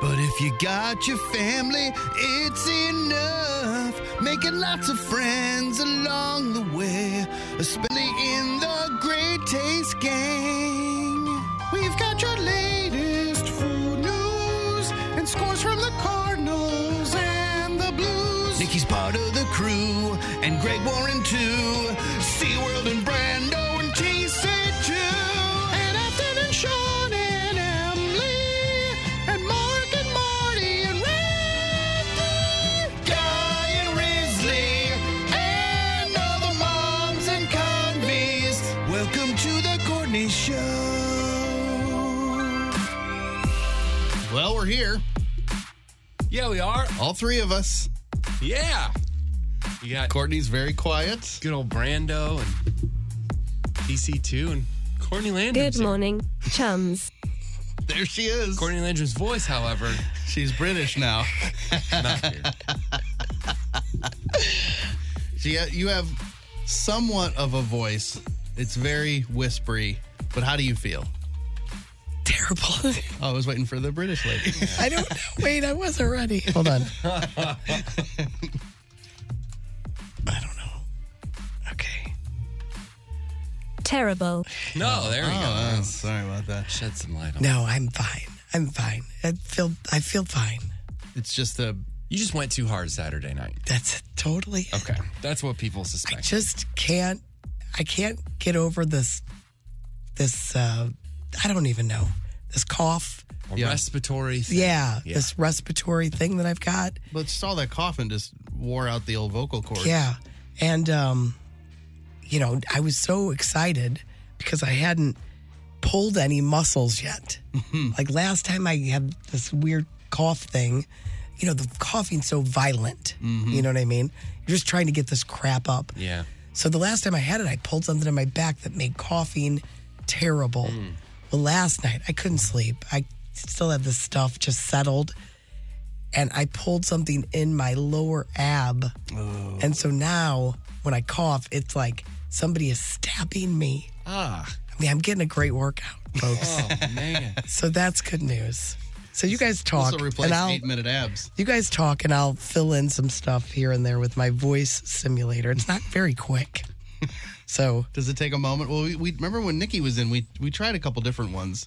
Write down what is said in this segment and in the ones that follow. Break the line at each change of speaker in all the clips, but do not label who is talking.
but if you got your family, it's enough. Making lots of friends along the way, especially in the Great Taste Gang. We've got your latest food news and scores from the Cardinals and the Blues. Nikki's part of the crew, and Greg Warren too. SeaWorld and Brando and TC too. And Afton and Sean and Emily. And Mark and Marty and Randy. Guy and Risley. And all the moms and convies. Welcome to the Courtney Show. Well, we're here.
Yeah, we are.
All three of us.
Yeah. You got
Courtney's very quiet.
good old Brando and DC2 and Courtney Landrum's
Good
here.
morning, chums.
There she is.
Courtney Landrum's voice, however,
She's British now.
not here.
She, you have somewhat of a voice. It's very whispery, but how do you feel?
terrible.
Oh, I was waiting for the British lady.
I don't know. Wait, I wasn't ready.
Hold on.
I don't know. Okay.
Terrible.
No, there you go.
Oh, sorry about that.
Shed some light on. it.
No, I'm fine. I'm fine. I feel I feel fine.
It's just a.
You just went too hard Saturday night.
That's totally it.
Okay, that's what people
I
suspect.
just can't I can't get over this this uh I don't even know. This cough.
A respiratory. Thing.
Yeah,
Yeah.
This respiratory thing that I've got.
But just all that coughing just wore out the old vocal cords.
Yeah. And um you know, I was so excited because I hadn't pulled any muscles yet. Like last time I had this weird cough thing, you know, the coughing's so violent. You know what I mean? You're just trying to get this crap up.
Yeah.
So the last time I had it, I pulled something in my back that made coughing terrible.
Hmm.
Well, last night I couldn't sleep. I still had this stuff just settled. And I pulled something in my lower ab.
Oh.
And so now when I cough, it's like somebody is stabbing me.
Ah,
I mean, I'm getting a great workout, folks.
oh man.
so that's good news. So you guys talk.
Also
and
replaced
I'll-
eight minute abs.
you guys talk, and I'll fill in some stuff here and there with my voice simulator. It's not very quick. So
Does it take a moment? Well, we, we remember when Nikki was in, we we tried a couple different ones,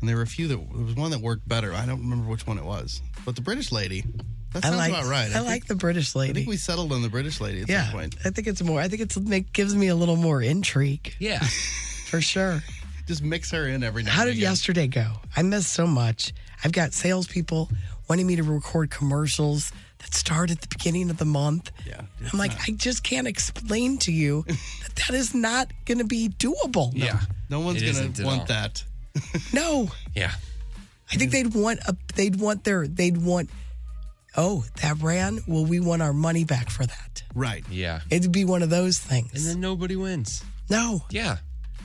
and there were a few that there was one that worked better. I don't remember which one it was, but the British lady. That
I
sounds
like
about right.
I, like the British
I
lady.
think we settled on the British lady at
yeah,
some point.
I think it's more. I think it's it gives me a little more intrigue
Yeah.
for sure.
Just mix her in every now.
How
and
did
again.
yesterday go? I missed so much. I've got salespeople wanting me to record commercials that start at the beginning of the month.
Yeah,
I'm like, I just can't explain to you that that is not going to be doable.
Yeah.
No one's
It
gonna
isn't at
want
all.
that.
no.
Yeah.
I think they'd want a they'd want their they'd want oh, that ran? Well, we want our money back for that.
Right.
Yeah.
It'd be one of those things.
And then nobody wins.
no.
Yeah.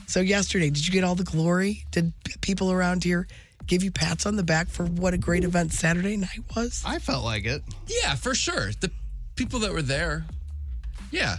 So yesterday, did you get all the glory? Did p- people around here give you pats on the back for what a great event Saturday night was?
I felt like it.
Yeah, for sure. The people that were there. Yeah.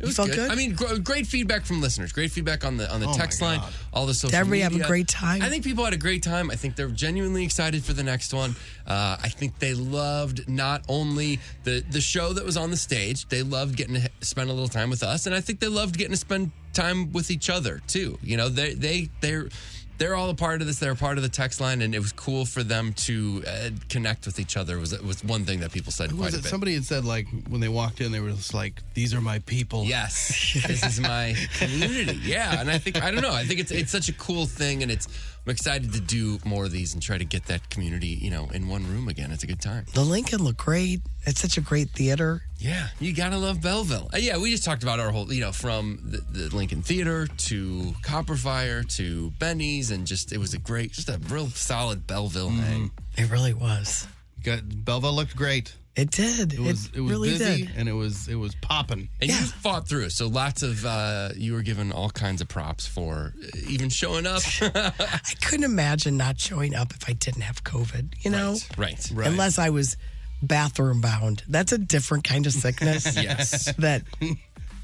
It was
felt
good.
good? Oh
I mean, gr- great feedback from listeners. Great feedback on the on the
my
text line,
God.
all the social.
Did everybody
media.
have a great time?
I think people had a great time. I think they're genuinely excited for the next one. Uh, I think they loved not only the the show that was on the stage, they loved getting to h- spend a little time with us, and I think they loved getting to spend time with each other too. You know, they they they're. They're all a part of this. They're a part of the text line, and it was cool for them to uh, connect with each other. Was was one thing that people said
Who
quite
was
a
it?
bit.
Somebody had said like when they walked in, they were just like, "These are my people."
Yes, this is my community. Yeah, and I think I don't know. I think it's it's such a cool thing, and it's I'm excited to do more of these and try to get that community, you know, in one room again. It's a good time.
the Lincoln looked great. It's such a great theater.
Yeah, you gotta love Belleville. Uh, yeah, we just talked about our whole, you know, from the, the Lincoln Theater to Copperfire to Benny's, and just it was a great, just a real solid Belleville hang.
It really was.
Got, Belva looked great.
It did. It,
It was it, was
really
busy
did.
and it was it was popping.
And you fought through. So lots of uh, you were given all kinds of props for uh, even showing up.
I couldn't imagine not showing up if I didn't have COVID, you know?
right.
Right.
Unless I was bathroom bound. That's a different kind of sickness.
Yes.
That,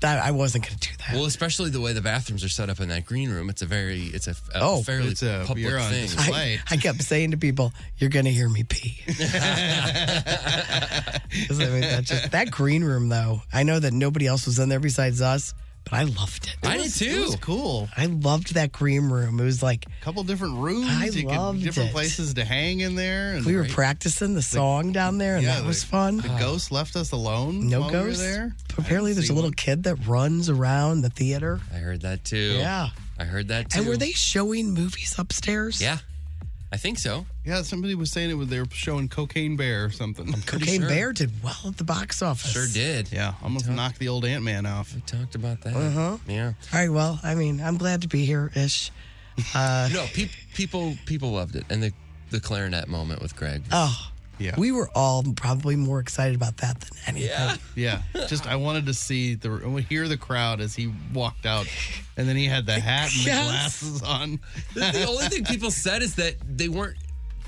that I wasn't going to do that.
Well, especially the way the bathrooms are set up in that green room. It's a very it's a, a
Oh.
fairly
It's a-
public
you're on
thing.
display.
I,
Right.
I kept saying to people, "You're gonna hear me pee." 'Cause I mean, that, just- that green room, though, I know that nobody else was in there besides us, but I loved it.
I did
It was
too.
cool.
I loved that green room. It was like
A couple different rooms.
I
you could-
loved
different
it.
places to hang in there. And
we were practicing the song down there, and
Yeah,
that
the-
was fun.
The ghost left us alone.
No
while
ghosts.
We were there.
Apparently, there's a little kid that runs around the theater.
I heard that too.
Yeah.
I heard that too.
And were they showing movies upstairs?
Yeah. I think so.
Yeah, somebody was saying it was they were showing Cocaine Bear or something.
Cocaine
sure.
Bear did well at the box office.
Sure did.
Yeah, almost knocked the old Ant Man off.
We talked about that. Uh-huh. Yeah.
All right. Well, I mean, I'm glad to be here, ish. Uh,
No, peop people people loved it. And the the clarinet moment with Greg.
Oh,
Yeah.
We were all probably more excited about that than anything.
Yeah, just I wanted to see the I wanna hear the crowd as he walked out, and then he had the hat and
Yes.
the glasses on.
the only thing people said is that they weren't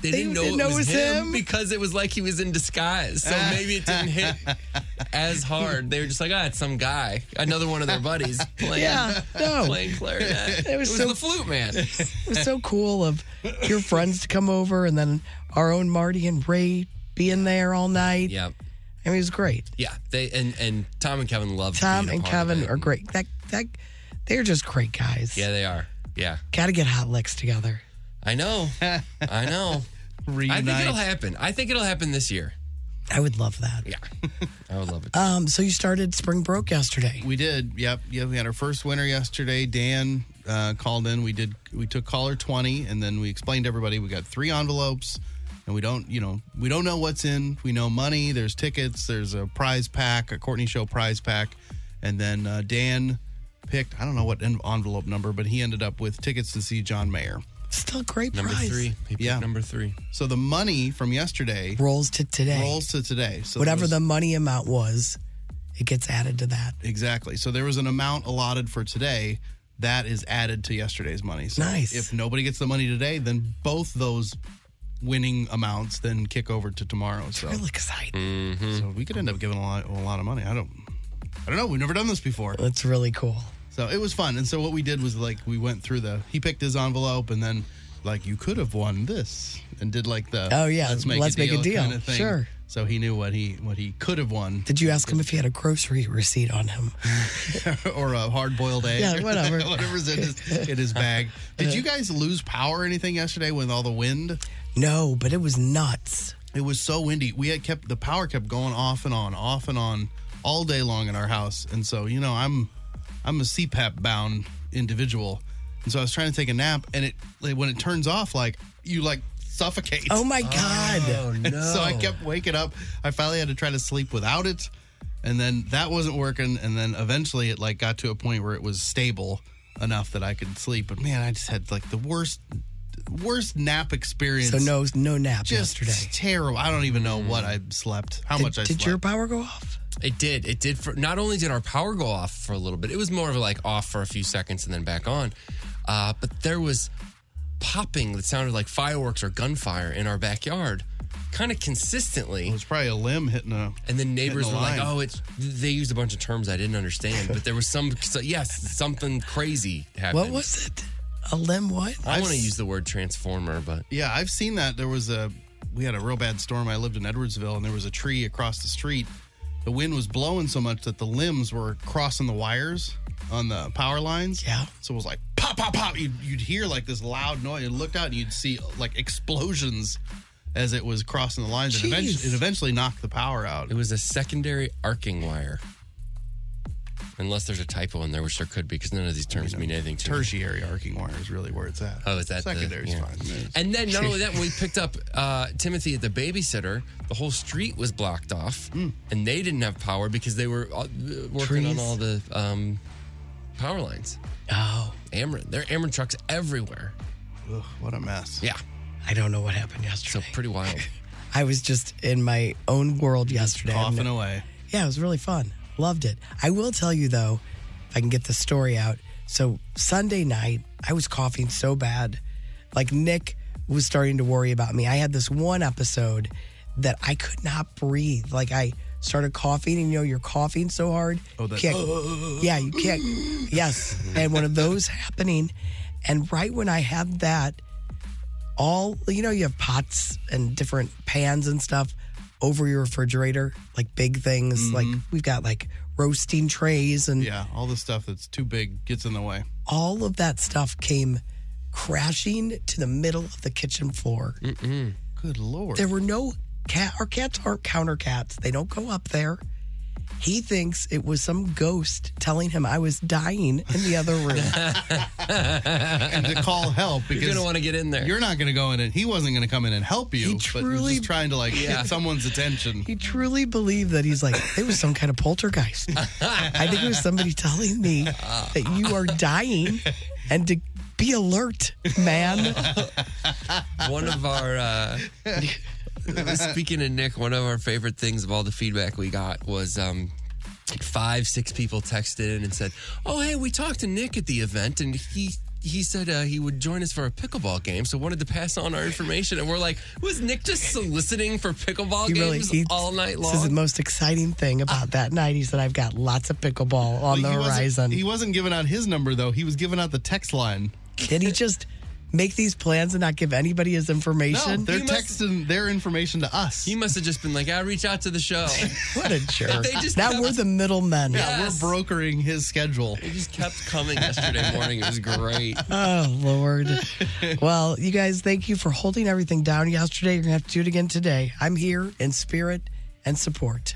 they, didn't know,
didn't
it,
know
was
it was
him,
him. Ah.
because it was like he was in disguise. So maybe it didn't hit as hard. They were just like, ah, it's some guy, another one of their buddies playing,
Yeah, no.
playing clarinet. It was,
so-
the flute man.
It was so cool of your friends to come over and then our own Marty and Ray being there all night.
yeah,
I mean, it was great.
yeah. They and and Tom and Kevin love
Tom and Kevin are great. That that they're just great guys.
Yeah, they are. Yeah,
Gotta get hot licks together.
I know. I know. I
Reunite.
think it'll happen. I think it'll happen this year.
I would love that.
Yeah, I would love it.
Um, so you started spring broke yesterday.
we did. Yep. Yeah, we had our first winner yesterday. Dan uh, called in. We did. We took caller twenty, and then we explained to everybody we got three envelopes, and we don't. You know, we don't know what's in. We know money. There's tickets. There's a prize pack, a Courtney Show prize pack, and then uh, Dan picked. I don't know what en- envelope number, but he ended up with tickets to see John Mayer.
Still great
number
prize.
three. He picked
Yeah.
number three.
So the money from yesterday
Rolls to today.
rolls to today. So
Whatever
there was-
the money amount was, it gets added to that.
exactly. So there was an amount allotted for today that is added to yesterday's money. So
Nice.
If nobody gets the money today, then both those winning amounts then kick over to tomorrow. So,
Really Hmm. exciting.
Mm. so we could end up giving a lot, a lot of money. I don't. I don't know. We've never done this before.
That's really cool.
So it was fun. And so what we did was like we went through the he picked his envelope and then like you could have won this and did like the
Oh, yeah, let's make a deal,
kinda thing.
sure.
So he knew what he what he could have won
Did you ask him if he had a grocery receipt on him?
or a hard boiled egg.
Yeah, whatever.
Whatever's in his, in his bag. Did you guys lose power or anything yesterday with all the wind?
No, but it was nuts.
It was so windy. We had kept the power kept going off and on, off and on all day long in our house. And so, you know, I'm I'm a CPAP bound individual. And so I was trying to take a nap and it like, when it turns off like you like suffocate.
Oh my God.
So I kept waking up. I finally had to try to sleep without it, and then that wasn't working. And then eventually, it like got to a point where it was stable enough that I could sleep. But man, I just had like the worst, worst nap experience.
So no no nap
just
yesterday.
terrible. I don't even know what I slept, how much I
Did
slept.
your power go off?
It did. It did. For, not only did our power go off for a little bit, it was more of like off for a few seconds and then back on. Uh, but there was popping that sounded like fireworks or gunfire in our backyard, kind of consistently.
it was probably a limb hitting a.
And then neighbors
hitting
were
the
like,
line.
"Oh, it's." They used a bunch of terms I didn't understand, but there was some. So, yes, something crazy happened.
What was it? A limb what?
I want to use the word transformer, but
Yeah, I've seen that. There was a we had a real bad storm. I lived in Edwardsville, and there was a tree across the street. The wind was blowing so much that the limbs were crossing the wires on the power lines.
Yeah.
So it was like pop, pop, pop. You'd, you'd hear like this loud noise. You looked out and you'd see like explosions as it was crossing the lines. And
Jeez.
eventually, it eventually knocked the power out.
it was a secondary arcing wire. Unless there's a typo in there, which there could be, because none of these terms mean anything to me.
Tertiary arcing wire is really where it's at.
Oh, is that the-
secondary?
yeah.
fine.
And then not only that, when we picked up uh, Timothy at the babysitter, the whole street was blocked off, and they didn't have power because they were uh, working on
Hmm. Trees.
all the um, power lines.
Oh.
Ameren, there are Ameren trucks everywhere.
Ugh, what a mess.
Yeah,
I don't know what happened yesterday.
Pretty wild.
I was just in my own world yesterday.
Coughing away.
Yeah, it was really fun. Loved it. I will tell you though, if I can get the story out. So Sunday night, I was coughing so bad. Like Nick was starting to worry about me. I had this one episode that I could not breathe. Like I started coughing and you know you're coughing so hard. Oh,
that-
Yeah, you can't. Yes. And one of those happening and right when I had that all you know you have pots and different pans and stuff over your refrigerator like big things like we've got like roasting trays and
Yeah, all the stuff that's too big gets in the way.
all of that stuff came crashing to the middle of the kitchen floor
Good lord.
there were no cat our cats aren't counter cats they don't go up there he thinks it was some ghost telling him i was dying in the other room
and to call help because
You're gonna want to get in there.
You're not going to go in and he wasn't going to come in and help you,
He
but you're
truly-
just trying to like get someone's attention.
He truly believed that he's like, it was some kind of poltergeist. I think it was somebody telling me that you are dying and to be alert, man.
one of our uh, speaking of Nick, one of our favorite things of all the feedback we got was um, like five, six people texted in and said, "Oh, hey, we talked to Nick at the event, and he." He said uh, he would join us for a pickleball game, so wanted to pass on our information. And we're like, was Nick just soliciting for pickleball games all night long?
This is the most exciting thing about that night. He said, I've got lots of pickleball on
He
the
wasn't-
horizon.
He wasn't giving out his number though. He was giving out the text line.
Did he just make these plans and not give anybody his
No,
information?
they're
You must-
texting their information to us.
he must have just been like, I reach out to the show.
what a jerk.
They just
now
kept-
we're the middlemen.
Yeah,
Yes.
we're brokering his schedule.
It just kept coming yesterday morning. It was great.
Oh, Lord. well, you guys, thank you for holding everything down yesterday. You're going to have to do it again today. I'm here in spirit and support.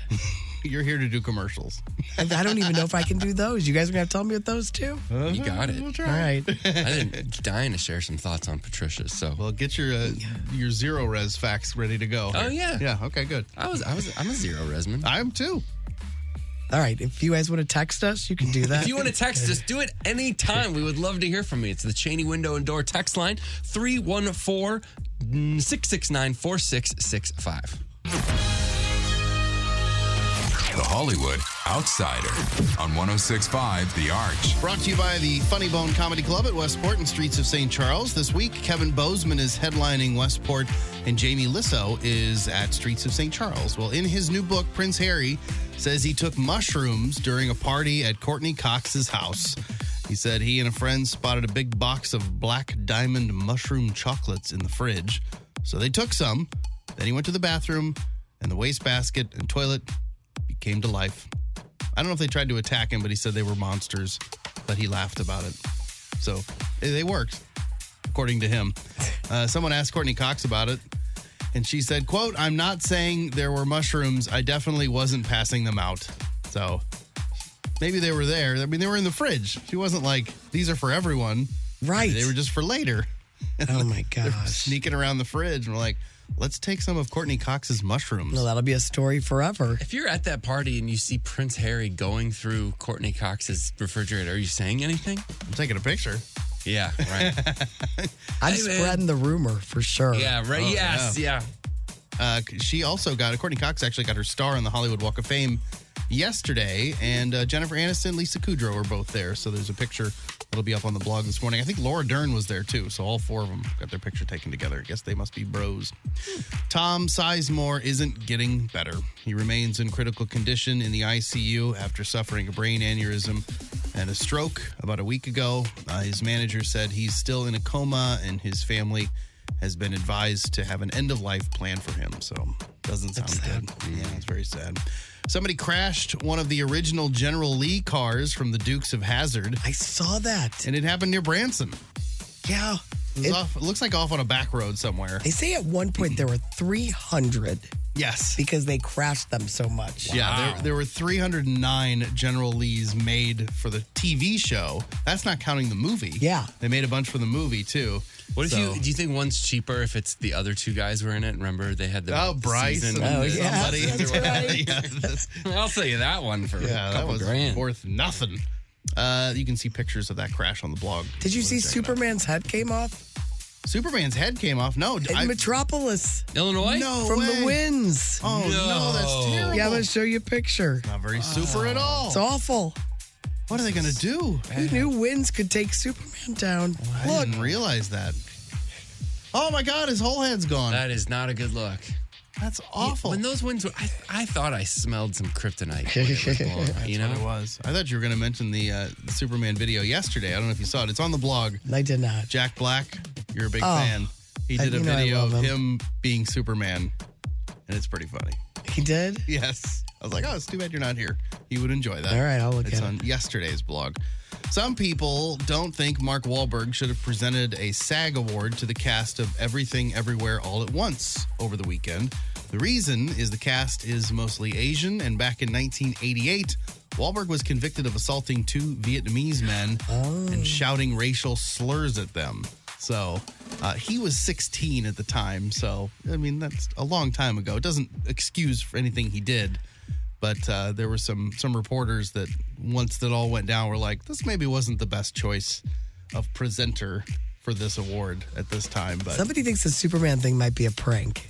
You're here to do commercials.
I I don't even know if I can do those. You guys are going to have to tell me what those do. All
You got
We'll
it.
try.
right.
I've been dying to share some thoughts on Patricia. So
Well, get your uh, your zero res facts ready to go.
Oh, yeah.
Yeah, okay, good.
I was, I was, I'm a zero resman.
I'm too.
All right. If you guys want to text us, you can do that.
If you want to text us, do it anytime. We would love to hear from you. It's the Cheney Window and Door text line 314 669 4665.
The Hollywood Outsider on 1065 The Arch.
Brought to you by the Funny Bone Comedy Club at Westport and Streets of St. Charles. This week, Kevin Bozeman is headlining Westport, and Jamie Lissow is at Streets of St. Charles. Well, in his new book, Prince Harry says he took mushrooms during a party at Courtney Cox's house. He said he and a friend spotted a big box of black diamond mushroom chocolates in the fridge. So they took some. Then he went to the bathroom, and the wastebasket and toilet came to life. I don't know if they tried to attack him, but he said they were monsters, but he laughed about it. So eh, they worked, according to him. Uh, someone asked Courtney Cox about it, and she said, "quote I'm not saying there were mushrooms. I definitely wasn't passing them out. So maybe they were there. I mean, they were in the fridge. She wasn't like these are for everyone.
Right.
They were just for later."
oh, my gosh.
Sneaking around the fridge, and we're like, "Let's take some of Courtney Cox's mushrooms."
Well, that'll be a story forever.
If you're at that party and you see Prince Harry going through Courtney Cox's refrigerator, are you saying anything?
I'm taking a picture.
Yeah, right.
I'm
Hey, man.
spreading the rumor for sure.
Oh, yeah, right. yes, yeah.
Uh, she also got Courtney Cox actually got her star on the Hollywood Walk of Fame yesterday, and uh, Jennifer Aniston, Lisa Kudrow were both there. So there's a picture that'll be up on the blog this morning. I think Laura Dern was there too. So all four of them got their picture taken together. I guess they must be bros. Tom Sizemore isn't getting better. He remains in critical condition in the ICU after suffering a brain aneurysm and a stroke about a week ago. Uh, his manager said he's still in a coma, and his family has been advised to have an end of life plan for him. So doesn't sound good. Yeah, it's very sad. Somebody crashed one of the original General Lee cars from the Dukes of Hazard,
I saw that.
and it happened near Branson.
Yeah.
It, was off, it looks like off on a back road somewhere.
They say at one point there were 300
Yes.
because they crashed them so much.
Yeah, there, there were 309 General Lees made for the TV show. That's not counting the movie.
Yeah.
They made a bunch for the movie, too.
What if
So-
you do you think one's cheaper if it's the other two guys were in it? Remember they had the
Oh, Bryce
season
and
Oh,
the-
yeah.
somebody.
That's
yeah, that's-
I'll sell you that one for
yeah,
a
that
couple
was
grand.
worth nothing. Uh, you can see pictures of that crash on the blog.
Did you see
Check it out.
Superman's head came off?
Superman's head came off. No,
In
I,
Metropolis
Illinois?
no
from
way.
the winds.
Oh no,
No.
that's terrible.
Yeah, I'm gonna show you a picture.
Not very super at all.
It's awful.
what are they gonna do?
Who knew winds could take Superman down?
I didn't realize that. Oh my God, his whole head's gone.
That is not a good look.
that's awful.
When those winds were, I, I thought I smelled some kryptonite. when it was blowing, you
That's what
know?
it was. I thought you were going to mention the, uh, the Superman video yesterday. I don't know if you saw it. It's on the blog.
I did not.
Jack Black, you're a big
Oh.
fan. He
I-
did a
you know I
video of
love
him.
him.
being Superman, and it's pretty funny.
He did?
Yes, I was like, oh, it's too bad you're not here. You would enjoy that.
All right, I'll look
It's
at
on yesterday's blog. Some people don't think Mark Wahlberg should have presented a SAG award to the cast of Everything Everywhere All at Once over the weekend. The reason is the cast is mostly Asian, and back in 1988, Wahlberg was convicted of assaulting two Vietnamese men
Oh.
and shouting racial slurs at them. So uh, he was 16 at the time. So, I mean, that's a long time ago. It doesn't excuse for anything he did but uh, there were some some reporters that once that all went down were like this maybe wasn't the best choice of presenter for this award at this time but
Somebody thinks the Superman thing might be a prank.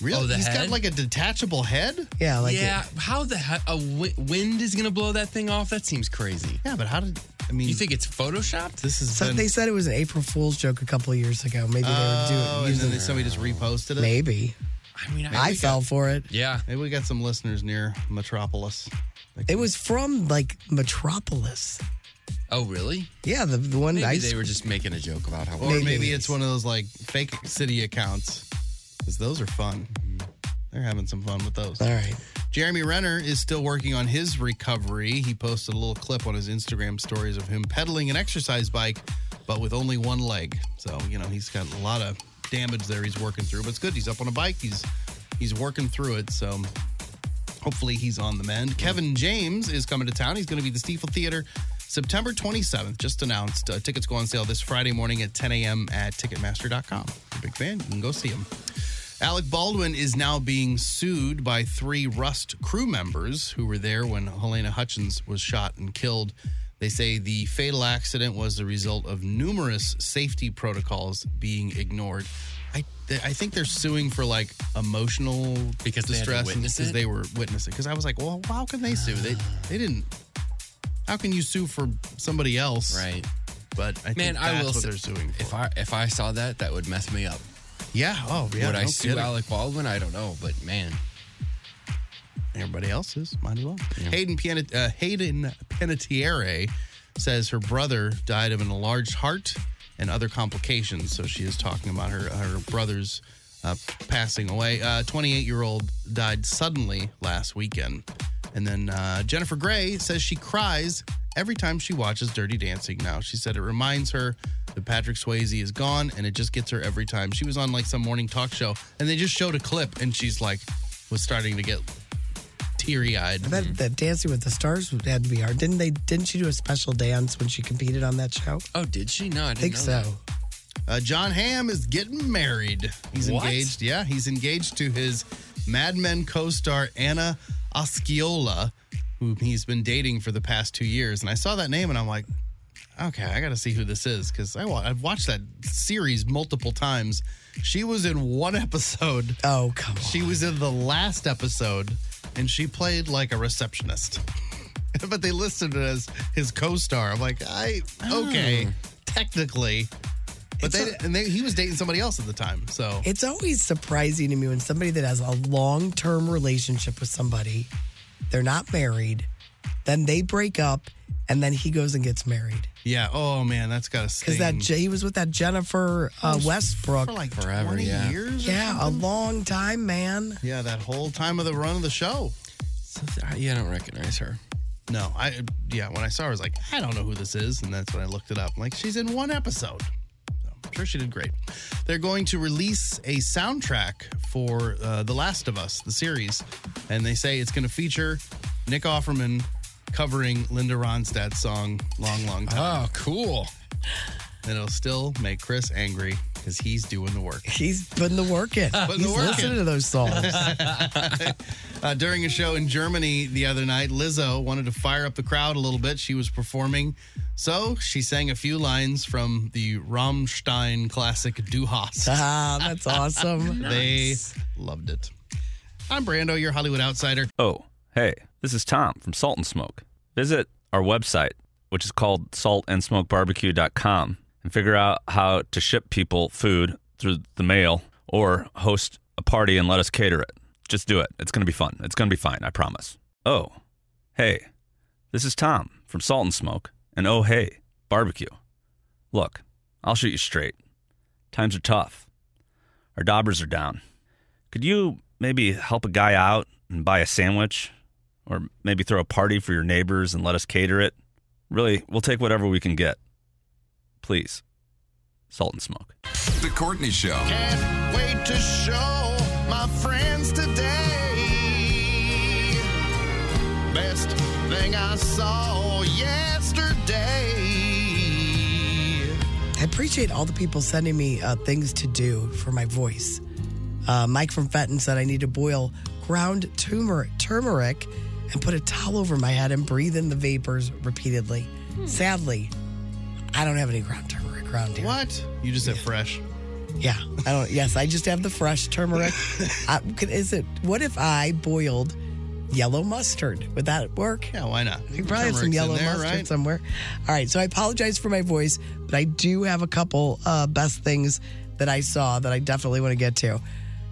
really
Oh, the
he's got
head?
like a detachable head
Yeah, like
yeah. How the he- a wi- wind is going to blow that thing off? That seems crazy.
yeah but how did i mean
You think it's photoshopped?
this is
So
been,
they said it was an April Fool's joke a couple of years ago. Maybe they would do
oh,
it.
and
Using,
then they, somebody just reposted it
maybe.
I mean, I,
I fell for it.
yeah.
maybe we got some listeners near metropolis
It was from like Metropolis.
Oh, really?
Yeah, the, the one
Maybe
I
they were just making a joke about how.
or maybe,
Maybe.
it's one of those like fake city accounts because those are fun
Mm-hmm.
they're having some fun with those
All right.
Jeremy Renner is still working on his recovery. He posted a little clip on his Instagram stories of him pedaling an exercise bike, but with only one leg. So, you know, he's got a lot of damage there he's working through, but it's good. He's up on a bike. He's he's working through it. So hopefully he's on the mend. Kevin James is coming to town. He's going to be at the Steeple Theater September 27th, just announced. Uh, tickets go on sale this Friday morning at 10 a.m. at Ticketmaster.com. If you're a big fan, you can go see him. Alec Baldwin is now being sued by three Rust crew members who were there when Helena Hutchins was shot and killed. They say the fatal accident was the result of numerous safety protocols being ignored. I, th- I think they're suing for like emotional
Because they had to
distress and-
witness
because
it? Ah.
they were witnessing. Because I was like, well, how can they sue? They they didn't. How can you sue for somebody else?
Right.
But I
Man,
think
I
that's
will
what
say-
they're suing for.
If I if I saw that, that would mess me up.
yeah. Oh, yeah.
would I
no
sue
kidding.
Alec Baldwin? I don't know, but man,
Everybody else is. Might as well. Hayden, Pian- uh, Hayden Penitiere says her brother died of an enlarged heart and other complications. So she is talking about her, her brother's uh, passing away. 28 year old died suddenly last weekend. And then uh, Jennifer Gray says she cries every time she watches Dirty Dancing now. She said it reminds her that Patrick Swayze is gone and it just gets her every time. She was on like some morning talk show and they just showed a clip and she's like, was starting to get teary eyed.
I bet that Dancing with the Stars would- had to be hard. Didn't they? Didn't she do a special dance when she competed on that show?
oh, did she? No, I
I
didn't
think
know
so.
that.
Uh, John Hamm is getting married. He's
What?
engaged. Yeah, he's engaged to his Mad Men co star Anna Osceola, whom he's been dating for the past two years. And I saw that name and I'm like, okay, I got to see who this is because wa- I've watched that series multiple times. She was in one episode,
Oh come on.
she was in the last episode, and she played like a receptionist. but they listed it as his co star. I'm like, I, okay, technically. But they, and they, he was dating somebody else at the time. So
It's always surprising to me when somebody that has a long term relationship with somebody, they're not married, then they break up, and then he goes and gets married.
yeah. Oh man, that's got to sting.
Because that Je- he was with that Jennifer uh, Westbrook.
for Oh, like
Forever,
20
yeah.
years. or
yeah, a
something?
long time, man.
yeah. That whole time of the run of the show.
So th- I- yeah, I don't recognize her.
No, I yeah. When I saw her, I was like, I don't know who this is, and that's when I looked it up. I'm like she's in one episode. So I'm sure she did great. They're going to release a soundtrack for uh, The Last of Us, the series, and they say it's going to feature Nick Offerman covering Linda
Uh-huh.
Ronstadt's song "Long Long Time,"
Oh, cool.
and it'll still make Chris angry. because he's doing the work.
He's putting the work in.
the
He's
work in.
listening to those songs.
Uh, during a show in Germany the other night, Lizzo wanted to fire up the crowd a little bit. She was performing, so she sang a few lines from the Rammstein classic Du Hast.
ah, that's awesome.
They loved it. I'm Brando, your Hollywood outsider.
Oh, hey, this is Tom from Salt and Smoke. Visit our website, which is called saltandsmokebarbecue.com, and figure out how to ship people food through the mail or host a party and let us cater it. Just do it. It's going to be fun. It's going to be fine, I promise. Oh, hey, this is Tom from Salt and Smoke, and oh, hey, barbecue. Look, I'll shoot you straight. Times are tough. Our daubers are down. Could you maybe help a guy out and buy a sandwich? Or maybe throw a party for your neighbors and let us cater it? Really, we'll take whatever we can get. Please. Salt and smoke.
The Courtney Show.
Can't wait to show my friends today. Best thing I saw yesterday.
I appreciate all the people sending me uh, things to do for my voice. Uh, Mike from Fenton said I need to boil ground turmeric, turmeric and put a towel over my head and breathe in the vapors repeatedly. Sadly, I don't have any ground turmeric around here.
What? You just said fresh.
Yeah, I don't. Yes, I just have the fresh turmeric. I, could- is it? What if I boiled yellow mustard? Would that work?
Yeah, why not?
You probably have
Turmeric's
some
in
yellow mustard somewhere. All right, so I apologize for my voice, but I do have a couple uh, best things that I saw that I definitely want to get to.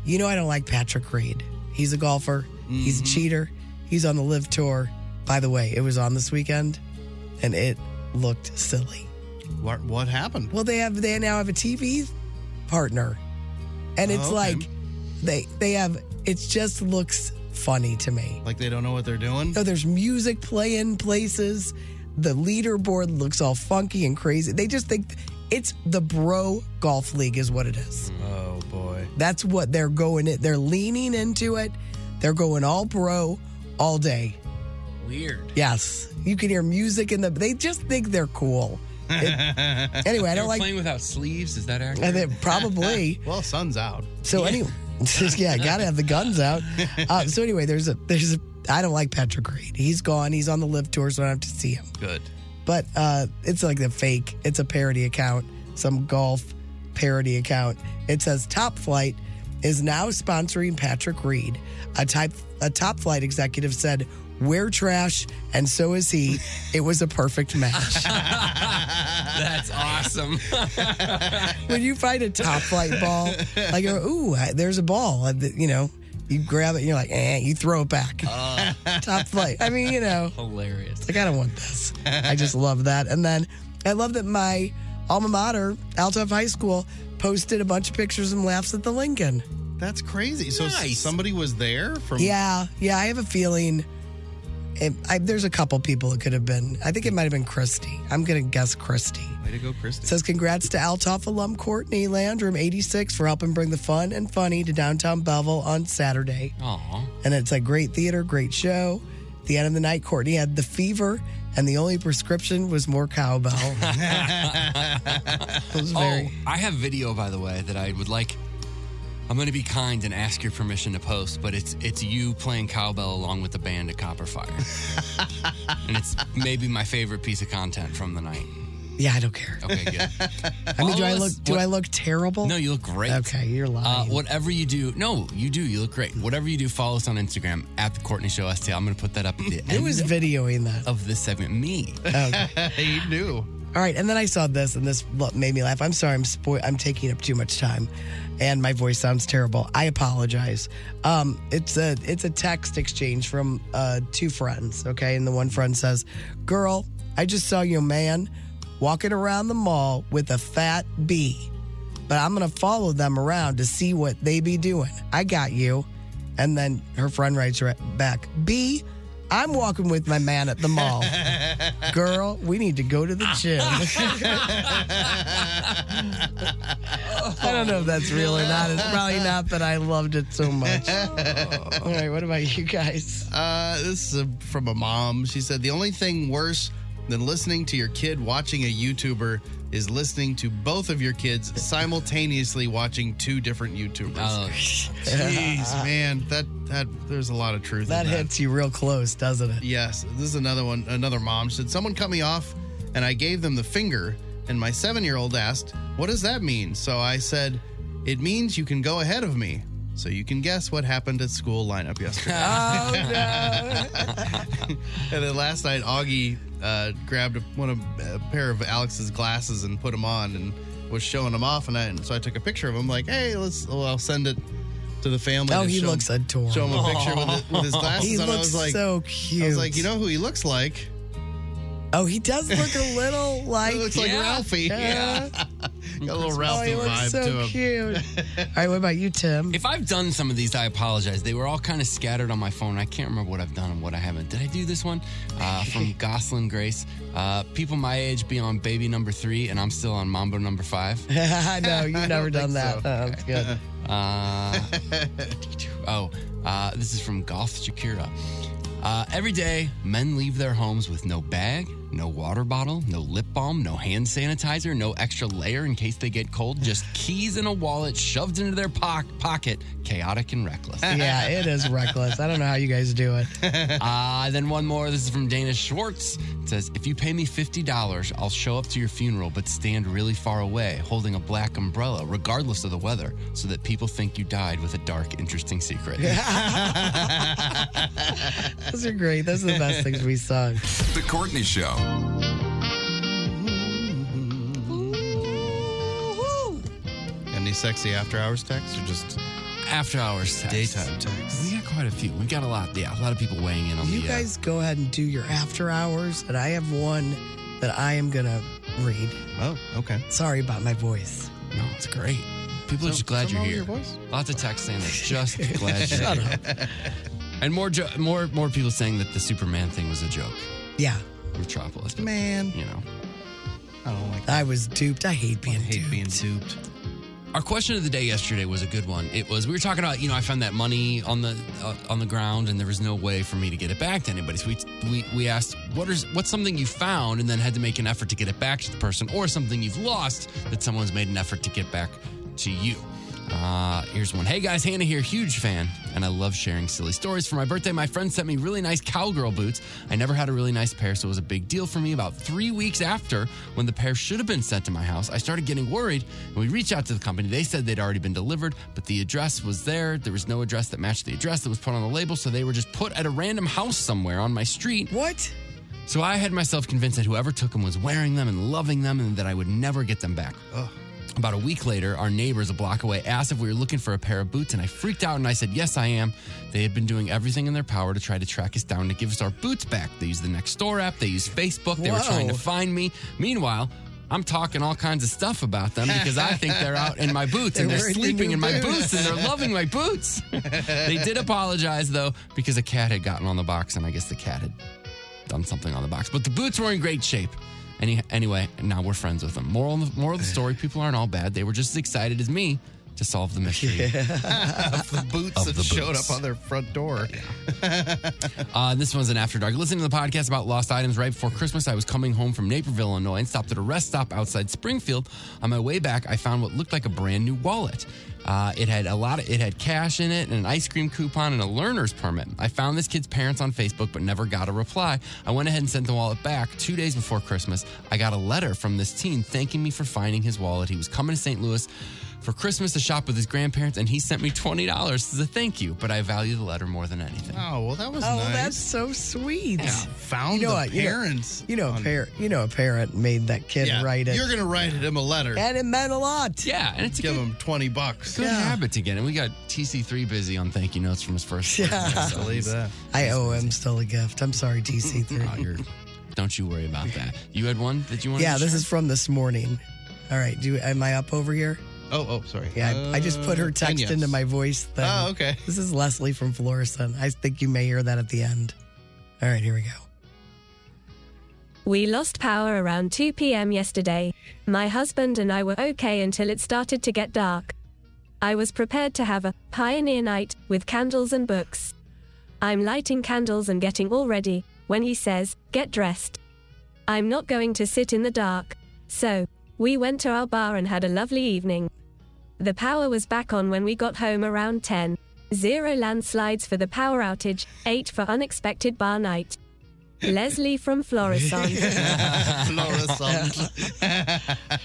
You know, I don't like Patrick Reed. He's a golfer. He's a
Mm-hmm.
cheater. He's on the Live Tour. By the way, it was on this weekend, and it looked silly.
What, what happened?
Well, they have they now have a TV partner, and it's
Oh, okay.
like they they have it just looks funny to me.
Like they don't know what they're doing?
So there's music playing places. The leaderboard looks all funky and crazy. They just think it's the bro golf league is what it is.
Oh, boy.
That's what they're going it. They're leaning into it. They're going all bro all day.
Weird.
Yes, you can hear music in the. They just think they're cool. It- anyway, I
They're
don't like.
playing without sleeves. Is that accurate?
And it probably.
Well, sun's out.
So anyway, yeah, gotta have the guns out. Uh, so anyway, there's a there's a. I don't like Patrick Reed. He's gone. He's on the live tour, so I don't have to see him.
Good.
But uh, it's like the fake. It's a parody account, some golf parody account. It says Top Flight is now sponsoring Patrick Reed. A type a Top Flight executive said. We're trash, and so is he. It was a perfect match.
That's awesome.
when you find a top flight ball, like ooh, there's a ball, uh, th- you know, you grab it, and you're like, eh, you throw it back.
Uh.
top flight. I mean, you know,
Hilarious.
like I don't want this. I just love that. And then I love that my alma mater, Altop High School, posted a bunch of pictures and laughs at the Lincoln.
That's crazy. So s-
Nice.
somebody was there from.
Yeah, yeah, I have a feeling. It, I, there's a couple people it could have been. I think it might have been Christy. I'm gonna guess Christy.
Way to go, Christy.
Says congrats to Altoff alum Courtney Landrum, 86, for helping bring the fun and funny to downtown Belleville on Saturday.
Aw.
And it's a great theater, great show. At the end of the night, Courtney had the fever, and the only prescription was more cowbell. it was very.
Oh, I have video by the way that I would like. I'm going to be kind and ask your permission to post, but it's it's you playing cowbell along with the band at Copperfire, and it's maybe my favorite piece of content from the night.
Yeah, I don't care.
Okay, good.
I mean, do I look? Do I look terrible?
Oh. No, you look great.
Okay, you're
Uh,
lying.
whatever you do, no, you do. You look great. Whatever you do, follow us on Instagram at the Courtney Show STL. I'm going to put that up at the
Who
end
was videoing that?
of this segment. Me.
he knew.
All right, and then I saw this, and this lo- made me laugh. I'm sorry, I'm spo- I'm taking up too much time, and my voice sounds terrible. I apologize. Um, it's a it's a text exchange from uh, two friends. Okay, and the one friend says, "Girl, I just saw your man walking around the mall with a fat bee, but I'm gonna follow them around to see what they be doing. I got you." And then her friend writes right back, "B, I'm walking with my man at the mall." girl, we need to go to the gym. I don't know if that's real or not. It's probably not, but I loved it so much. All right, what about you guys?
Uh, this is a, from a mom. She said the only thing worse than listening to your kid watching a YouTuber is listening to both of your kids simultaneously watching two different YouTubers.
Oh,
Oh,
Jeez, man, that that there's a lot of truth.
That
in that
hits you real close, doesn't it?
Yes, this is another one. Another mom said, Someone cut me off and I gave them the finger. And my seven year old asked, What does that mean? So I said, It means you can go ahead of me. So you can guess what happened at school lineup yesterday. and then last night, Augie uh, grabbed a, one of a pair of Alex's glasses and put them on and was showing them off. And, I, and so I took a picture of him, like, Hey, let's, well, I'll send it to the family.
Oh,
to
he
show 'em-
looks adorable.
Show him a picture with, it- with his glasses
He
on. I
looks
was like,
so
I
cute.
was like, you know who he looks like?
Oh, he does look a little like.
He looks like
Yeah.
Ralphie.
Yeah.
Got a little
oh,
Ralphie
he
vibe
looks
to
so
him.
cute. All right, what about you, Tim?
If I've done some of these, I apologize. They were all kind of scattered on my phone. I can't remember what I've done and what I haven't. Did I do this one uh, from Goslin Grace? Uh, people my age be on baby number three, and I'm still on mambo number five.
no, you've never done
think
that.
so.
Uh, that's good.
Uh, oh, uh, this is from Golf Shakira. Uh, every day, men leave their homes with no bag, no water bottle, no lip balm, no hand sanitizer, no extra layer in case they get cold, just keys and a wallet shoved into their po- pocket, chaotic and reckless.
yeah, it is reckless. I don't know how you guys do it.
Uh, then one more. This is from Dana Schwartz. It says, If you pay me $50, I'll show up to your funeral, but stand really far away, holding a black umbrella, regardless of the weather, so that people think you died with a dark, interesting secret.
Those are great. Those are the best things we sung.
The Courtney Show.
Any sexy after hours texts or just
After hours text.
daytime texts?
We got quite a few. We got a lot. Yeah, a lot of people weighing in on
You
the. uh,
guys go ahead and do your after hours, and I have one that I am going to read.
Oh, okay.
Sorry about my voice.
no, it's great. People are just glad you're
Somehow
here.
Your voice?
Lots of texts saying they're just glad you're here. And more, jo- more, more people saying that the Superman thing was a joke.
Yeah,
Metropolis, but,
Man,
you know.
I don't like that.
I was duped. I hate
I
being
hate
duped.
being duped.
Our question of the day yesterday was a good one. It was we were talking about you know I found that money on the uh, on the ground and there was no way for me to get it back to anybody. So we we we asked what is what's something you found and then had to make an effort to get it back to the person, or something you've lost that someone's made an effort to get back to you. Uh, here's one. Hey guys, Hannah here, huge fan, and I love sharing silly stories. For my birthday, my friend sent me really nice cowgirl boots. I never had a really nice pair, so it was a big deal for me. About three weeks after, when the pair should have been sent to my house, I started getting worried, and we reached out to the company. They said they'd already been delivered, but the address was there. There was no address that matched the address that was put on the label, so they were just put at a random house somewhere on my street.
What?
So I had myself convinced that whoever took them was wearing them and loving them and that I would never get them back. About a week later, our neighbors a block away asked if we were looking for a pair of boots, and I freaked out and I said, Yes, I am. They had been doing everything in their power to try to track us down to give us our boots back. They used the next store app, they used Facebook, they were
Whoa.
trying to find me. Meanwhile, I'm talking all kinds of stuff about them because I think they're out in my boots and
They're
they're
wearing your
sleeping
new
in my
boots.
boots and they're loving my boots. they did apologize though because a cat had gotten on the box and I guess the cat had done something on the box. But the boots were in great shape. Any, anyway, now we're friends with them. Moral, moral of the story: people aren't all bad. They were just as excited as me to solve the mystery.
The boots that
the
showed
boots.
up on their front door.
Uh, this one's an after dark. Listening to the podcast about lost items right before Christmas, I was coming home from Naperville, Illinois, and stopped at a rest stop outside Springfield. On my way back, I found what looked like a brand new wallet. Uh, it had a lot of it had cash in it, and an ice cream coupon, and a learner's permit. I found this kid's parents on Facebook, but never got a reply. I went ahead and sent the wallet back two days before Christmas. I got a letter from this teen thanking me for finding his wallet. He was coming to St. Louis for Christmas to shop with his grandparents, and he sent me twenty dollars as a thank you. But I value the letter more than anything.
Oh, well, that was
Oh,
nice.
that's so sweet.
Found
You know
the
what? You know-
parents.
You know, a parent. You know, a parent made that kid
Yeah,
write it,
You're going to write him a letter.
and it meant a lot.
Yeah, and it's a
Give
good,
him 20 bucks.
good habit to get. And we got TC3 busy on thank you notes from his first. birthday, so
Believe that.
I owe him still a gift. I'm sorry,
Oh,
TC3.
you're, don't you worry about that. You had one that you wanted
yeah,
to
this
share?
is from this morning. All right, do am I up over here?
Oh, oh, sorry.
Yeah, I, I just put her
Mm,
Uh,
text
Kenya.
into my voice. Thing.
Oh, okay.
This is Leslie from Florissant. I think you may hear that at the end. All right, here we go.
We lost power around 2 p.m. yesterday. My husband and I were okay until it started to get dark. I was prepared to have a pioneer night with candles and books. I'm lighting candles and getting all ready when he says, Get dressed. I'm not going to sit in the dark. So, we went to our bar and had a lovely evening. The power was back on when we got home around 10. Zero landslides for the power outage, eight for unexpected bar night. Leslie from Florissant.
Florissant.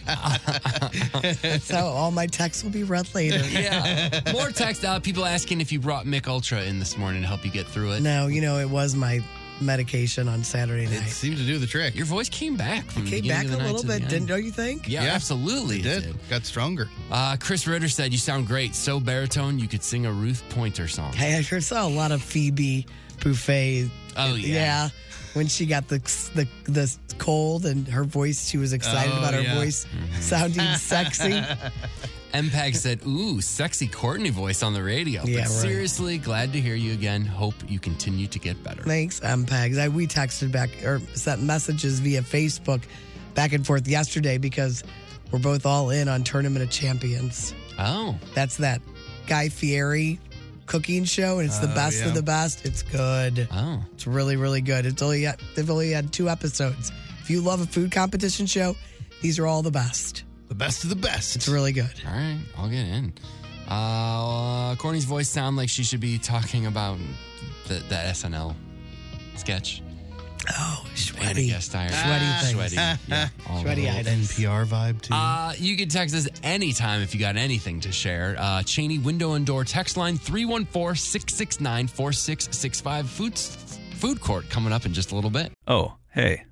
So all my texts will be read later.
Yeah. More text out. People asking if you brought Mick Ultra in this morning to help you get through it.
No, you know, it was my medication on Saturday
it
night.
seemed to do the trick.
Your voice came back from the
Came
beginning
back
of
a
the night
little
to the
bit,
end.
didn't don't you think?
Yeah, absolutely.
It
it
did. Got stronger.
Uh, Chris Ritter said you sound great, so baritone you could sing a Ruth Pointer song.
I I sure saw a lot of Phoebe Buffet.
Oh yeah.
When she got the the the cold and her voice, she was excited
Oh,
about her
yeah.
voice
Mm-hmm.
sounding sexy.
MPEG said, "Ooh, sexy Courtney voice on the radio."
Yeah, right.
but seriously, glad to hear you again. Hope you continue to get better.
Thanks, MPEGs. I, we texted back or sent messages via Facebook back and forth yesterday because we're both all in on Tournament of Champions.
Oh,
That's that Guy Fieri cooking show, and it's the
Oh,
best
yeah.
of the best. It's good.
oh,
It's really, really good. It's only they've only had two episodes. If you love a food competition show, these are all the best.
The best of the best.
It's really good.
all right. I'll get in. Uh, Courtney's voice sound like she should be talking about the, the SNL sketch.
Oh,
And a
sweaty.
guest iron.
Sweaty things.
Sweaty. Yeah, all
Sweaty
over.
items.
NPR vibe too.
Uh, you can text us anytime if you got anything to share. Uh, Cheney Window and Door text line 314 669 4665. Food food court coming up in just a little bit.
Oh, hey,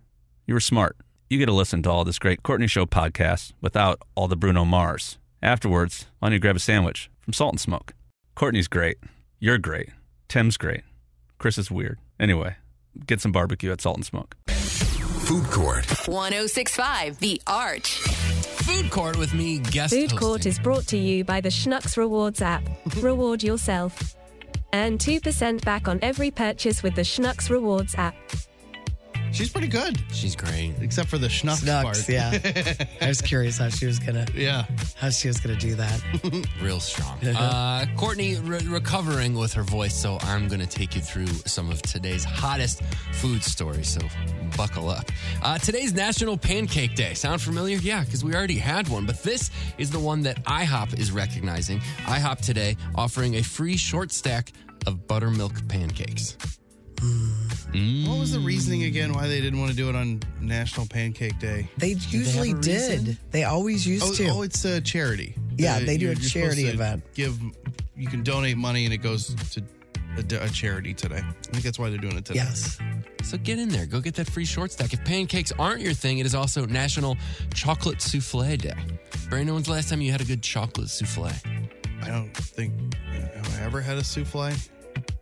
you were smart. You get to listen to all this great Courtney Show podcast without all the Bruno Mars. Afterwards, why don't you grab a sandwich from Salt and Smoke? Courtney's great. You're great. Tim's great. Chris is weird. Anyway, get some barbecue at Salt and Smoke.
Food Court.
1065 The Arch.
Food court with me, guest
Food Court
hosting.
is brought to you by the Schnucks Rewards app. Reward yourself. Earn 2% back on every purchase with the Schnucks Rewards app.
She's pretty good,
She's great.
except for the schnucks,
Snucks,
part.
yeah. I was curious how she was gonna
Yeah.
how she was gonna do that.
Real strong. Uh, Courtney re- recovering with her voice, so I'm going to take you through some of today's hottest food stories. So buckle up. Uh, today's National Pancake Day. Sound familiar? Yeah, because we already had one, but this is the one that IHOP is recognizing. IHOP today offering a free short stack of buttermilk pancakes.
What was the reasoning again why they didn't want to do it on National Pancake Day?
They usually
have a reason?
did. They always used
Oh,
to.
oh, it's a charity.
Yeah, they do a
supposed
charity
to
event.
Give you can donate money and it goes to a, a charity today. I think that's why they're doing it today.
yes.
So get in there, go get that free short stack. If pancakes aren't your thing, it is also National Chocolate Souffle Day. Brandon, when's the last time you had a good chocolate souffle?
I don't think have I ever had a souffle.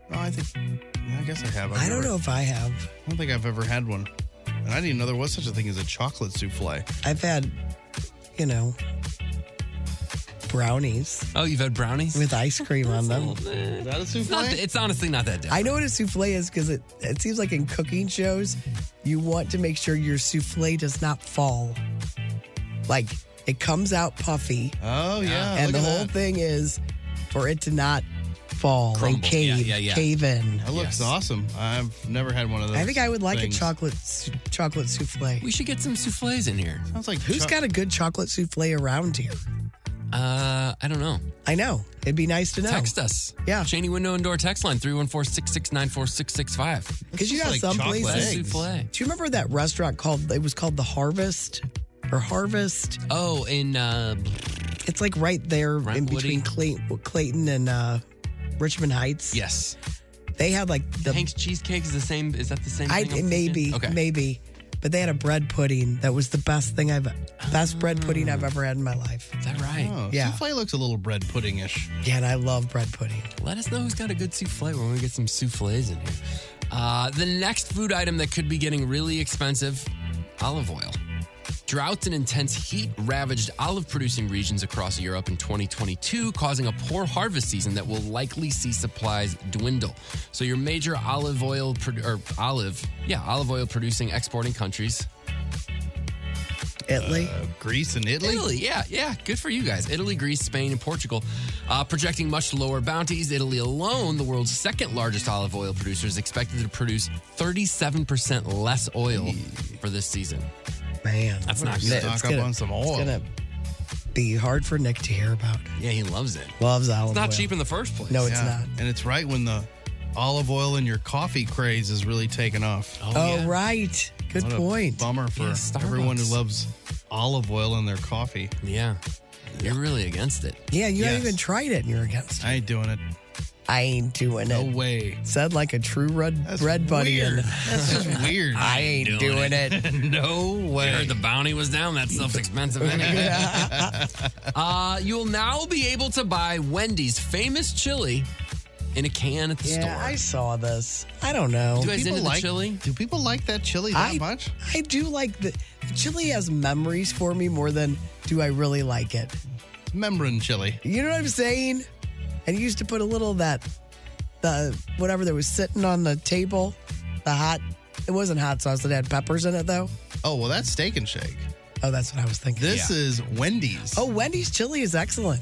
No, I think yeah, I guess I have. I've
I don't
never-
know if I have.
I don't think I've ever had one. And I didn't even know there was such a thing as a chocolate souffle.
I've had, you know, brownies
Oh, you've had brownies?
with ice cream on them.
Is that a
It's, not,
souffle?
it's honestly not that different.
I know what a souffle is because it, it seems like in cooking shows, you want to make sure your souffle does not fall. Like it comes out puffy,
Oh yeah,
and the
look at
whole
that.
thing is for it to not fall
Crumble.
and cave,
Yeah, yeah, yeah.
cave in.
That looks
Yes.
awesome. I've never had one of those.
I think I would like
things.
a chocolate s- chocolate souffle.
We should get some souffles in here.
Sounds like
Who's got a good chocolate souffle around here?
Uh, I don't know.
I know it'd be nice to know.
Text us.
Yeah.
Cheney Window and Door text line 314 669 4665.
Because you
just
got
like
some
chocolate
places.
eggs.
Souffle.
Do you remember that restaurant called? It was called the Harvest or Harvest.
Oh, in uh,
It's like right there in
Brentwoody.
between Clayton, Clayton and uh, Richmond Heights.
yes.
they had like the.
Hank's cheesecake is the same. Is that the same
I
thing? I'm
maybe
thinking? Okay.
maybe, but they had a bread pudding that was the best thing I've best bread pudding I've ever had in my life.
Is that right?
Oh,
Yeah.
souffle looks a little bread puddingish.
Yeah, and I love bread pudding.
Let us know who's got a good souffle when we get some souffles in here. Uh, the next food item that could be getting really expensive olive oil. Droughts and intense heat ravaged olive producing regions across Europe in 2022, causing a poor harvest season that will likely see supplies dwindle. So, your major olive oil, pro- or olive, yeah, olive oil producing exporting countries
Italy.
Oh, Uh, Greece and Italy.
Italy, yeah, yeah. Good for you guys. Italy, Greece, Spain, and Portugal uh, projecting much lower bounties. Italy alone, the world's second largest olive oil producer, is expected to produce 37% less oil for this season.
Man,
That's not
it's
good.
Stock up
gonna-
on some
It's
oil.
gonna be hard for Nick to hear about.
Yeah, he loves it.
Loves olive
It's not
oil.
cheap in the first place.
No, it's
Yeah.
not.
And it's right when the olive oil in your coffee craze is really taking off.
Oh,
yeah.
right. Good
What a
point.
bummer for
Yeah, Starbucks.
everyone who loves olive oil in their coffee.
Yeah. You're really against it.
Yeah, you
Yes.
haven't even tried it and you're against it.
I ain't doing it.
I ain't doing
No
it.
way.
Said like a true red,
That's
red bunny.
weird.
And
That's just weird.
I ain't doing it.
no
I
way.
heard the bounty was down. That stuff's expensive anyway. uh, you'll now be able to buy Wendy's famous chili in a can at the
Yeah,
store.
I saw this. I don't know.
you guys into the
like
chili?
Do people like that chili that much?
I do like the chili has memories for me more than do I really like it.
Membrane chili.
You know what I'm saying? And you used to put a little of that the whatever that was sitting on the table, the hot it wasn't hot sauce that had peppers in it though.
Oh well, that's steak and shake.
Oh, that's what I was thinking.
This is Wendy's.
Oh, Wendy's chili is excellent.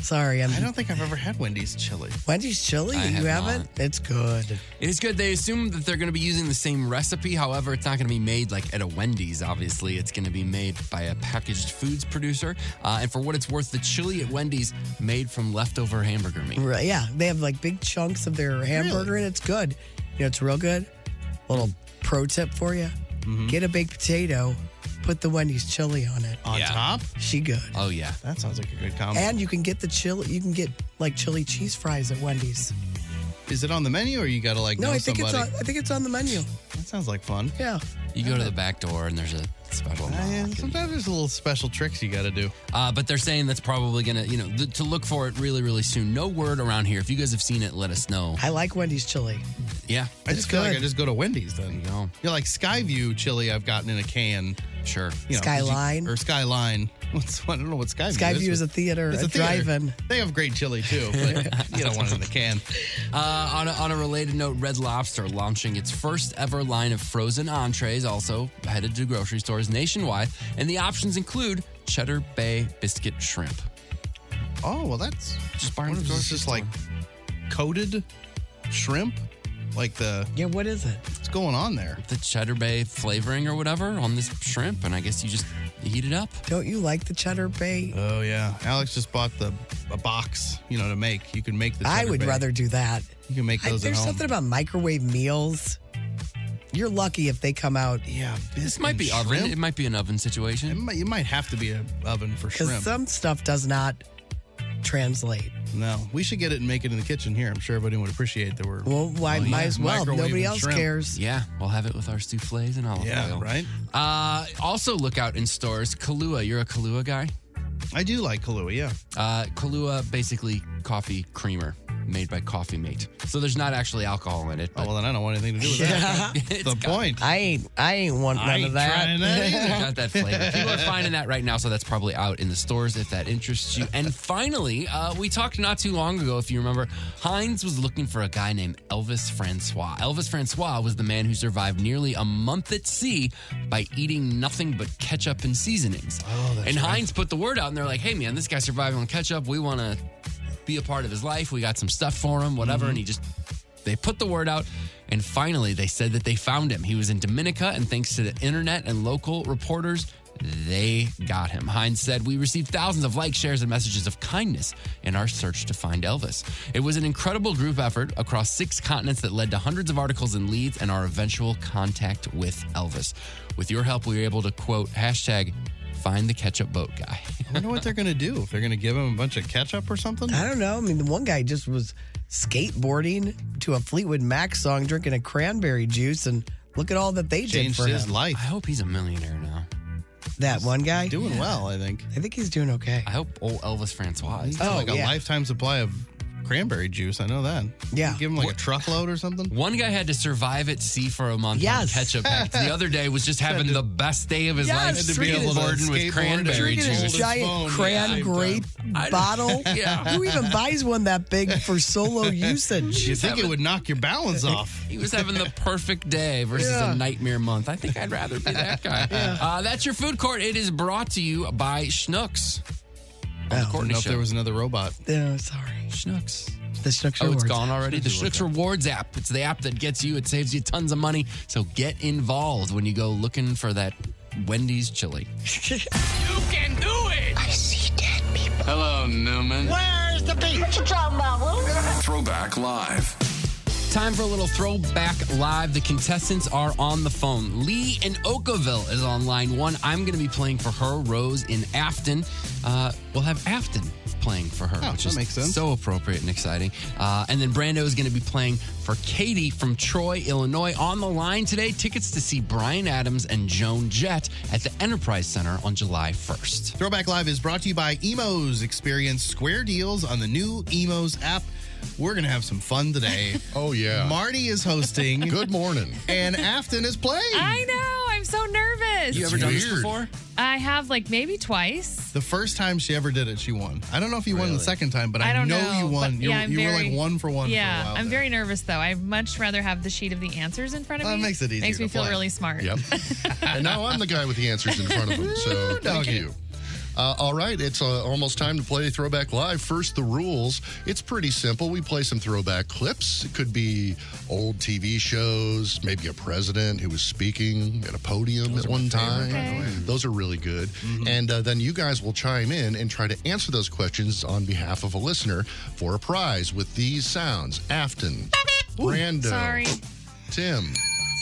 Sorry, I'm
I don't think I've ever had Wendy's chili.
Wendy's chili.
I
you
have
haven't? It's good.
It is good. They assume that they're going to be using the same recipe. However, it's not going to be made like at a Wendy's, obviously. It's going to be made by a packaged foods producer. Uh, and for what it's worth, the chili at Wendy's made from leftover hamburger meat.
Right, yeah, they have like big chunks of their hamburger, and it's good. You know, it's real good. Little pro tip for you: get a baked potato, put the Wendy's chili on it.
On top?
She good.
Oh, yeah.
That sounds like a good combo.
And you can get the chili. You can get like chili cheese fries at Wendy's.
is it on the menu or you gotta like
No,
know
I think
somebody?
it's on. I think it's on the menu.
That sounds like fun.
Yeah.
You go to the back door and there's a special. knock
Uh,
and-
sometimes there's little special tricks you gotta do.
Uh, but they're saying that's probably going to, you know, th- to look for it really, really soon. No word around here. If you guys have seen it, let us know.
I like Wendy's chili.
Yeah.
I just feel like I just go to Wendy's then.
You know,
You're like Skyview chili I've gotten in a can.
sure.
You know, 'cause you-
Skyline.
or Skyline. What's, I don't know what Skyview,
Skyview is a theater,
It's
a,
theater.
drive-in.
They have great chili too, but you don't want it in the can.
Uh, on, a, on a related note, Red Lobster launching its first ever line of frozen entrees, also headed to grocery stores nationwide. And the options include Cheddar Bay Biscuit Shrimp.
Oh well, that's
Just
one
barn
of those
grocery
just
store.
like coated shrimp. Like the
Yeah. What is it?
what's going on there?
the Cheddar Bay flavoring or whatever on this shrimp. And I guess you just heat it up.
Don't you like the cheddar bay?
Oh yeah, Alex just bought the a box. You know to make. You can make the.
I
cheddar
would
bay.
rather do that.
You can make
I-
those at
there's
home.
something about microwave meals. You're lucky if they come out
yeah,
This might be
shrimp.
oven. It might be an oven
It
situation.
might, you might have to be an oven for
because
shrimp.
some stuff does not translate.
no, we should get it and make it in the kitchen here. I'm sure everybody would appreciate that. We're
Well, why?
yeah,
might as well. if
microwave
Nobody
and
else
shrimp.
cares.
Yeah, we'll have it with our souffles and olive
yeah,
oil.
right.
Uh, also, look out in stores. Kahlua, you're a Kahlua guy.
I do like Kahlua. Yeah,
Uh, Kahlua, basically coffee creamer made by Coffee Mate. So there's not actually alcohol in it.
Oh,
But
well, then I don't want anything to do with that.
it's
the
got,
point.
I ain't. I ain't want none
ain't
of that.
trying that either.
got that flavor. People are finding that right now, so that's probably out in the stores if that interests you. And finally, uh, we talked not too long ago, if you remember, Heinz was looking for a guy named Elvis Francois. Elvis Francois was the man who survived nearly a month at sea by eating nothing but ketchup and seasonings. Oh, and Heinz put the word out, and they're like, "Hey, man, this guy survived on ketchup. We want to." Be a part of his life. We got some stuff for him,
Mm-hmm.
whatever. And he just they put the word out, and finally they said that they found him. He was in Dominica, and thanks to the internet and local reporters, they got him. Hines said, We received thousands of likes, shares, and messages of kindness in our search to find Elvis. It was an incredible group effort across six continents that led to hundreds of articles and leads and our eventual contact with Elvis. With your help, we were able to quote hashtag find the ketchup boat guy.
I wonder what they're going to do. If they're going to give him a bunch of ketchup or something?
I don't know. I mean, the one guy just was skateboarding to a Fleetwood Mac song, drinking a cranberry juice, and look at all that they did
Changed
for
his
him.
I
life.
hope he's a millionaire now.
That one guy.
Doing well, I think.
I think he's doing okay.
I hope old Elvis Francois is
Oh,
like a
yeah.
lifetime supply of cranberry juice. I know that.
Yeah.
Give them like a truckload or something.
One guy had to survive at sea for a month
Yes.
on ketchup. packets. The other day was just having the best day of his
Yes,
life
To be able to
snowboarding
skateboard.
with cranberry
Drinking a
juice.
giant
phone,
cran
yeah.
grape bottle. Who even buys one that big for solo usage?
You think it would knock your balance off?
He was having the perfect day versus a nightmare month. I think I'd rather be that guy. uh, that's your food court. It is brought to you by Schnooks. On the
Oh, I
Courtney
know if
Show.
there was another robot.
No, sorry.
Schnooks.
The Schnuck Show
Oh,
Awards.
it's gone already. The Schnucks Rewards app. It's the app that gets you. It saves you tons of money. So get involved when you go looking for that Wendy's chili.
You can do it! I see dead people. Hello, Newman. Where's the beach? What you talking about,
Throwback Live.
Time for a little throwback live. The contestants are on the phone. Lee in Oakville is on line one. I'm going to be playing for her. Rose in Afton. Uh, we'll have Afton playing for her,
Oh,
which
that
is
makes sense.
so appropriate and exciting. Uh, and then Brando is going to be playing for Katie from Troy, Illinois. On the line today, tickets to see Brian Adams and Joan Jett at the Enterprise Center on July 1st.
Throwback Live is brought to you by Emos. Experience square deals on the new Emos app. We're gonna have some fun today.
Oh, yeah.
Marty is hosting.
Good morning.
And Afton is playing.
I know. I'm so nervous.
You ever done this
weird.
before?
I have like maybe twice.
The first time she ever did it, she won. I don't know if you won the second time, but I,
I don't
know,
know,
you won.
but
You-
yeah, I'm
you were
very-
like one for one.
yeah,
for a while
I'm
there.
very nervous though. I'd much rather have the sheet of the answers in front of
Well,
me.
it makes it easier
Makes me
to
feel
play.
really smart.
Yep. Uh, and now I'm the guy with the answers in front of him. So thank you. Uh, all right, it's uh, almost time to play Throwback Live. First, the rules. It's pretty simple. We play some throwback clips. It could be old TV shows, maybe a president who was speaking at a podium at one time. Those are really good.
Mm-hmm.
And uh, then you guys will chime in and try to answer those questions on behalf of a listener for a prize with these sounds Afton, Brando,
Sorry.
Tim.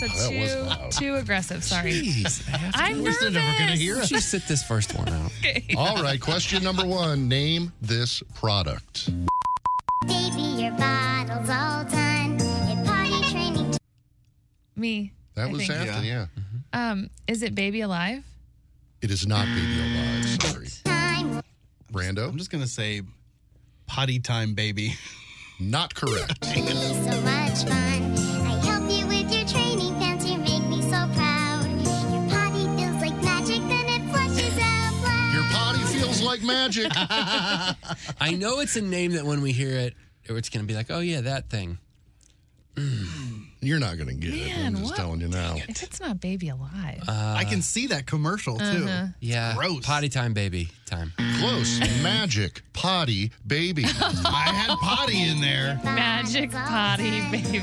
So
Oh, that was
too
loud.
too aggressive. Sorry.
Jeez, Afton.
I'm
We're
nervous.
still never gonna hear
Why don't
it.
you sit this first one out?
All right, question number one. Name this product.
Baby, your bottle's all done. potty training. Me.
That
I
was
think.
Afton, yeah.
Um, is it Baby Alive?
It is not Baby Alive, sorry. Brando,
I'm just gonna say, potty time, baby.
not correct.
So much fun. I help you with your training pants. You make me so proud. Your potty feels like magic, then it flushes out loud.
Your potty feels like magic.
I know it's a name that when we hear it, it's going to be like, oh, yeah, that thing.
You're not going to get it. I'm
Man,
just
what?
telling you now.
If it's not Baby Alive,
Uh-huh.
I can see that commercial too.
Uh-huh.
Yeah.
gross.
Potty time, baby time.
Close. Magic, potty, baby.
I had potty in there.
Magic Potty Baby.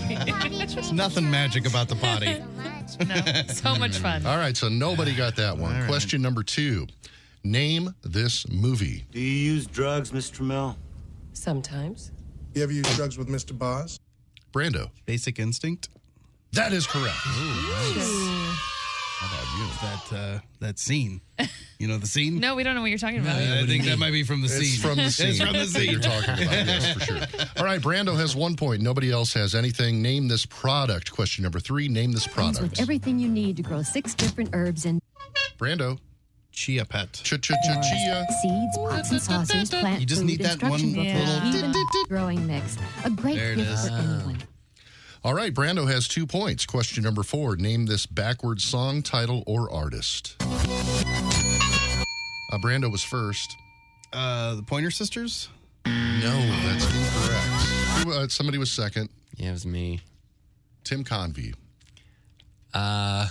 There's nothing magic about the potty.
no, so much fun.
All right, so nobody got that one. Question number two. Name this movie.
Do you use drugs, Mr. Mill?
Sometimes.
You ever use drugs with Mr. Boz?
Brando.
Basic instinct.
That is correct.
That uh, that scene. You know the scene.
No, we don't know what you're talking about.
I think that might be from the
It's
scene.
from the scene.
It's from the
that You're
scene.
talking about yes, for sure. All right, Brando has one point. Nobody else has anything. Name this product. Question number three. Name this product.
everything you need to grow six different herbs and
Brando.
Chia pet.
Ch ch ch chia.
seeds, pots and saucers, plant
You just
food,
need that one
instruction book,
Yeah.
little.
Even
dit, dit, dit.
growing mix. A great
There it
gift
is.
for anyone.
All right, Brando has two points. Question number four. Name this backward song title or artist. Uh, Brando was first.
Uh, the Pointer Sisters.
No, that's incorrect. Who, Uh, somebody was second.
Yeah, it was me.
Tim Convey.
Uh,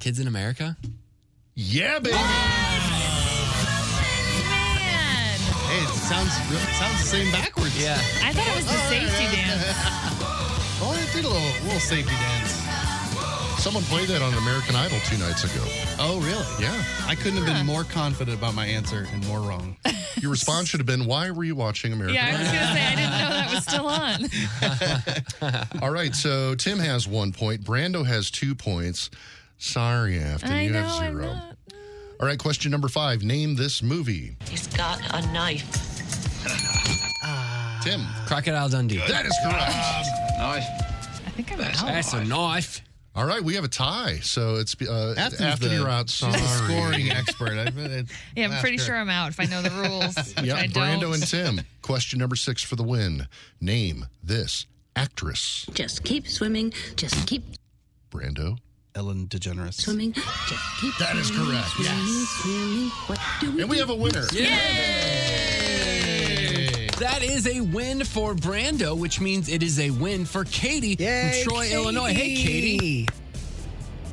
Kids in America?
Yeah, baby.
Man,
Hey, it sounds it sounds the same backwards.
Yeah.
I thought it was the safety dance.
Well, Oh, it did a little little safety dance.
Someone played that on American Idol two nights ago.
Oh, really?
Yeah.
I couldn't have been more confident about my answer and more wrong.
Your response should have been, "Why were you watching American
Yeah, I
Idol?"
was gonna say I didn't know that was still on.
All right, so Tim has one point. Brando has two points. Sorry, Afton,
I
you
know.
have
I'm
zero.
not.
All right, question number five. Name this movie.
He's got a knife.
Tim.
Crocodile Dundee.
That is correct.
I think I'm
That's a knife.
All right, we have a tie. So it's uh,
Athens,
after
the-
you're out.
she's
Sorry.
the scoring expert. I've- it-
Yeah, I'm
Last
pretty
year.
sure I'm out if I know the rules. which
Yeah,
I don't.
Brando and Tim. Question number six for the win. Name this actress.
Just keep swimming. Just keep
Brando.
Ellen DeGeneres.
swimming. Just keep
That is
swimming,
correct.
swimming, swimming. What do we
And we
do?
have a winner.
That is a win for Brando, which means it is a win for Katie
Yay,
from Troy,
Katie.
Illinois. Hey, Katie.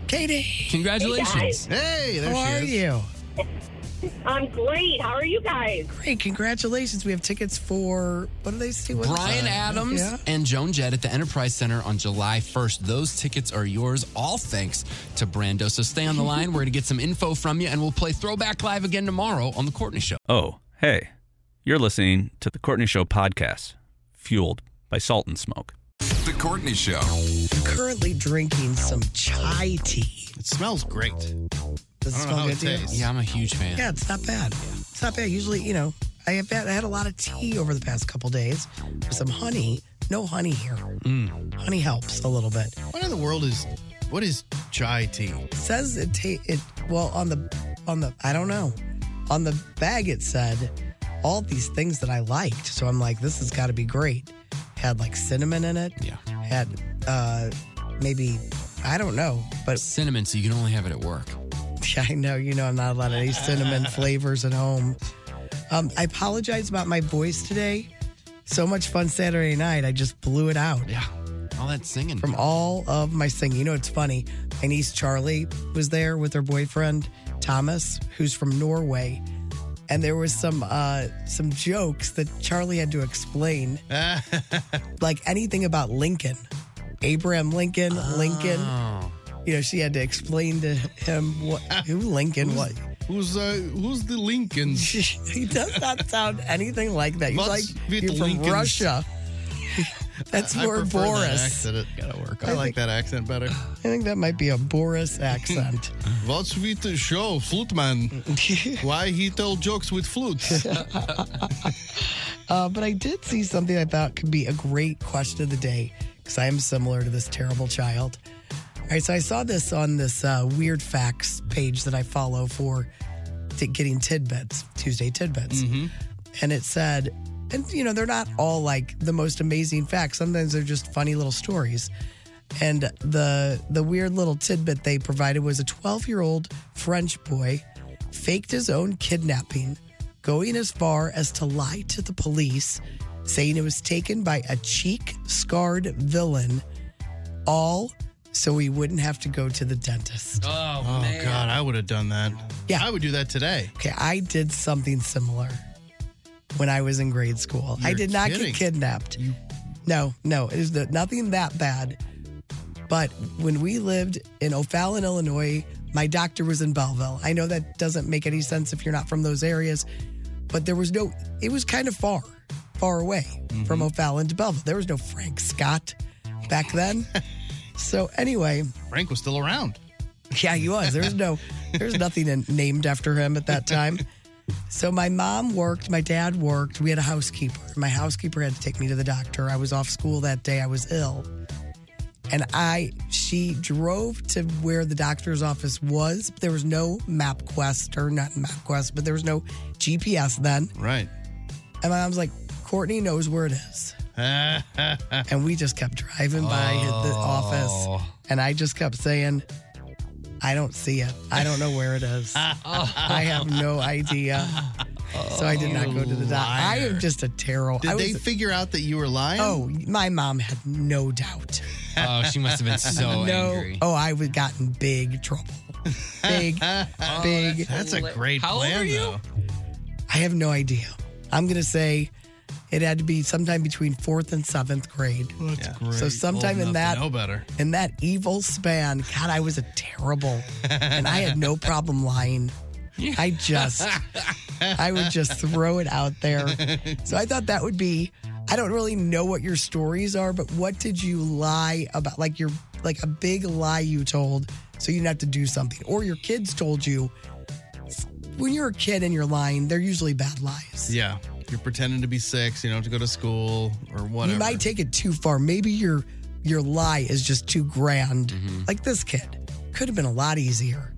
Katie.
Congratulations.
Hey,
there How she are
you? I'm great. How are you guys?
Great, congratulations. We have tickets for, what do they see? What is
Brian
it?
Adams
Yeah.
and Joan Jett at the Enterprise Center on July 1st. Those tickets are yours, all thanks to Brando. So stay on the line. We're going to get some info from you, and we'll play Throwback Live again tomorrow on The Courtney Show.
Oh, hey, you're listening to the Courtney Show podcast, fueled by Salt and Smoke.
The Courtney Show.
Currently drinking some chai tea.
It smells great.
Does it
I don't know
smell
how
good
it
to you?
tastes.
Yeah, I'm a huge fan.
Yeah, it's not bad. It's not bad. Usually, you know, I have had, I had a lot of tea over the past couple days with some honey. No honey here. Honey helps a little bit.
What in the world is what is chai tea?
says it ta- it well on the on the I don't know. On the bag it said all these things that I liked. So I'm like this has got to be great. Had like cinnamon in it. Yeah. Had uh maybe I don't know, but
cinnamon so you can only have it at work.
I know, you know I'm not allowed any cinnamon flavors at home. Um I apologize about my voice today. So much fun Saturday night. I just blew it out.
Yeah. All that singing.
From all of my singing. You know, it's funny. My niece Charlie was there with her boyfriend Thomas, who's from Norway. And there was some uh, some jokes that Charlie had to explain, like anything about Lincoln, Abraham Lincoln, Lincoln. You know, she had to explain to him what who Lincoln was.
Who's uh, who's the Lincolns?
he does not sound anything like that. He's
What's
like
with
you're from
Lincolns?"
Russia. That's
I- I
more
prefer that
Boris.
accent. It- I
I
like that accent better.
I think that might be a Boris accent.
What's with the show, flute man? Why he tell jokes with flutes?
Uh, but I did see something I thought could be a great question of the day because I am similar to this terrible child. All right, so I saw this on this uh, weird facts page that I follow for t- getting tidbits, Tuesday tidbits.
Mm-hmm.
And it said, and you know, they're not all like the most amazing facts. Sometimes they're just funny little stories. And the the weird little tidbit they provided was a 12 year old French boy faked his own kidnapping, going as far as to lie to the police, saying it was taken by a cheek scarred villain, all so he wouldn't have to go to the dentist.
Oh, God, I would have done that.
Yeah.
I would do that today.
Okay, I did something similar when I was in grade school. I
You're
did not
kidding.
get kidnapped. No, no, it was the- nothing that bad. But when we lived in O'Fallon, Illinois, my doctor was in Belleville. I know that doesn't make any sense if you're not from those areas, but there was no, it was kind of far, far away
Mm-hmm.
from O'Fallon to Belleville. There was no Frank Scott back then. so, anyway.
Frank was still around.
Yeah, he was. There's no, there's nothing in- named after him at that time. So my mom worked, my dad worked. We had a housekeeper. My housekeeper had to take me to the doctor. I was off school that day. I was ill, and I she drove to where the doctor's office was. There was no MapQuest or not MapQuest, but there was no GPS then.
Right.
And my mom's like, Courtney knows where it is.
and
we just kept driving by the
Oh.
office, and I just kept saying, I don't see it. I don't know where it is. I have no idea. So I did not go to the doctor. I am just a terrible.
Did
I
they figure out that you were lying?
Oh, my mom had no doubt.
Oh, she must have been so
no,
angry.
Oh, I would got in big trouble. Big, big.
Oh, That's a great plan, though.
I have no idea. I'm gonna say it had to be sometime between fourth and seventh grade.
That's great.
So sometime
Old
in
enough
that
to know better.
in that evil span, God, I was a terrible, and I had no problem lying. I just, I would just throw it out there. So I thought that would be. I don't really know what your stories are, but what did you lie about? Like your, like a big lie you told, so you didn't have to do something, or your kids told you. When you're a kid and you're lying, they're usually bad lies.
Yeah. You're pretending to be sick, so you don't have to go to school or whatever.
You might take it too far. Maybe you're your lie is just too grand.
Mm-hmm.
Like this kid could have been a lot easier.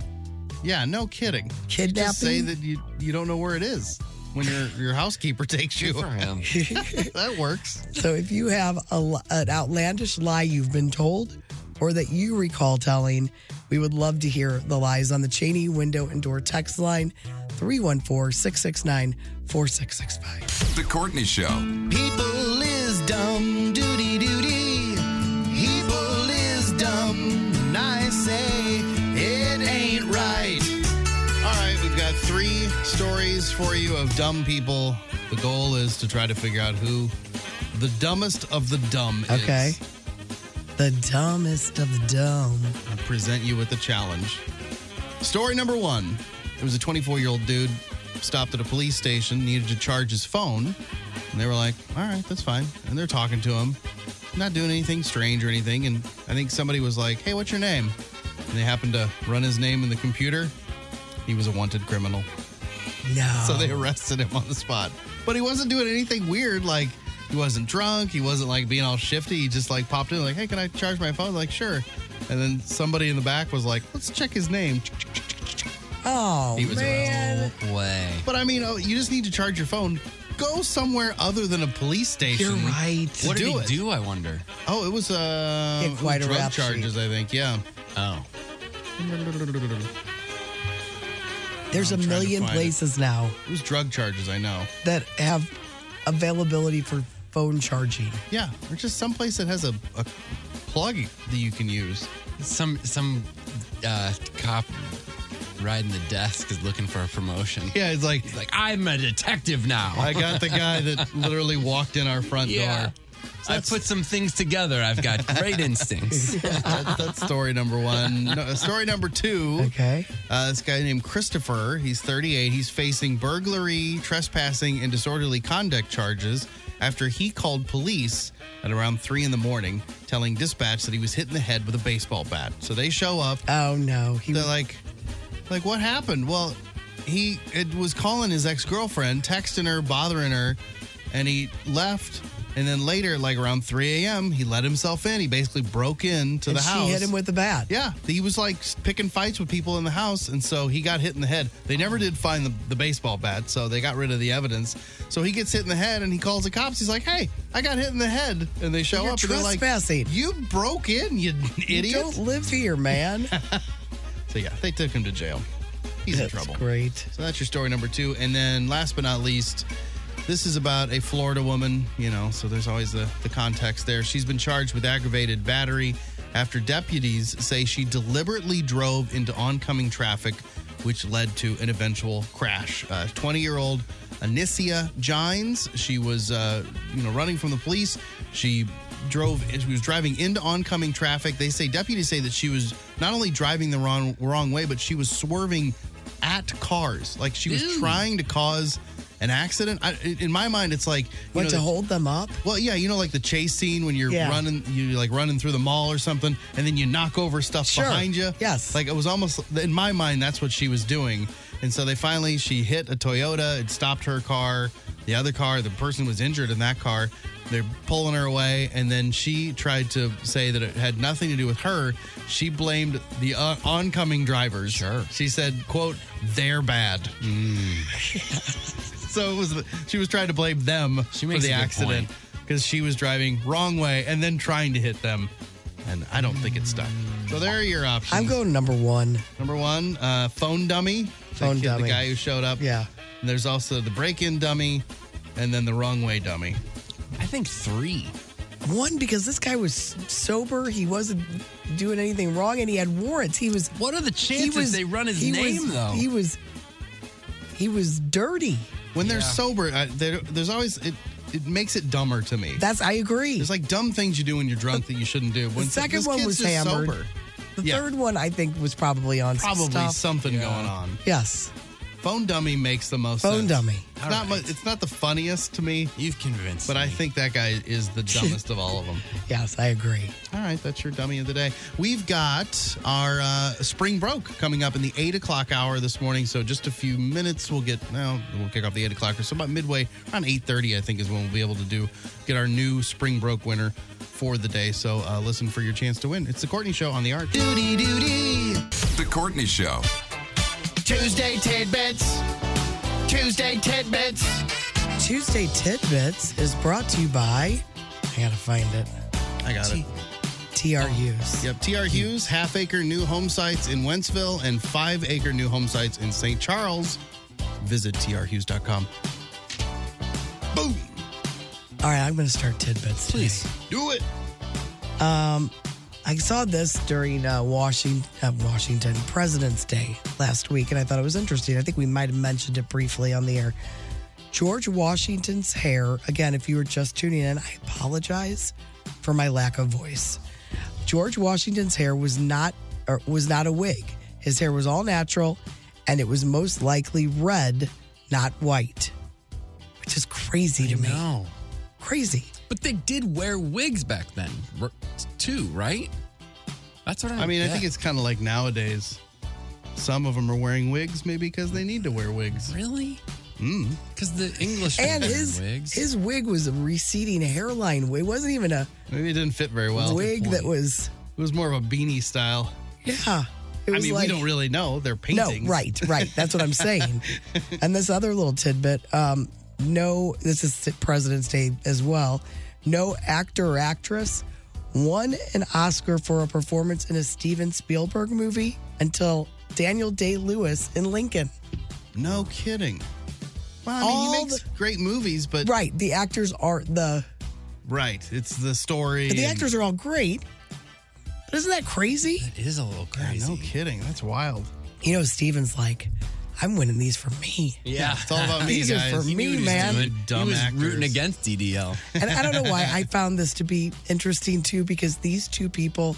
Yeah, no kidding.
Kidnapping.
Just say that you you don't know where it is when your your housekeeper takes you. that works.
So if you have a, li- an outlandish lie you've been told or that you recall telling, we would love to hear the lies on the Cheney window and door text line 314 669 4665.
The Courtney Show.
People is dumb, duty duty. People is dumb, and I say it ain't right.
All right, we've got three stories for you of dumb people. The goal is to try to figure out who the dumbest of the dumb is.
Okay. The dumbest of the dumb.
I present you with a challenge. Story number one There was a 24 year old dude stopped at a police station, needed to charge his phone. And they were like, all right, that's fine. And they're talking to him, not doing anything strange or anything. And I think somebody was like, hey, what's your name? And they happened to run his name in the computer. He was a wanted criminal.
No.
So they arrested him on the spot. But he wasn't doing anything weird. Like he wasn't drunk. He wasn't like being all shifty. He just like popped in like, hey, can I charge my phone? Like, sure. And then somebody in the back was like, let's check his name.
Oh,
He was
man.
arrested.
Way.
But I mean, oh, you just need to charge your phone. Go somewhere other than a police station.
You're right.
to
What did
do
he
it.
do? I wonder.
Oh, it was uh,
Get quite a
drug
rap sheet.
charges, I think. Yeah.
Oh.
It
There's a
I'm trying to
million
find it.
places now
was drug charges, I know.
that have availability for phone charging.
Yeah, or just someplace that has a, a plug that you can use.
Some some uh, cop riding the desk is looking for a promotion.
Yeah, it's like
Like I'm a detective now.
I got the guy that literally walked in our front
yeah.
door.
I put some things together. I've got great instincts.
That's, that's story number one. No, uh, story number two.
Okay.
Uh, this guy named Christopher. He's 38. He's facing burglary, trespassing, and disorderly conduct charges after he called police at around three in the morning, telling dispatch that he was hit in the head with a baseball bat. So they show up.
Oh no, he
They're like, like what happened? Well, he it was calling his ex girlfriend, texting her, bothering her, and he left. And then later, like around 3 a.m., he let himself in. He basically broke into
and
the
she
house.
hit him with the bat.
Yeah, he was like picking fights with people in the house, and so he got hit in the head. They never did find the, the baseball bat, so they got rid of the evidence. So he gets hit in the head, and he calls the cops. He's like, "Hey, I got hit in the head," and they show
You're
up, and they're like,
trespassing.
"You broke in, you
You
idiot!"
don't live here, man.
So yeah, they took him to jail. He's in
That's
trouble.
great.
So that's your story number two. And then last but not least, this is about a Florida woman, you know, so there's always the, the context there. She's been charged with aggravated battery after deputies say she deliberately drove into oncoming traffic, which led to an eventual crash. 20 year old Anicia Gines, she was, uh, you know, running from the police. She drove she was driving into oncoming traffic they say deputies say that she was not only driving the wrong wrong way but she was swerving at cars like she was trying to cause an accident I, in my mind it's like you
What
know,
to
the-
hold them up?
well yeah you know like the chase scene when you're
Yeah.
running you like running through the mall or something and then you knock over stuff
Sure.
behind you
Yes.
like it was almost in my mind that's what she was doing and so they finally she hit a toyota it stopped her car the other car the person was injured in that car they're pulling her away and then she tried to say that it had nothing to do with her she blamed the uh, oncoming drivers sure she said quote they're bad so it was she was trying to blame them
She
for
makes
the
a good
accident because she was driving wrong way and then trying to hit them and i don't think it stuck so there are your options
I'm going number one.
Number one, uh, phone dummy. The
Phone
kid-
dummy.
The guy who showed up.
Yeah.
And there's also the break in dummy and then the wrong way dummy.
I think three.
One because this guy was sober. He wasn't doing anything wrong, and he had warrants. He was.
What are the
He
chances
was.
they run his
he
name
was-
though?
He was. He was dirty.
When they're sober, I, there- there's always, it, it makes it dumber to me.
That's. I agree.
there's like dumb things you do when you're drunk that you shouldn't do. When
the second
this
one
kid's
was
just
hammered.
sober.
The
Yeah.
third one, I think, was probably on some
Probably
stuff.
something going on.
Yes.
Phone dummy makes the most
Phone
sense.
dummy.
It's not, mu- it's not the funniest to me,
You've convinced
but I
me.
think that guy is the dumbest of all of them.
Yes, I agree.
All right, that's your dummy of the day. We've got our uh, spring broke coming up in the eight o'clock hour this morning. So just a few minutes, we'll get now we'll kick off the eight o'clock or so about midway around eight thirty, I think, is when we'll be able to do get our new spring broke winner for the day. So uh, listen for your chance to win. It's The Courtney Show on the Arc.
Doody doody.
The Courtney Show.
Tuesday tidbits. Tuesday tidbits.
Tuesday Tidbits is brought to you by. I gotta find it.
I got it.
TR Hughes.
Yep, TR Hughes, half acre new home sites in Wentzville and five acre new home sites in St. Charles. Visit trhughes.com. Boom!
All right, I'm gonna start Tidbits. Please.
Do it!
Um, I saw this during uh, Washington, uh, Washington President's Day last week, and I thought it was interesting. I think we might have mentioned it briefly on the air. George Washington's hair. Again, if you were just tuning in, I apologize for my lack of voice. George Washington's hair was not or was not a wig. His hair was all natural, and it was most likely red, not white, which is crazy to me.
No.
Crazy.
But they did wear wigs back then, r- too, right? That's what I.
I mean, I
get.
think it's kind of like nowadays. Some of them are wearing wigs, maybe because they need to wear wigs.
Really?
Because
the English
And his his wig was a receding hairline. It wasn't even a
maybe it didn't fit very well.
wig that was.
It was more of a beanie style.
Yeah. It
I
was
mean,
like-
we don't really know. They're paintings.
No, right, right. That's what I'm saying. and this other little tidbit um, no, this is President's Day as well. No actor or actress won an Oscar for a performance in a Steven Spielberg movie until Daniel Day Lewis in Lincoln.
No kidding. Well, I mean, he makes great movies, but
right, the actors are the
Right. It's the story.
but the
and-
actors are all great. But isn't that crazy?
That is a little
Yeah, no kidding. That's wild.
You know, Steven's like, I'm winning these for me.
Yeah, it's all about me,
These
guys.
are for
He knew
me,
what he was
man.
doing. Dumb
he was
actors.
rooting against DDL.
and I don't know why I found this to be interesting too, because these two people,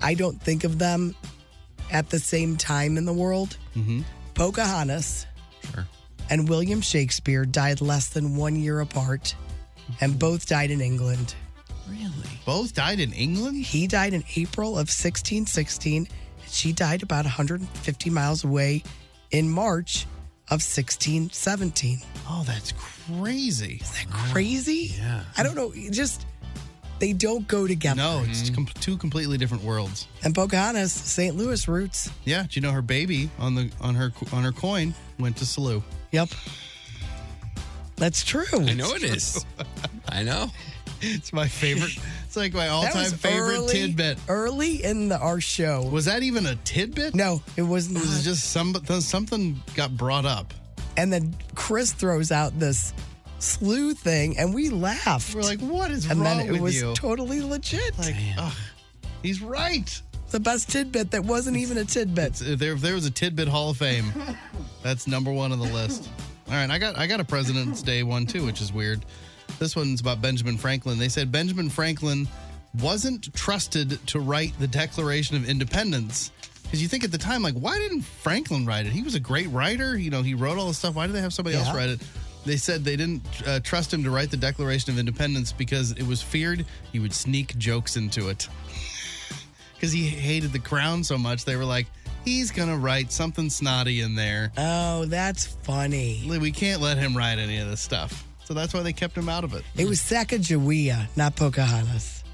I don't think of them at the same time in the world.
Mm-hmm.
Pocahontas and William Shakespeare died less than one year apart, and both died in England.
Really?
Both died in England?
He died in April of 1616, and she died about 150 miles away in March of 1617.
Oh, that's crazy.
Isn't that crazy? Yeah. I don't know. it Just they don't go together.
No,
Mm-hmm.
it's com- two completely different worlds.
And Pocahontas, St. Louis roots.
Yeah, do you know her baby on the on her on her coin went to Salou?
Yep. That's true.
I know it is. I know.
It's my favorite. It's like my
That
all-time
was
favorite
early-
tidbit.
Early in the our show.
Was that even a tidbit?
No, it was
It
not.
was just some something got brought up.
and then Chris throws out this slew thing, and we laughed.
We're like, what is
and
wrong
then it
with
was
you?
totally legit.
Like, uh, ugh, he's right.
the best tidbit that wasn't even a tidbit.
If there, if there was a tidbit Hall of Fame, that's number one on the list. All right, I got I got a President's Day one too, which is weird. This one's about Benjamin Franklin. They said Benjamin Franklin wasn't trusted to write the Declaration of Independence because you think at the time, like, why didn't Franklin write it? He was a great writer. You know, he wrote all this stuff. Why did they have somebody else
Yeah.
write it? They said they didn't uh, trust him to write the Declaration of Independence because it was feared he would sneak jokes into it because he hated the crown so much, they were like, he's going to write something snotty in there.
Oh, that's funny.
We can't let him write any of this stuff. So that's why they kept him out of it.
It was Sacagawea, not Pocahontas.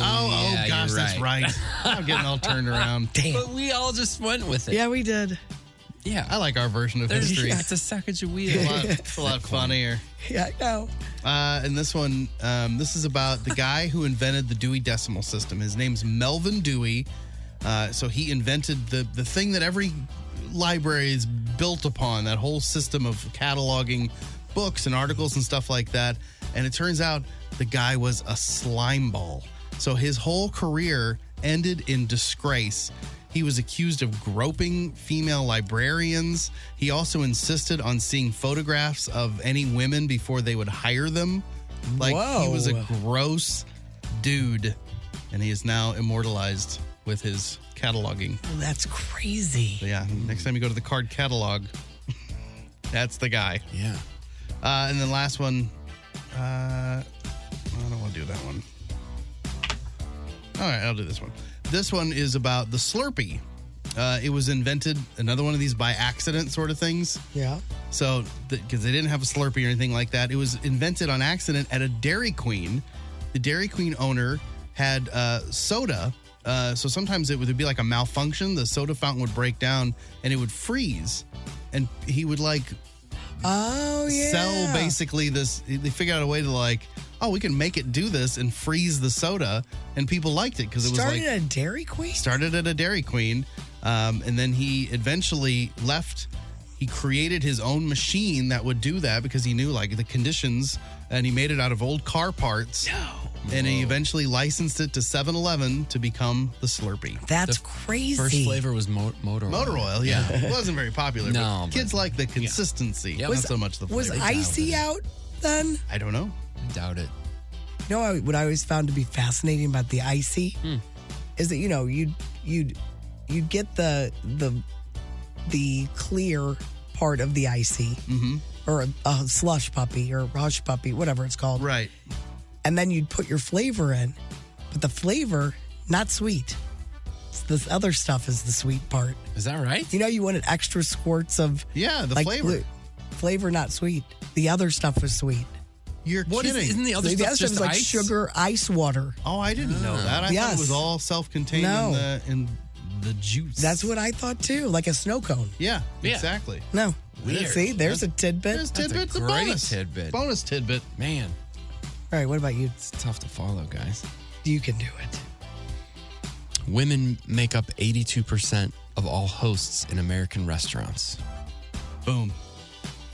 Oh,
yeah,
oh
you're
gosh, that's right. I'm getting all turned around.
But we all just went with it.
Yeah, we did.
Yeah.
I like our version of
There's-
history.
yeah,
It's
it's a Sacagawea.
a lot, it's a lot funnier.
Yeah, I know.
Uh, and this one, um, this is about the guy who invented the Dewey Decimal System. His name's Melvin Dewey. Uh, so he invented the the thing that every library is built upon that whole system of cataloging books and articles and stuff like that. And it turns out the guy was a slime ball. So his whole career ended in disgrace. He was accused of groping female librarians. He also insisted on seeing photographs of any women before they would hire them. Like he was a
Whoa.
gross dude, and he is now immortalized with his cataloging.
Oh, that's crazy.
So yeah, next time you go to the card catalog, that's the guy.
Yeah.
Uh, and then last one, uh, I don't want to do that one. All right, I'll do this one. This one is about the Slurpee. Uh, it was invented, another one of these by accident sort of things.
Yeah.
So, because they didn't have a Slurpee or anything like that, it was invented on accident at a Dairy Queen. the Dairy Queen owner had uh, soda. Uh, so sometimes it would be like a malfunction. The soda fountain would break down and it would freeze. And he would like
oh yeah
sell basically this. They figured out a way to like, oh, we can make it do this and freeze the soda. And people liked it because it was
Started
like
at a Dairy Queen.
started at a Dairy Queen, um, and then he eventually left. He created his own machine that would do that because he knew like the conditions, and he made it out of old car parts. No. And he eventually licensed it to 7-Eleven to become the Slurpee.
That's
crazy.
First flavor was mo- motor oil.
Motor oil, yeah. it wasn't very popular.
No,
No,
but-
kids like the consistency,
Yeah.
not
Was-
so much the
Was
flavor.
icy out then?
I don't know.
I doubt it.
You know I- what I always found to be fascinating about the icy
Hmm.
is that you know you you you get the the the clear part of the icy
Mm-hmm.
or a, a slush puppy or hush puppy whatever it's called
right
and then you'd put your flavor in but the flavor not sweet It's this other stuff is the sweet part
is that right
you know you wanted extra squirts of
yeah the flavor.
flavor not sweet the other stuff was sweet
You're
What is-
kidding.
isn't the other
so
stuff
stuff
just
was like
ice?
sugar ice water
Oh, I didn't
Ah.
know that. I thought it
Yes.
was all self-contained
No.
in, the, in the juice.
That's what I thought too, like a snow cone.
Yeah,
Yeah.
exactly.
No.
Weird.
See, there's a tidbit.
There's
That's a
tidbits, a
great
bonus
tidbit.
Bonus tidbit.
Man,
All right, what about you?
it's tough to follow, guys.
You can do it.
Women make up 82% of all hosts in American restaurants.
Boom.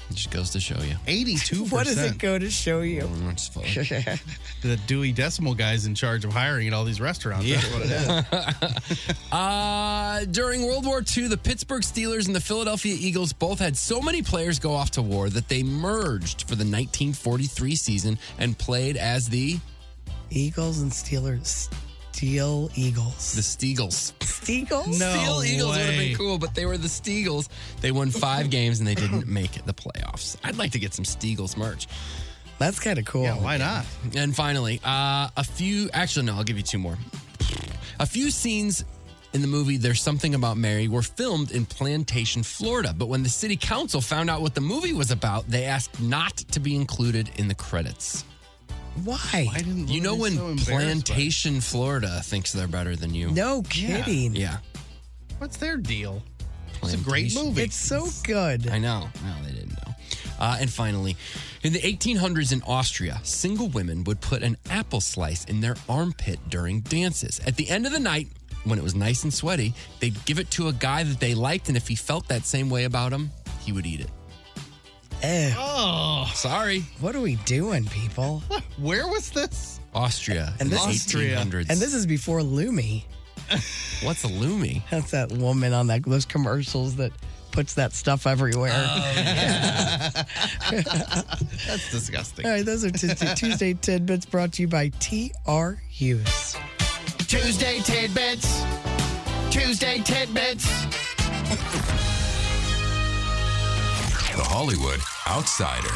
It just goes to show you.
82%.
What does it go to show you?
Mm, it's full.
The Dewey Decimal guy's in charge of hiring at all these restaurants. That's what it is.
Uh, during World War II, the Pittsburgh Steelers and the Philadelphia Eagles both had so many players go off to war that they merged for the 1943 season and played as the
Eagles and Steelers. Steel Eagles.
the Steagles.
Steagles?
Steel Eagles would have
way.
been cool, but they were the Steagles. They won five games and they didn't make it the playoffs. I'd like to get some Steagles merch.
That's kind of cool.
Yeah, why not?
And finally, uh, a few. Actually, no, I'll give you two more. A few scenes in the movie There's Something About Mary were filmed in Plantation, Florida. But when the city council found out what the movie was about, they asked not to be included in the credits.
Why?
I didn't
You know
I'm
when
so embarrassed by it.
Plantation, Florida thinks they're better than you?
No kidding.
Yeah.
What's their deal? It's a great
Plantation.
movie.
It's so good.
I know. No, they didn't know. Uh, and finally, in the 1800s in Austria, single women would put an apple slice in their armpit during dances. At the end of the night, when it was nice and sweaty, they'd give it to a guy that they liked, and if he felt that same way about him, he would eat it.
Eh,
Sorry,
what are we doing, people?
Where was this?
Austria in
And
the
this-
Austria.
1800s.
and this is before Lumi.
what's a loomy?
That's that woman on that those commercials that puts that stuff everywhere.
Oh, That's disgusting.
All right, those are Tuesday, Tuesday tidbits brought to you by T.R. Hughes.
Tuesday tidbits. Tuesday tidbits.
The Hollywood Outsider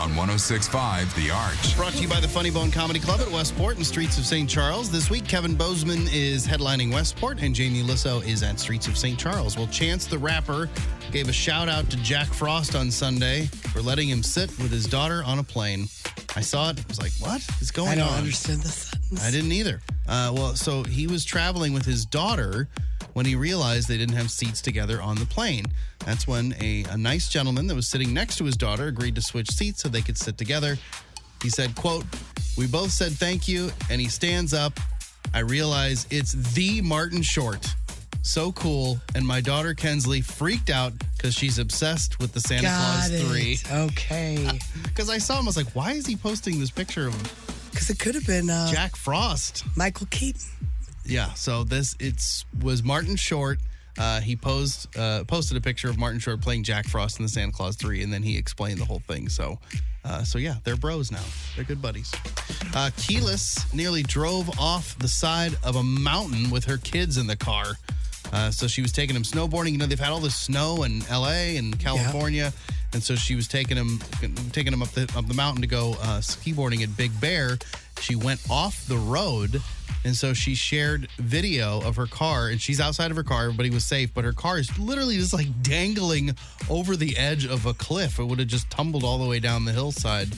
on 1065 The Arch.
Brought to you by the Funny Bone Comedy Club at Westport and Streets of St. Charles. This week, Kevin Bozeman is headlining Westport and Jamie Lissow is at Streets of St. Charles. Well, Chance the Rapper gave a shout out to Jack Frost on Sunday for letting him sit with his daughter on a plane. I saw it. I was like, what is going
I don't
on?
understand this sentence.
I didn't either. Uh, well, so he was traveling with his daughter when he realized they didn't have seats together on the plane. That's when a, a nice gentleman that was sitting next to his daughter agreed to switch seats so they could sit together. He said, quote, we both said thank you, and he stands up. I realize it's the Martin Short. So cool. And my daughter Kensley freaked out because she's obsessed with the Santa
Got
Claus 3.
it. Okay.
Because I saw him, I was like, why is he posting this picture of
Because it could have been uh,
Jack Frost?
Michael Keaton.
Yeah. So this it's was Martin Short. Uh, he posed uh, posted a picture of Martin Short playing Jack Frost in the Santa Claus Three, and then he explained the whole thing. So, uh, so yeah, they're bros now. They're good buddies. Uh, Keyless nearly drove off the side of a mountain with her kids in the car. Uh, so she was taking them snowboarding. You know they've had all this snow in L.A. and California, and so she was taking them taking them up the up the mountain to go uh, ski boarding at Big Bear. She went off the road and so she shared video of her car, and she's outside of her car. Everybody was safe, but her car is literally just like dangling over the edge of a cliff. It would have just tumbled all the way down the hillside.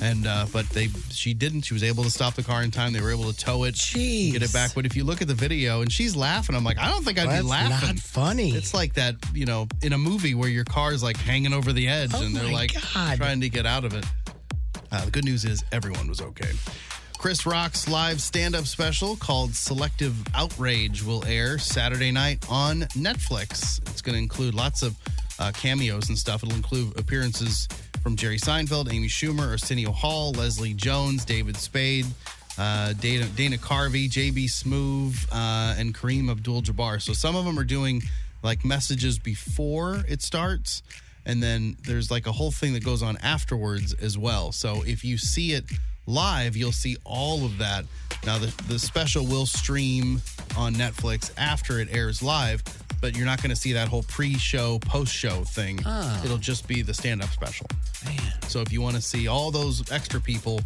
And uh, but they she didn't. She was able to stop the car in time. They were able to tow it, and get it back. But if you look at the video and she's laughing, I'm like, I don't think I'd
That's
be laughing.
not funny.
It's like that, you know, in a movie where your car's like hanging over the edge
Oh
and they're
my
like trying to get out of it. Uh, the good news is everyone was okay. Chris Rock's live stand up special called Selective Outrage will air Saturday night on Netflix. It's going to include lots of uh, cameos and stuff. It'll include appearances from Jerry Seinfeld, Amy Schumer, Arsenio Hall, Leslie Jones, David Spade, uh, Dana, Dana Carvey, JB Smoove, uh, and Kareem Abdul Jabbar. So some of them are doing like messages before it starts. And then there's like a whole thing that goes on afterwards as well. So if you see it live, you'll see all of that. Now, the, the special will stream on Netflix after it airs live, but you're not going to see that whole pre show, post show thing.
Oh.
It'll just be the stand up special. So if you want to see all those extra people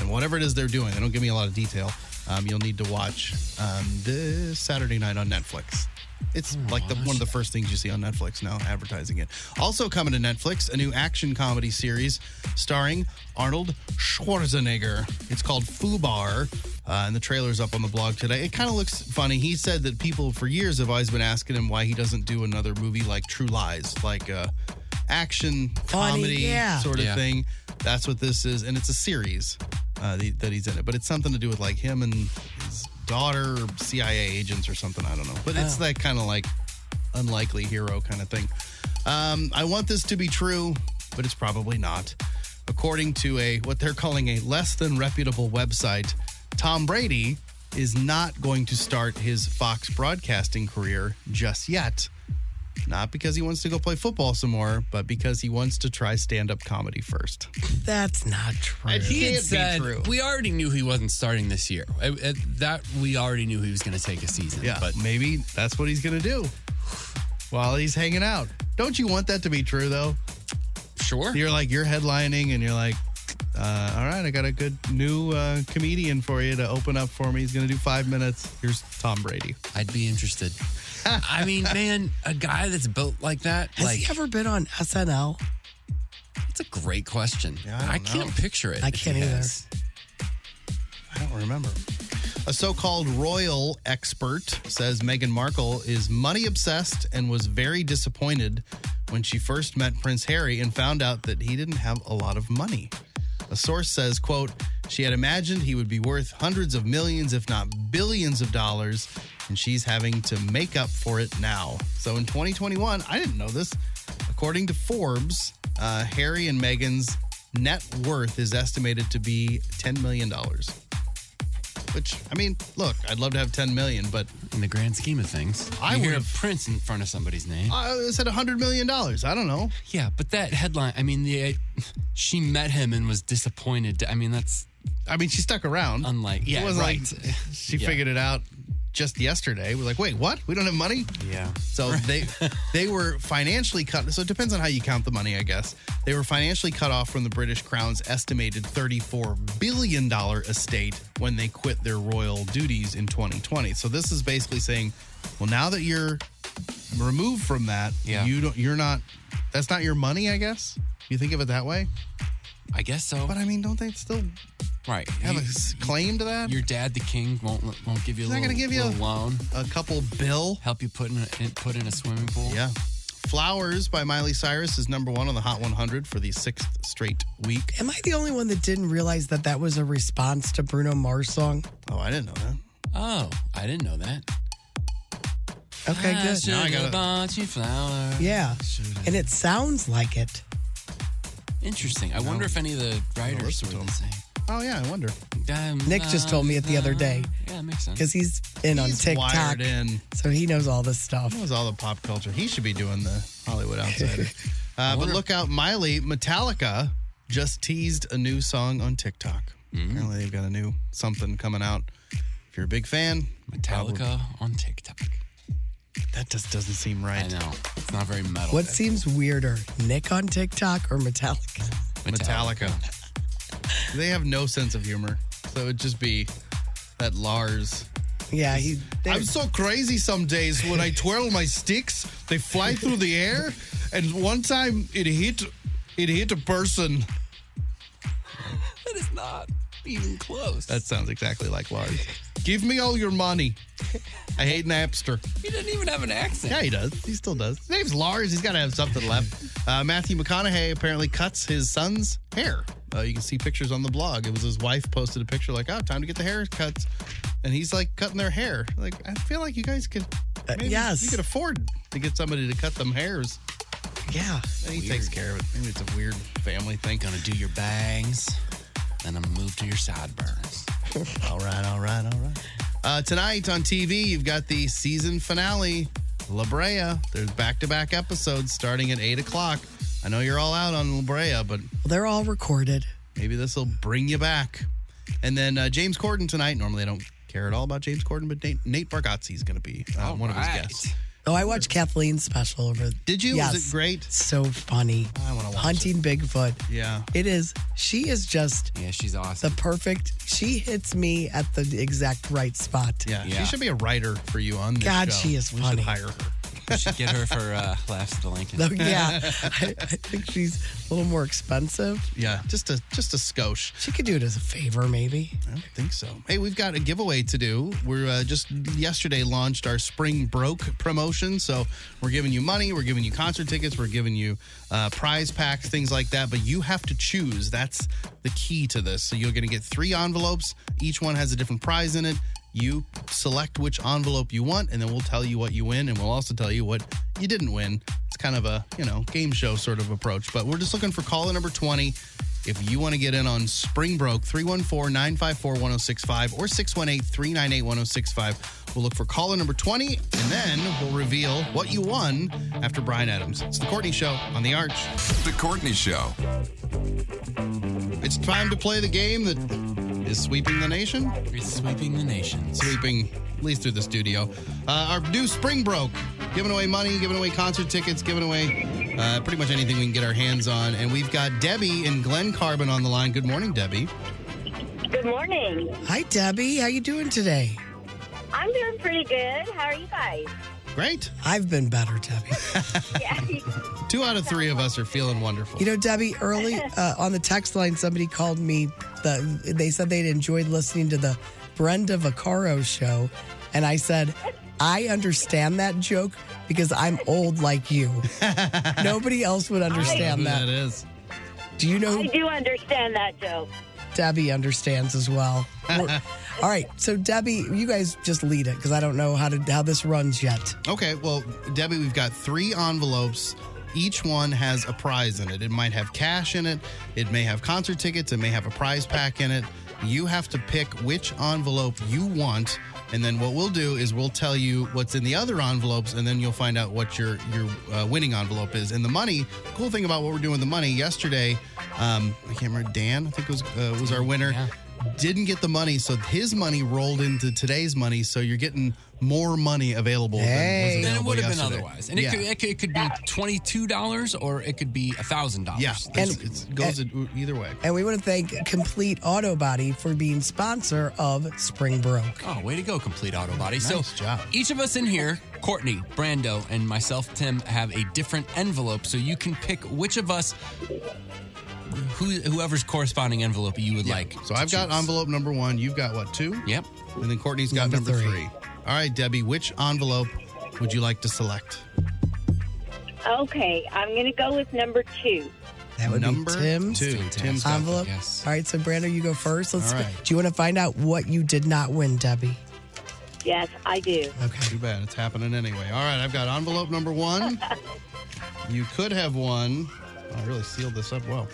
and whatever it is they're doing, they don't give me a lot of detail. Um, you'll need to watch um, this Saturday night on Netflix. It's
Oh,
like the, one of the first things you see on Netflix now, advertising it. Also coming to Netflix, a new action comedy series starring Arnold Schwarzenegger. It's called Fubar, uh, and the trailer's up on the blog today. It kind of looks funny. He said that people for years have always been asking him why he doesn't do another movie like True Lies, like uh, action
Funny,
comedy
yeah.
sort of
Yeah.
thing thing. That's what this is, and it's a series uh, the, that he's in it. But it's something to do with like him and his daughter, or CIA agents or something. I don't know. But it's
Oh.
that kind of like unlikely hero kind of thing. Um, I want this to be true, but it's probably not. According to a what they're calling a less than reputable website, Tom Brady is not going to start his Fox broadcasting career just yet not because he wants to go play football some more, but because he wants to try stand up comedy first.
That's not true.
He had said
true.
we already knew he wasn't starting this year. Uh, uh, that we already knew he was going to take a season.
Yeah,
but
maybe that's what he's going to do while he's hanging out. Don't you want that to be true though?
Sure.
You're like you're headlining and you're like, uh, all right, I got a good new uh, comedian for you to open up for me. He's going to do five minutes. Here's Tom Brady.
I'd be interested. I mean, man, a guy that's built like that,
Has
like
he ever been on SNL?
it's a great question.
don't
I, can't
know.
picture it.
I
if he
can't either.
has.
I don't remember. A so called royal expert says Meghan Markle is money obsessed and was very disappointed when she first met Prince Harry and found out that he didn't have a lot of money. A source says, quote, she had imagined he would be worth hundreds of millions, if not billions of dollars, and she's having to make up for it now. So in 2021, I didn't know this. According to Forbes, uh, Harry and Meghan's net worth is estimated to be $10 million which I mean, look, I'd love to have 10 million, but
in the grand scheme of things,
I
You
would
hear
have.
Prince in front of somebody's name.
I said 100 million dollars. I don't know.
Yeah, but that headline. I mean, the uh, she met him and was disappointed. I mean, that's.
I mean, she stuck around.
Unlike, yeah,
it wasn't
right.
like she
Yeah.
figured it out just yesterday. We're like, wait, what? We don't have money?
Yeah.
So they they were financially cut. So it depends on how you count the money, I guess. They were financially cut off from the British Crown's estimated thirty-four billion dollar estate when they quit their royal duties in 2020. So this is basically saying, well, now that you're removed from that,
Yeah.
you don't. You're not. That's not your money, I guess. You think of it that way.
I guess so.
But I mean, don't they still
Right.
have
You-
a s- claim to that?
your dad, the king, won't won't give you.
He's
a
not
little,
gonna give you
little loan.
A couple bill.
Help you put in a, in- put in a swimming pool.
Yeah. Flowers by Miley Cyrus is number one on the Hot 100 for the sixth straight week.
Am I the only one that didn't realize that that was a response to Bruno Mars song?
Oh, I didn't know that.
Oh, I didn't know that.
Okay,
I
good.
should
Now I
have
gotta-
bought you flowers.
Yeah.
Should've-
And it sounds like it.
Interesting. I wonder if any of the writers were the same.
Oh yeah, I wonder.
Nick just told me it the other day.
Yeah, it makes sense.
Because he's in on
He's
TikTok.
wired in.
So he knows all this stuff.
That was all the pop culture. He should be doing the Hollywood Outsider. uh, but look out, Miley. Metallica just teased a new song on TikTok. Apparently, they've got a new something coming out. If you're a big fan,
Metallica on TikTok.
That just doesn't seem right.
I know. It's not very metal.
What seems weirder, Nick on TikTok or Metallica?
Metallica. they have no sense of humor. So it'd just be that Lars.
Yeah, he.
I'm so crazy some days when I twirl my sticks, they fly through the air, and one time it hit it hit a person.
not even close.
That sounds exactly like Lars. Give me all your money. I hate Napster.
He doesn't even have an accent.
Yeah, he does. He still does. His name's Lars. He's got to have something left. Uh, Matthew McConaughey apparently cuts his son's hair. Uh, you can see pictures on the blog. It was his wife posted a picture like, "Oh, time to get the haircuts," and he's like cutting their hair. Like, I feel like you guys could,
Uh,
maybe
yes.
you could afford to get somebody to cut them hairs.
Yeah,
And he takes care of it. Maybe it's a weird family thing.
Gonna do your bangs, then I'm gonna move to your sideburns.
all right, all right, all right. Uh, tonight on TV, you've got the season finale, La Brea. There's back to back episodes starting at 8 o'clock. I know you're all out on La Brea, but
they're all recorded.
Maybe this will bring you back. And then uh, James Corden tonight. Normally, I don't care at all about James Corden, but Nate, Nate Bargatze is going to be uh, one of his guests.
Oh, I watched Kathleen's special over.
Did you? Was
Yes.
it great?
So funny.
I wanna watch
Hunting Bigfoot.
Yeah.
It is. She is just.
Yeah, she's awesome.
The perfect. She hits me at the exact right spot.
Yeah. She should be a writer for you on this
God,
show.
she is
We should
funny.
hire her.
We should get her for uh, laughs at the Lincoln.
Though, yeah, I, I think she's a little more expensive.
Yeah, just a just a skosh.
She could do it as a favor, maybe.
I don't think so. Hey, we've got a giveaway to do. We're uh, just yesterday launched our Spring Broke promotion. So we're giving you money, we're giving you concert tickets, we're giving you uh, prize packs, things like that. But you have to choose. That's the key to this. So you're going to get three envelopes. Each one has a different prize in it. You select which envelope you want, and then we'll tell you what you win, and we'll also tell you what you didn't win. It's kind of a you know game show sort of approach. But we're just looking for caller number twenty. If you want to get in on Spring Broke, 314 954 1065 or 618 398 1065. We'll look for caller number 20 and then we'll reveal what you won after Brian Adams. It's The Courtney Show on The Arch.
The Courtney Show.
It's time to play the game that is sweeping the nation.
It's sweeping the nation.
Sweeping, at least through the studio. Uh, our new Spring Broke, giving away money, giving away concert tickets, giving away uh, pretty much anything we can get our hands on. And we've got Debbie and Glenn Carbon on the line. Good morning, Debbie.
Good morning.
Hi, Debbie. How you doing today?
I'm doing pretty good. How are you guys?
Great.
I've been better, Debbie.
Two out of three of us are feeling wonderful.
You know, Debbie, early uh, on the text line, somebody called me. The, they said they'd enjoyed listening to the Brenda Vaccaro show. And I said, I understand that joke because I'm old like you. Nobody else would understand that.
is.
Do you know
I
who
do understand that joke.
Debbie understands as well? We're- All right. So, Debbie, you guys just lead it because I don't know how, to, how this runs yet.
Okay, well, Debbie, we've got three envelopes. Each one has a prize in it. It might have cash in it, it may have concert tickets, it may have a prize pack in it. You have to pick which envelope you want. And then what we'll do is we'll tell you what's in the other envelopes, and then you'll find out what your your uh, winning envelope is. And the money. Cool thing about what we're doing with the money. Yesterday, um, I can't remember Dan. I think was uh, was our winner. Didn't get the money, so his money rolled into today's money. So you're getting more money available than was
Then it
available
would have been
yesterday.
otherwise. And it,
yeah.
could, it, could, it could be $22 or it could be $1,000.
yeah,
And-
it's, it goes e-, either way.
And we want to thank Complete Auto Body for being sponsor of Spring Broke.
Oh, way to go, Complete Auto Body. so
job.
each of us in here, Courtney, Brando, and myself, Tim, have a different envelope, so you can pick which of us, who, whoever's corresponding envelope you would like.
So I've got envelope number one. You've got what two?
Yep.
And then Courtney's got number,
Number
three.
three.
All right, Debbie, which envelope would you like to select?
Okay, I'm going to go with number two.
That would
number
be Tim's
two. Tim's got
envelope.
that,
All right, so Brando, you go first. Let's.
All right.
Do you want to find out what you did not win, Debbie?
Yes, I do.
Okay.
Too bad it's happening anyway. All right, I've got envelope number one. you could have won. I really sealed this up well.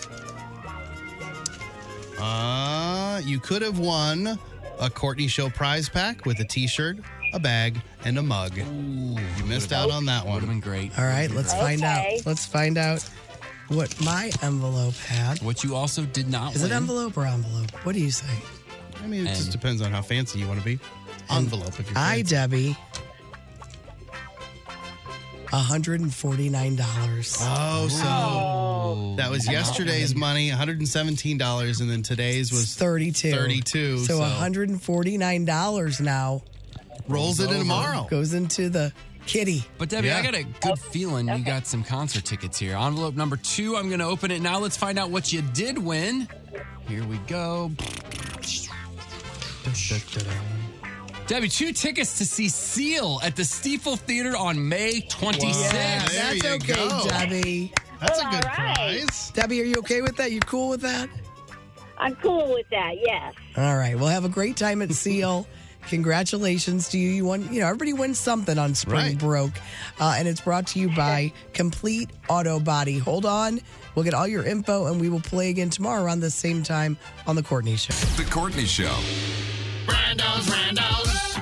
Uh, you could have won a Courtney Show prize pack with a T-shirt, a bag, and a mug. you missed out on that
Would have
one.
been great.
All right, let's find
Okay.
out. Let's find out what my envelope had.
What you also did not
Is
win.
it envelope or envelope? What do you say?
I mean, it just
And-
depends on how fancy you want to be. Envelope, if you're
I,
fancy.
Debbie, $149.
Oh, so that was yesterday's money, $117, and then today's
It's
was
32.
32,
So,
so-
$149 now
rolls it in tomorrow.
goes into the kitty.
But Debbie,
Yeah.
I got a good feeling you got some concert tickets here. Envelope number two, I'm going to open it now. Let's find out what you did win. Here we go. Debbie, two tickets to see Seal at the Steeple Theater on May 26th.
Yeah, that's okay, Debbie.
That's
a good prize. Debbie, are you okay with that? You cool with that?
I'm cool with that, yes.
All right. Well, have a great time at Seal. Congratulations to you. You won, you know, everybody wins something on Spring
Right.
Broke. Uh, and it's brought to you by Complete Auto Body. Hold on. We'll get all your info and we will play again tomorrow around the same time on The Courtney Show.
The Courtney Show.
Brando's, Brando's.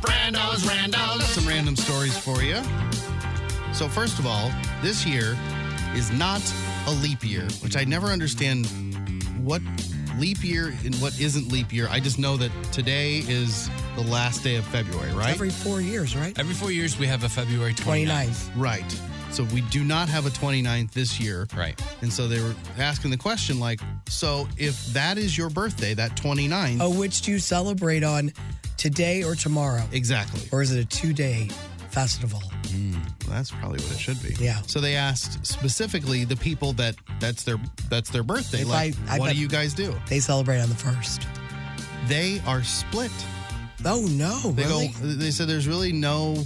Brando's, Brando's.
Some random stories for you. So, first of all, this year is not a leap year, which I never understand what leap year and what isn't leap year. I just know that today is the last day of February, right?
Every four years, right?
Every four years, we have a February 29th.
29th.
Right. So we do not have a 29th this year. Right. And so they were asking the question like, so if that is your birthday, that 29th,
Oh, which do you celebrate on today or tomorrow?
Exactly.
Or is it a two day festival?
that's probably what it should be.
Yeah.
So they asked specifically the people that that's their that's their birthday.
If
like,
I- I
what
bet-
do you guys do?
They celebrate on the first.
They are split.
Oh no!
They
really?
go. They said there's really no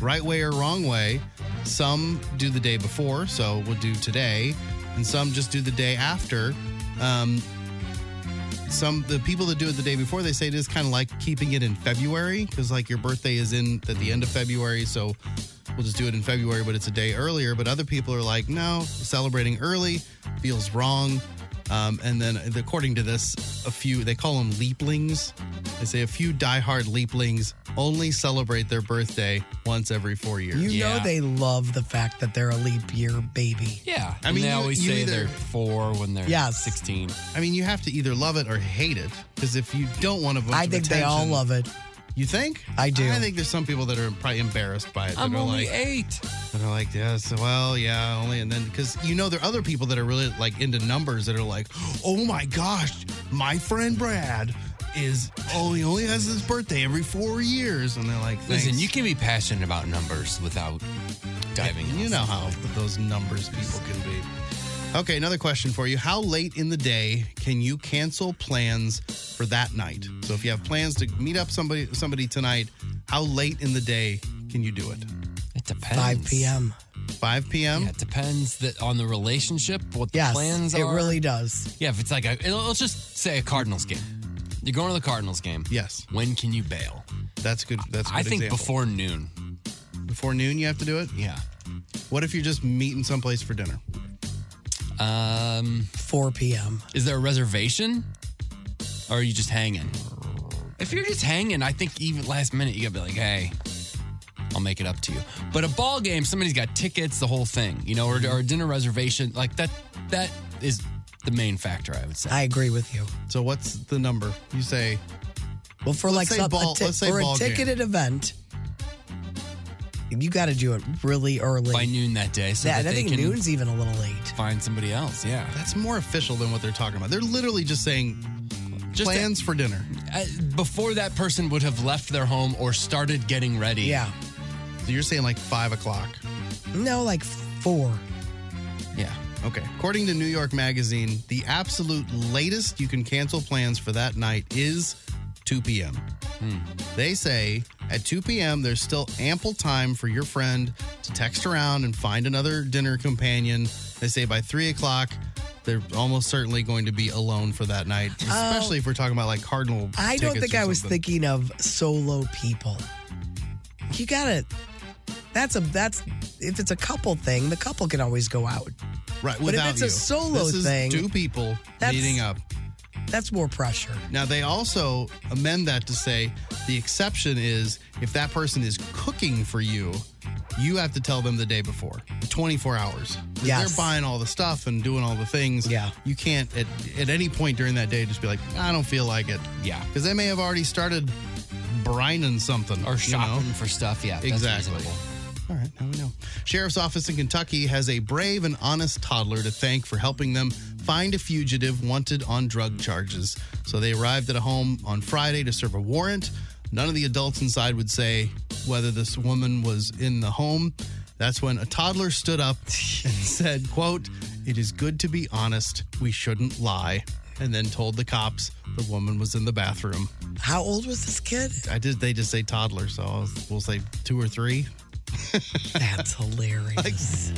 right way or wrong way. Some do the day before, so we'll do today, and some just do the day after. Um, some the people that do it the day before they say it is kind of like keeping it in February because like your birthday is in at the end of February, so we'll just do it in February, but it's a day earlier. But other people are like, no, celebrating early feels wrong. Um, and then according to this, a few they call them leaplings. They say a few diehard leaplings only celebrate their birthday once every four years.
You know they love the fact that they're a leap year baby.
Yeah.
I mean,
they
you-
always
you
say
either-
they're four when they're
Yes.
16.
I mean, you have to either love it or hate it because if you don't want to, bunch
I
of
think they all
attention-
love it.
You think?
I do.
I think there's some people that are probably embarrassed by it. That
I'm
are
only
like,
eight.
And they're like, yes, well, yeah, only. And then, because you know, there are other people that are really like into numbers that are like, oh my gosh, my friend Brad is only only has his birthday every four years. And they're like, Thanks.
Listen, you can be passionate about numbers without diving
You know how those numbers people can be. Okay, another question for you. How late in the day can you cancel plans for that night? So if you have plans to meet up somebody somebody tonight, how late in the day can you do it?
It depends.
5 p.m.
5 p.m.
Yeah, it depends that on the relationship, what the
Yes,
plans
it
are.
really does.
Yeah, if it's like a, it'll- let's just say a Cardinals game. You're going to the Cardinals game.
Yes.
When can you bail?
That's good. That's a
I
good
think
example.
before noon.
Before noon, you have to do it.
Yeah.
What if you're just meeting someplace for dinner?
Um,
4 p.m.
Is there a reservation? Or are you just hanging? If you're just hanging, I think even last minute you gotta be like, hey, I'll make it up to you. But a ball game, somebody's got tickets, the whole thing, you know, or, or a dinner reservation, like that. That is the main factor, I would say.
I agree with you.
So what's the number? You say
Well, for
Let's say
like some,
ball-
a ti-
let's say
for a
ball game.
ticketed event, you got to do it really early.
by noon that day, so
yeah,
that,
and I
they
think
can
noon's even a little late.
find somebody else. Yeah,
that's more official than what they're talking about. They're literally just saying
Just
plans for dinner.
Uh, before that person would have left their home or started getting ready.
Yeah.
So you're saying like five o'clock.
No, like four.
Yeah.
Okay. According to New York Magazine, the absolute latest you can cancel plans for that night is 2 p.m.
Hmm.
They say at 2 p.m., there's still ample time for your friend to text around and find another dinner companion. They say by 3 o'clock, they're almost certainly going to be alone for that night, especially if we're talking about like Cardinal.
Oh. I don't
tickets
think
or
I was
something.
thinking of solo people. You got to. That's a that's if it's a couple thing, the couple can always go out.
Right,
But if
without
it's a
you.
solo
This is
thing,
two people
that's-
meeting up.
That's more pressure.
Now, they also amend that to say the exception is if that person is cooking for you, you have to tell them the day before, 24 hours. If
Yes.
They're buying all the stuff and doing all the things.
Yeah.
You can't at, at any point during that day just be like, I don't feel like it.
Yeah.
Because they may have already started brining something
Or
you know?
shopping for stuff. Yeah. that's
Exactly.
reasonable.
All right, now we know. Sheriff's office in Kentucky has a brave and honest toddler to thank for helping them find a fugitive wanted on drug charges. So they arrived at a home on Friday to serve a warrant. None of the adults inside would say whether this woman was in the home. That's when a toddler stood up and said, quote, "It is good to be honest. We shouldn't lie." and then told the cops the woman was in the bathroom.
How old was this kid?
I did. They just say toddler, so I'll, we'll say two or three.
That's hilarious.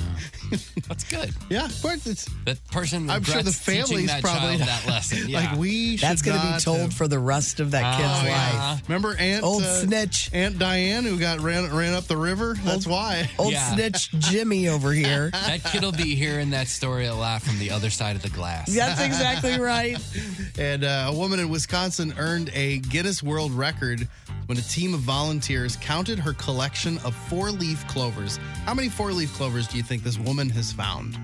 That's good.
yeah, of course it's
That person.
I'm sure the
regrets teaching
family's
that
probably
child
not-
that lesson. Yeah.
like we. Should
That's gonna be
not
told
have-
for the rest of that kid's
Oh, yeah.
life.
Remember Aunt uh,
Old snitch
Aunt Diane who got ran ran up the river. That's why
Old
Yeah.
snitch Jimmy over here.
That kid'll be hearing that story a lot from the other side of the glass.
That's exactly right.
And uh, a woman in Wisconsin earned a Guinness World Record when a team of volunteers counted her collection of four leaf clovers. How many four leaf clovers do you think this woman has found?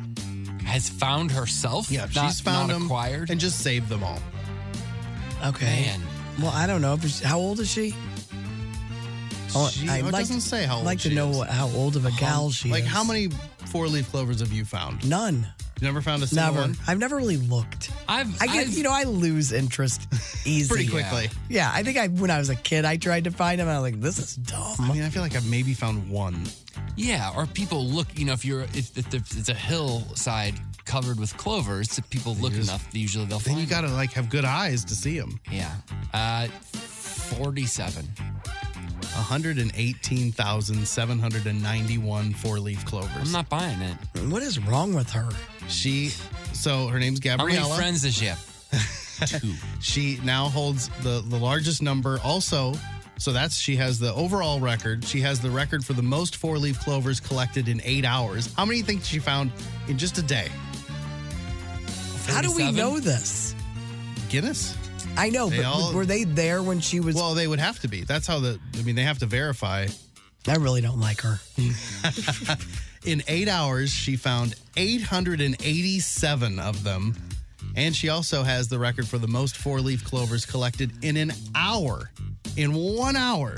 Has found herself?
Yeah,
Not-
she's found
not
them
acquired?
and just saved them all.
Okay.
Man.
Well, I don't know. But she- How old is she? Oh,
She-
I'd
oh, it
like,
doesn't say how
I'd
old
like
she
to know
is.
what, how old of a gal she
like
is.
how many four leaf clovers have you found?
None.
You never found a single
Never.
one?
I've never really looked.
I've,
I get,
I've-
you know, I lose interest easy.
Pretty quickly.
Yeah. I think I, when I was a kid, I tried to find them. And I was like, this is dumb.
I mean, I feel like I've maybe found one.
Yeah, or people look. You know, if you're if, if there's- it's a hillside covered with clovers, so people look enough. Usually they'll
Then
find.
you gotta like have good eyes to see them.
yeah, uh, forty-seven.
118,791 four leaf clovers.
I'm not buying it.
What is wrong with her?
She, so her name's
How many
Gabriella.
friends does she have?
She now holds the, the largest number also. So that's she has the overall record. She has the record for the most four leaf clovers collected in eight hours. How many think she found in just a day?
How do we
37?
know this?
Guinness?
I know,
They
but
all-
were they there when she was?
Well, they would have to be. That's how the I mean they have to verify.
I really don't like her.
In eight hours, she found 887 of them. And she also has the record for the most four leaf clovers collected in an hour. In one hour.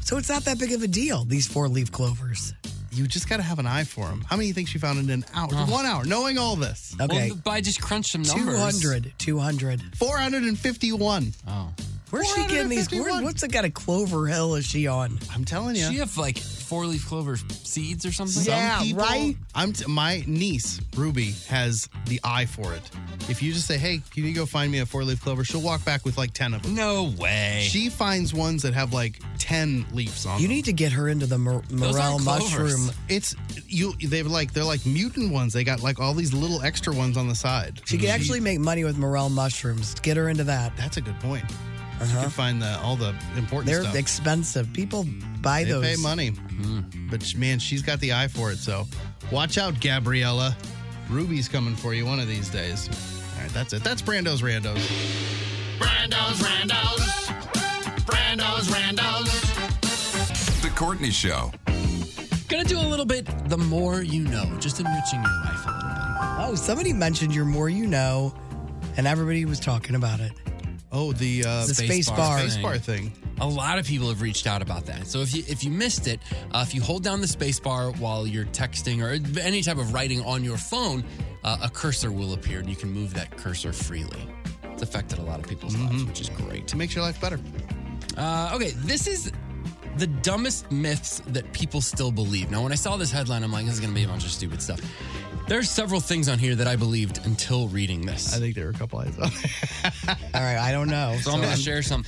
So it's not that big of a deal. These four leaf clovers.
You just got to have an eye for them. How many you think she found in an hour?
Oh.
One hour, knowing all this.
Okay.
Well, I just crunched some numbers.
200. 200.
451.
Oh,
Where's she getting these? Where,
451.
what's it got a Clover Hill is she on?
I'm telling
does
you.
she have like four-leaf clover seeds or something?
Some
Yeah,
people-
right?
I'm t- my niece Ruby has the eye for it. If you just say, "Hey, can you go find me a four-leaf clover?" She'll walk back with like ten of them.
No way.
She finds ones that have like ten leaves on.
You
them.
need to get her into the mor-
Those
morel
aren't clovers.
mushroom.
It's you. They're like they're like mutant ones. They got like all these little extra ones on the side. Mm-hmm.
She could actually make money with morel mushrooms. Get her into that.
That's a good point. You can find the all the important
Uh-huh. They're
stuff. Mm-hmm.
expensive. People buy
they
those. Mm-hmm.
pay money, but sh- man, she's got the eye for it. So watch out, Gabriella. Ruby's coming for you one of these days. All right, that's it. That's Brando's Randos.
Brando's, Brando's. Brando's, Brando's.
The Courtney Show.
Gonna do a little bit. The more you know, just enriching your life a little bit.
Oh, somebody mentioned your more you know, and everybody was talking about it.
Oh, the uh,
The
space
space
bar
bar.
thing.
space bar thing.
A lot of people have reached out about that. So if you if you missed it, uh, if you hold down the space bar while you're texting or any type of writing on your phone, uh, a cursor will appear and you can move that cursor freely. It's affected a lot of people's lives, which is great.
It makes your life better.
Uh, okay, this is the dumbest myths that people still believe. Now, when I saw this headline, I'm like, this is going to be a bunch of stupid stuff. There's several things on here that I believed until reading this.
I think there were a couple eyes on there.
All right, I don't know.
So I'm going to share some.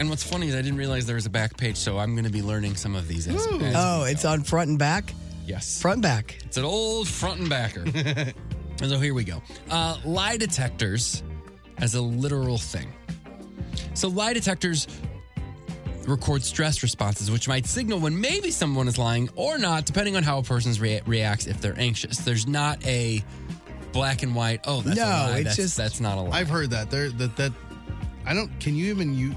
And what's funny is I didn't realize there was a back page, so I'm going to be learning some of these. As, as
oh, it's on front and back.
yes,
Front and back.
it's an old front and backer. And so here we go. Uh, lie detectors as a literal thing. So lie detectors record stress responses, which might signal when maybe someone is lying or not, depending on how a person rea- reacts if they're anxious. There's not a black and white. Oh, that's
No,
a lie.
it's
that's,
just-
that's not a lie.
I've heard that. There that that I don't. Can you even you?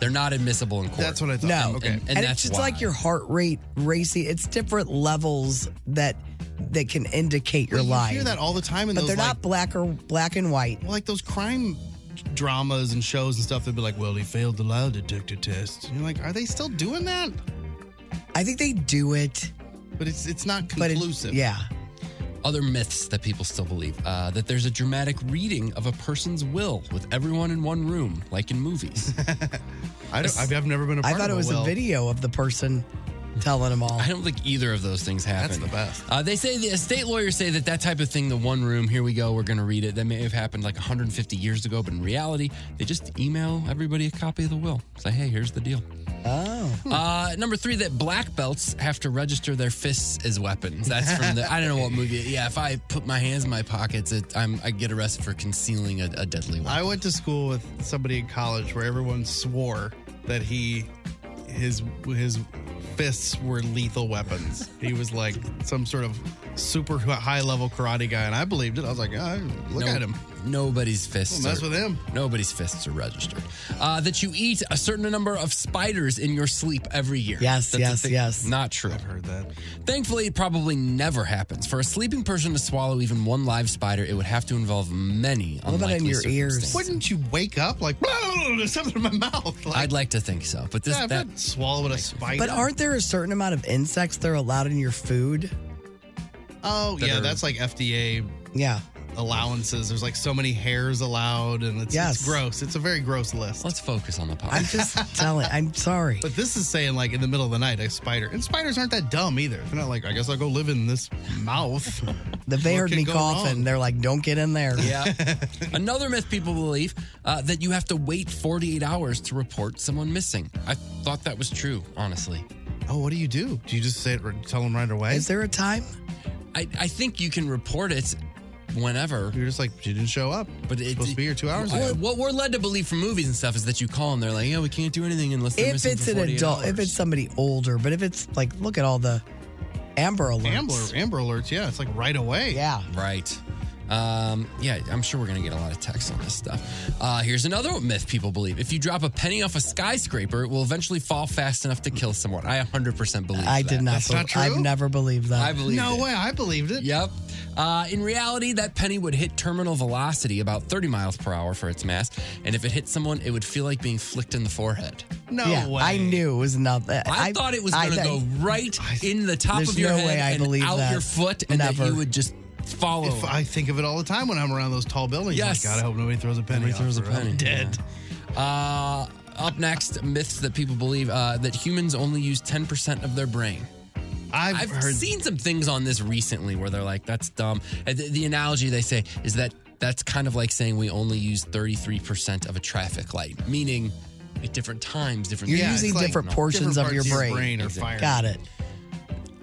They're not admissible in court.
That's what I thought.
No.
Okay.
And-
And,
that's
it's just
why.
like your heart rate racing. It's different levels that that can indicate you're
Well, you
lying.
hear that all the time in
but
those
they're
like,
not black or black and white.
well, like those crime dramas and shows and stuff. They'd be like, "Well, he failed the lie detector test." And you're like, "Are they still doing that?"
I think they do it,
But it's it's not
but it-
conclusive.
yeah.
other myths that people still believe uh, that there's a dramatic reading of a person's will with everyone in one room, like in movies.
I don't, I've, I've never been a
I
part
thought
of
it was
will.
a video of the person telling them all.
I don't think either of those things happen. That's the best. Uh, they say the estate lawyers say that that type of thing, the one room, here we go, we're going to read it. That may have happened like 150 years ago, but in reality, they just email everybody a copy of the will. Say, hey, here's the deal.
Oh.
Uh, number three, that black belts have to register their fists as weapons. That's from the I don't know what movie. Yeah, if I put my hands in my pockets, it, I'm I get arrested for concealing a, a deadly weapon.
I went to school with somebody in college where everyone swore that he his his fists were lethal weapons. he was like some sort of super high level karate guy, and I believed it. I was like, oh, look
No-
at him.
Nobody's fists.
Don't mess
are-
with him.
Nobody's fists are registered. Uh, that you eat a certain number of spiders in your sleep every year.
Yes,
That's a
yes,
thing-
yes.
Not true. I've heard that. Thankfully, it probably never happens. For a sleeping person to swallow even one live spider, it would have to involve many.
What about in
unlikely
your ears?
circumstances.
Wouldn't you wake up like there's something in my mouth? Like,
I'd like to think so, but this
Yeah, I've
that
not swallowed a spider.
But aren't there a certain amount of insects that are allowed in your food?
oh
that
yeah,
are-
that's like FDA
Yeah.
allowances. There's like so many hairs allowed, and it's,
Yes.
it's gross. It's a very gross list.
Let's focus on the pot.
I'm just telling. I'm sorry.
But this is saying like in the middle of the night, a spider. And spiders aren't that dumb either. They're not like, I guess I'll go live in this mouth.
If they
What
heard
could
me
go
coughing,
wrong?
they're like, don't get in there.
Yeah. Another myth people believe uh, that you have to wait 48 hours to report someone missing. I thought that was true, honestly.
Oh, what do you do? Do you just say it, tell them right away?
Is there a time?
I, I think you can report it whenever.
You're just like, she didn't show up.
But it's
supposed to be here two hours
What,
ago.
what we're led to believe from movies and stuff is that you call and they're like, yeah, we can't do anything unless they're
If
missing
it's
for
an
48
adult, if
hours."
it's somebody older, but if it's like, look at all the Amber Alerts.
Amber, Amber Alerts, yeah, it's like right away.
Yeah.
Right. Um, yeah, I'm sure we're going to get a lot of texts on this stuff. Uh, here's another myth people believe. If you drop a penny off a skyscraper, it will eventually fall fast enough to kill someone. I 100% believe
I
that.
did not.
That's not
believe- I've
true?
never believed that.
I believe
No
it.
way, I believed it.
Yep. Uh, in reality, that penny would hit terminal velocity, about 30 miles per hour for its mass. And if it hit someone, it would feel like being flicked in the forehead.
No
yeah,
way.
I knew it was not that.
I, thought it was
I
going to
thought-
go right in the top
There's
of your
no
head
way I
and
believe
out
that.
your foot, and that
Never.
you would just follow.
If I think of it all the time when I'm around those tall buildings.
Yes.
Yes. God, I hope nobody throws a penny.
Nobody
off
throws a
or I'm
penny,
dead.
Uh, up next, myths that people believe uh, that humans only use 10% of their brain.
I've,
I've
heard.
seen some things on this recently where they're like, that's dumb. And The, the analogy they say is that that's kind of like saying we only use 33% of a traffic light, meaning at different times, different
You're
Yeah,
using
it's like-
different portions
different
of your
parts of your
brain.
brain are firing.
Got it.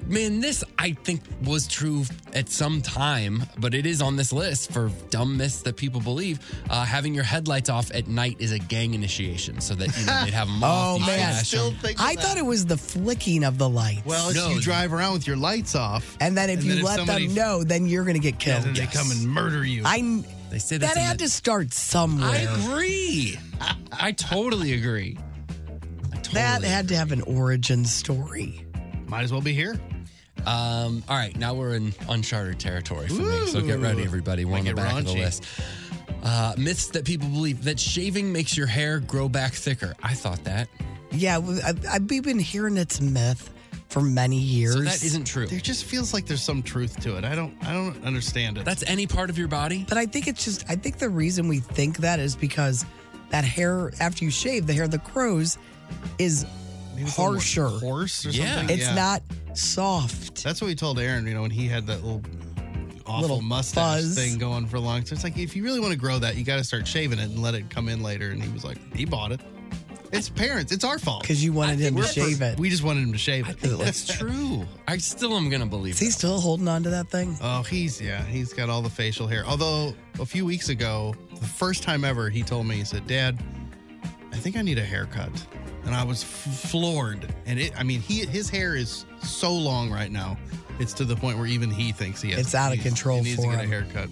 Man, this I think was true at some time, but it is on this list for dumb myths that people believe. Uh, having your headlights off at night is a gang initiation, so that you know, they'd have them
Oh,
off. you
man.
flash
Still
them.
think of
I
that.
thought it was the flicking of the lights.
Well, it's
No.
you drive around with your lights off,
and then if
and
you
then if
let
somebody-
them know, then you're going to get
and
killed.
then they come and murder you.
I
They say that's
that
in
had
the-
to start somewhere.
I agree. I totally agree. I totally
that had to have an origin story.
Might as well be here.
Um, all right, now we're in uncharted territory for me. So get
Ooh.
ready, everybody. We're on the
Might get
back of the
raunchy.
list. Uh, myths that people believe that shaving makes your hair grow back thicker. I thought that.
Yeah, we- I, I, we've been hearing it's a myth for many years.
So that isn't true.
There just feels like there's some truth to it. I don't. I don't understand it.
That's any part of your body.
But I think it's just, I think the reason we think that is because that hair, after you shave, the hair that grows is harsher.
horse or
Yeah.
something.
It's not soft.
That's what we told Aaron. You know, when he had that little awful
Little
mustache
fuzz.
thing going for a long time. It's like if you really want to grow that, you got to start shaving it and let it come in later. And he was like, he bought it. It's parents. It's our fault.
Because you wanted him to
We're-
shave it.
We just wanted him to shave
I
it.
think that's true. I still am gonna believe
Is he
that.
still holding on to that thing?
Oh, he's yeah, he's got all the facial hair. Although a few weeks ago, the first time ever, he told me he said, "Dad, I think I need a haircut," and I was f- floored. And it, I mean, he his hair is so long right now, it's to the point where even he thinks he has.
It's out of
he-
control
He needs
for
to get
him.
a haircut.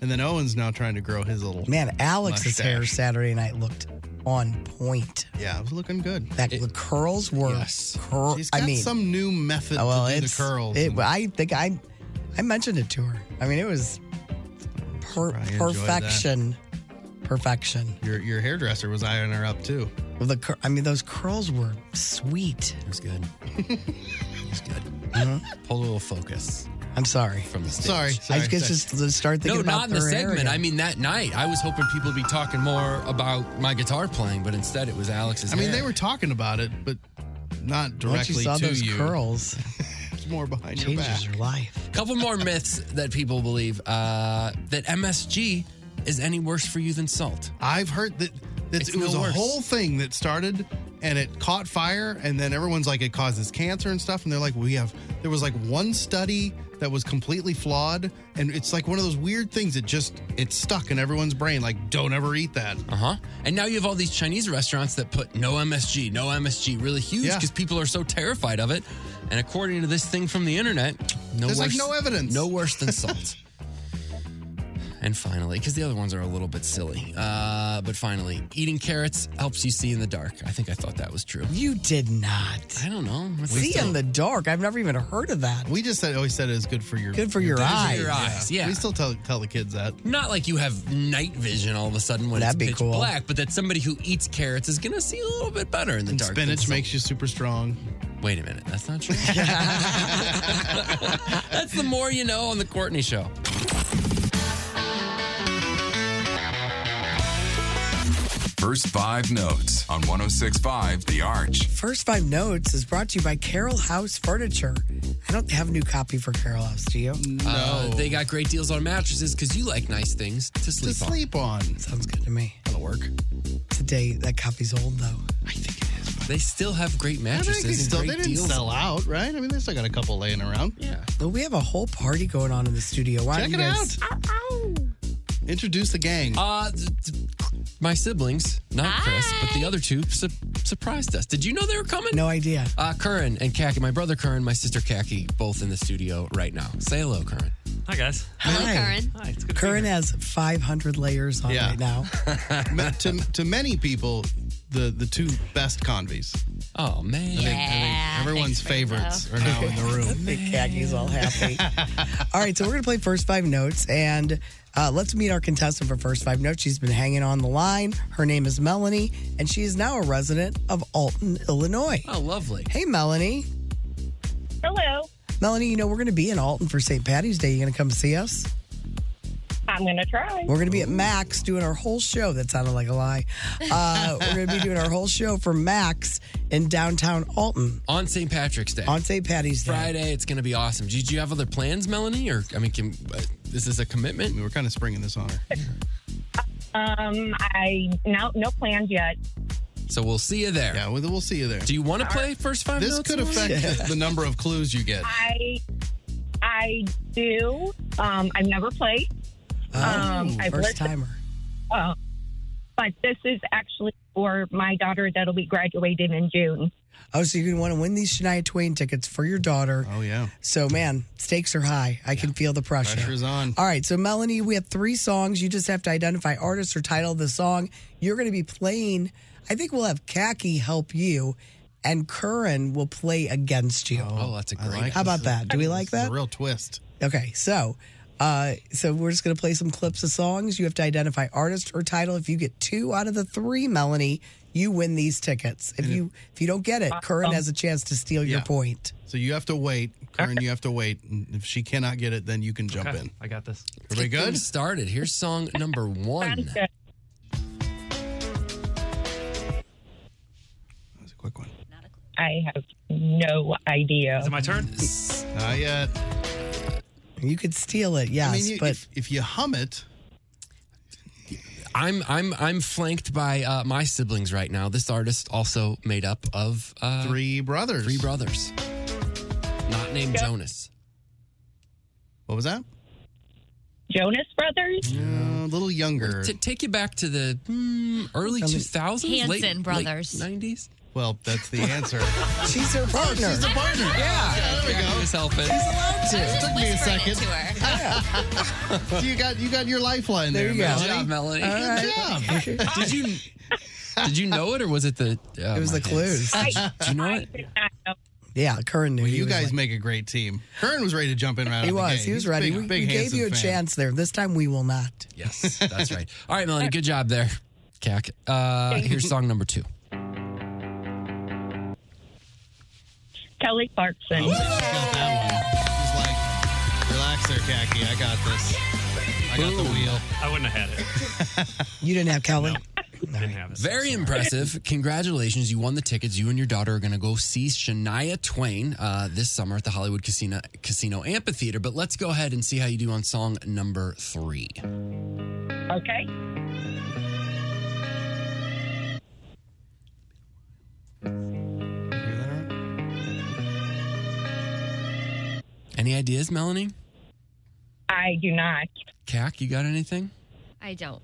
And then Owen's now trying to grow his little
Man, Alex's
Mustache.
hair Saturday night looked on point.
Yeah, it was looking good.
That the curls were.
yes.
Cur-
She's got
I mean,
some new method
oh, well,
to do the
it's
curls.
It,
and
I think I, I mentioned it to her. I mean, it was per-
Probably enjoyed that.
perfection, perfection.
your your hairdresser was eyeing her up too.
Well, the cur- I mean, those curls were sweet.
It was good. it was good. Pull a little focus
I'm sorry.
from the stage.
Uh-huh. Sorry,
I
sorry.
guess just to start
No,
thinking about
not in the
their hair
segment.
again.
I mean that night. I was hoping people would be talking more about my guitar playing, but instead it was Alex's.
I mean,
hair.
they were talking about it, but not directly
Once you saw
to
those
you.
curls,
it's more behind your back.
changes your life.
Couple more myths that people believe uh, that MSG is any worse for you than salt.
I've heard that that's,
It's
it was
no
a
worse.
whole thing that started and it caught fire and then everyone's like it causes cancer and stuff and they're like we have there was like one study that was completely flawed and it's like one of those weird things that just it's stuck in everyone's brain like don't ever eat that.
Uh-huh. And now you have all these Chinese restaurants that put no MSG, no MSG, really huge because people are so terrified of it. And according to this thing from the internet, no
There's, like,
worse,
no evidence.
no worse than salt. and finally, because the other ones are a little bit silly, uh, but finally, eating carrots helps you see in the dark. I think I thought that was true.
You did not.
I don't know. That's
See
still-
in the dark. I've never even heard of that.
We just said, always said it was good for your
Good for your
vision.
eyes.
Your eyes, yeah.
We still tell tell the kids that.
Not like you have night vision all of a sudden when
That'd
it's
be
pitch
cool.
black, but that somebody who eats carrots is gonna see a little bit better in the
And
dark. than
spinach
salt.
makes you super strong.
Wait a minute, that's not true. That's the more you know on the Courtney Show.
First five notes on 1065 The Arch.
First Five Notes is brought to you by Carroll House Furniture. I don't have a new copy for Carroll House, do you?
Mm.
No, Uh,
Oh.
they got great deals on mattresses because you like nice things to sleep on.
on.
Sounds good to me.
That'll work.
Today, that copy's old, though.
They still have
I
great
think
mattresses.
they
and
still
great
they didn't
deals.
sell out, right? I mean, they still got a couple laying around.
Yeah.
But we have a whole party going on in the studio. Why
Check
don't
it
you guys?
out. Introduce the gang.
Uh, th- th- my siblings, not Chris, but the other two su- surprised us. Did you know they were coming?
No idea.
Uh, Curran and Kaki, my brother Curran, my sister Kaki, both in the studio right now. Say hello, Curran.
Hi guys.
Hello, Curran.
Hi, it's good. to be
Curran
here.
has 500 layers on
Yeah.
right now.
Ma- to, to many people, the, the two best convies.
Oh man,
I think, I think everyone's favorites are now in the room.
Big Kaki's all happy. all right, so we're going to play First Five Notes, and uh, let's meet our contestant for First Five Notes. She's been hanging on the line. Her name is Melanie, and she is now a resident of Alton, Illinois.
Oh, lovely.
Hey, Melanie.
Hello.
Melanie, you know, we're going to be in Alton for St. Patty's Day. You going to come see us?
I'm going to try.
We're going to be at Max doing our whole show. That sounded like a lie. Uh, we're going to be doing our whole show for Max in downtown Alton
On St. Patrick's Day.
on St. Patty's Day.
Friday, it's going to be awesome. Did you have other plans, Melanie? Or, I mean, can, uh, is this a commitment?
We were kind of springing this on her.
Um, I no no plans yet.
So we'll see you there.
Yeah, we'll, we'll see you there.
Do you want to play first five
This
notes?
could
Melanie?
affect the, the number of clues you get.
I I do. Um, I've never played. um, I've
Uh, First
listened-
timer.
uh, but this is actually for my daughter that'll be graduating in June.
Oh, so you're going to want to win these Shania Twain tickets for your daughter.
Oh, yeah.
So, man, stakes are high. I can feel the pressure.
Pressure's on.
All right, so Melanie, we have three songs. You just have to identify artist or title of the song. You're going to be playing. I think we'll have Khaki help you, and Curran will play against you.
Oh, that's a
I
great.
like
How
this.
about that? Do we like
This is
that?
a real twist.
Okay, so uh, so we're just gonna play some clips of songs. You have to identify artist or title. If you get two out of the three, Melanie, you win these tickets. If you if you don't get it, Curran has a chance to steal your
Yeah.
point.
So you have to wait. Karen, you have to wait. And if she cannot get it, then you can jump
Okay,
in.
I got this.
Everybody
Get
good?
things started. Here's song number one.
Sounds good.
That was a quick one.
I have no idea.
Is it my turn?
Not yet.
You could steal it, yes,
I mean, you,
but
if, if you hum it,
I'm I'm I'm flanked by uh, my siblings right now. This artist also made up of uh,
three brothers.
three brothers, not named
Yeah.
Jonas.
What was that?
Jonas Brothers?
Uh, a little younger.
To take you back to the mm, early
Tell me-
2000s, late-
Hanson
late
brothers.
90s.
Well, that's the answer.
she's her partner.
She's the partner. Yeah. There we
Jackie
go.
was helping.
Took me a second. you got you got your lifeline there.
There you go.
Good job, Melanie.
Melanie. Good job.
Did you did you know it or was it the? oh,
it was
my
the
hands.
clues.
Do you know it?
Did not know.
yeah, Curran knew.
Well,
he
you
was
guys
like-
make a great team. Kern was ready to jump in right out
he
of the
was.
gate.
He was
He's a
ready.
Big,
we
big
we gave
Hanson
you a
fan.
chance there. This time we will not.
Yes, that's right. All right, Melanie, good job there. Cack. Uh, here's song number two.
Kelly Clarkson.
Got that one. He's like, relax there, Khaki. I got this. I got the wheel.
I wouldn't have had it.
You didn't have Kelly.
Didn't
have it.
Very impressive. Congratulations. You won the tickets. You and your daughter are going to go see Shania Twain uh, this summer at the Hollywood Casino, Casino Amphitheater. But let's go ahead and see how you do on song number three.
Okay.
Any ideas, Melanie?
I do not.
Cac, you got anything?
I don't.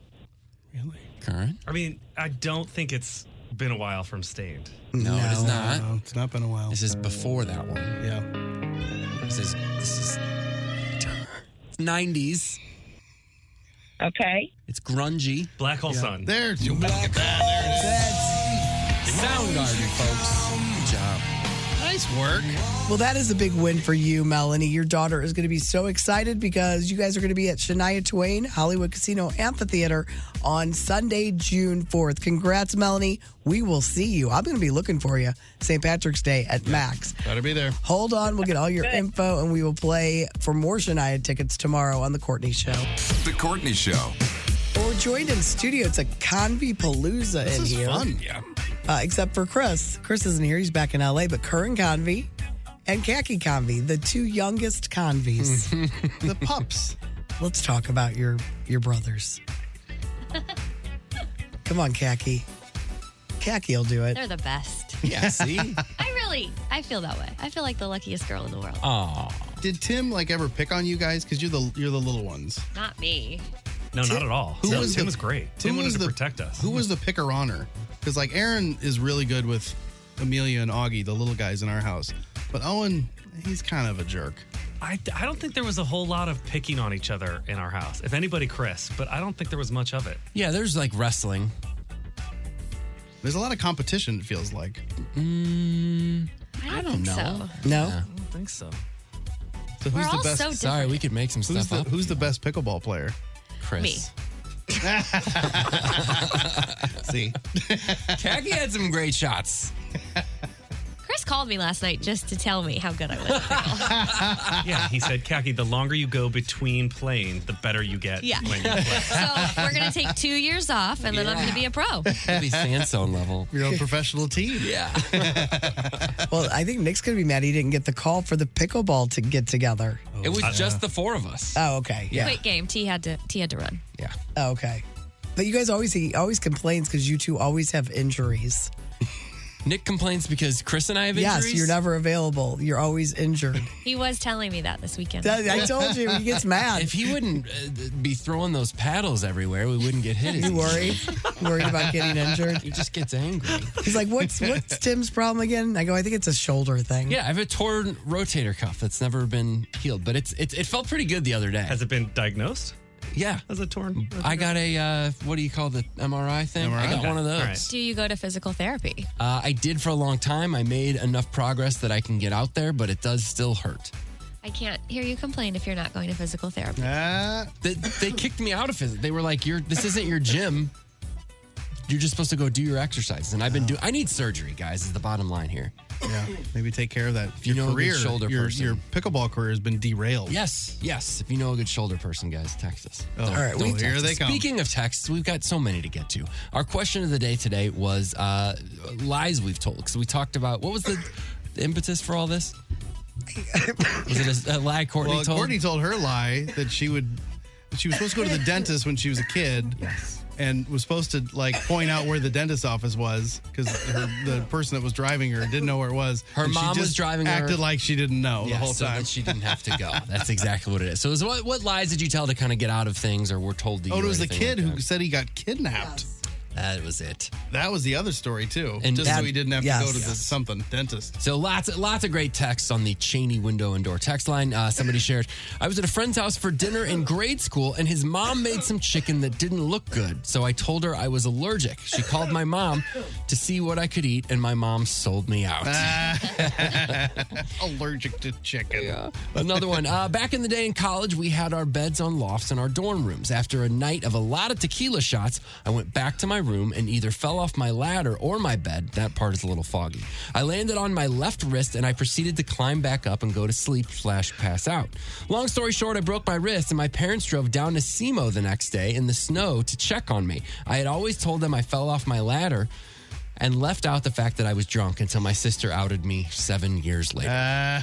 Current?
I mean, I don't think it's been a while from Stained.
No, it is not.
Oh,
No, it's not been a while.
This is before that one. Yeah. This is this is 90s.
Okay.
It's grungy.
Black Hole Sun.
There's your black. Soundgarden, folks. Good job.
Nice work.
Well, that is a big win for you, Melanie. Your daughter is going to be so excited because you guys are going to be at Shania Twain Hollywood Casino Amphitheater on Sunday, June 4th. Congrats, Melanie. We will see you. I'm going to be looking for you St. Patrick's Day at Max.
Better be there.
Hold on. We'll get all your info and we will play for more Shania tickets tomorrow on The Courtney Show.
The Courtney Show.
Well, we're joined in studio. It's a Convi Palooza
This
in
is
here.
fun, yeah.
Uh, except for Chris. Chris isn't here. He's back in LA, but Curran Convi and Khaki Convi, the two youngest convies, the pups.
Mm-hmm.
Let's talk about your your brothers. Come on, Khaki. Khaki will do it.
They're the best.
Yeah, see?
I really, I feel that way. I feel like the luckiest girl in the world.
Oh.
Uh,
Did Tim like ever pick on you guys? Because you're the you're the little ones.
Not me.
No, not at all. Tim, Tim was great. Tim, wanted
was
to
the-
protect us.
Who was the picker honor? Because like Aaron is really good with Amelia and Augie, the little guys in our house. But Owen, he's kind of a jerk.
I, I don't think there was a whole lot of picking on each other in our house. If anybody, Chris, but I don't think there was much of it.
Yeah, there's like wrestling.
There's a lot of competition. It feels like.
I don't think so.
No,
I
don't think so.
So
We're all so different. Sorry,
we could make some
who's
stuff
the,
up
Who's the best pickleball player?
Chris.
Me.
See,
Khaki had some great shots.
Chris called me last night just to tell me how good I was.
yeah, he said, Khaki, the longer you go between playing, the better you get.
yeah.
Oh
When you play.
so we're going to take two years off and then I'm going to be a pro.
Maybe sandstone level.
Your own professional team.
Yeah.
Well, I think Nick's going to be mad he didn't get the call for the pickleball to get together.
Oh.
It was just the four of us.
Oh, okay. Yeah.
Quick game. T had to T had to run.
Oh, okay. But you guys always he always complains because you two always have injuries.
Nick complains because Chris and I have
yes,
injuries.
you're never available. You're always injured.
He was telling me that this weekend.
I told you, he gets mad.
If he wouldn't uh, be throwing those paddles everywhere, we wouldn't get hit. as
You worry?
easily.
Worried about getting injured?
He just gets angry.
He's like, "What's what's Tim's problem again?" I go, "I think it's a shoulder thing."
Yeah, I have a torn rotator cuff that's never been healed, but it's it, it felt pretty good the other day. Has
it been diagnosed?
Yeah,
as a torn.
I got a uh, what do you call the MRI thing? I got one of those.
Do you go to physical therapy?
Uh, I did for a long time. I made enough progress that I can get out there, but it does still hurt.
I can't hear you complain if you're not going to physical therapy.
They, they kicked me out of it. They were like, "You're this isn't your gym. You're just supposed to go do your exercises." And I've been doing. I need surgery, guys. Is the bottom line here.
Yeah, maybe take care of that.
If you know a good
career,
shoulder
your,
person.
your pickleball career has been derailed.
Yes, yes. If you know a good shoulder person, guys, text us.
Oh,
Don't-
all right,
don't
we-
text
here
us.
they come.
Speaking of texts, we've got so many to get to. Our question of the day today was uh, lies we've told. Because we talked about what was the, the impetus for all this? Was it a, a lie Courtney
well,
told?
Courtney told her lie that she would. She was supposed to go to the dentist when she was a kid. And was supposed to like point out where the dentist office was because the person that was driving her didn't know where it was.
Her
And she
mom was
just
driving her-
acted like she didn't know
Yeah,
the whole
so
time.
that she didn't have to go. That's exactly what it is. So, it was what, what lies did you tell to kind of get out of things, or were told to you?
Oh, it
or
was the
anything
kid
like
who said he got kidnapped.
That was it.
That was the other story too.
And
just
that-
so he didn't have
yes.
to go to the
Yes.
something dentist.
So lots, lots of great texts on the Cheney window and door text line. Uh, somebody shared, "I was at a friend's house for dinner in grade school, and his mom made some chicken that didn't look good. So I told her I was allergic. She called my mom to see what I could eat, and my mom sold me out.
Allergic to chicken.
Another one. Uh, back in the day in college, we had our beds on lofts in our dorm rooms. After a night of a lot of tequila shots, I went back to my room and either fell off my ladder or my bed. That part is a little foggy. I landed on my left wrist and I proceeded to climb back up and go to sleep slash pass out. Long story short, I broke my wrist and my parents drove down to SEMO the next day in the snow to check on me. I had always told them I fell off my ladder and left out the fact that I was drunk until my sister outed me seven years later.
Uh,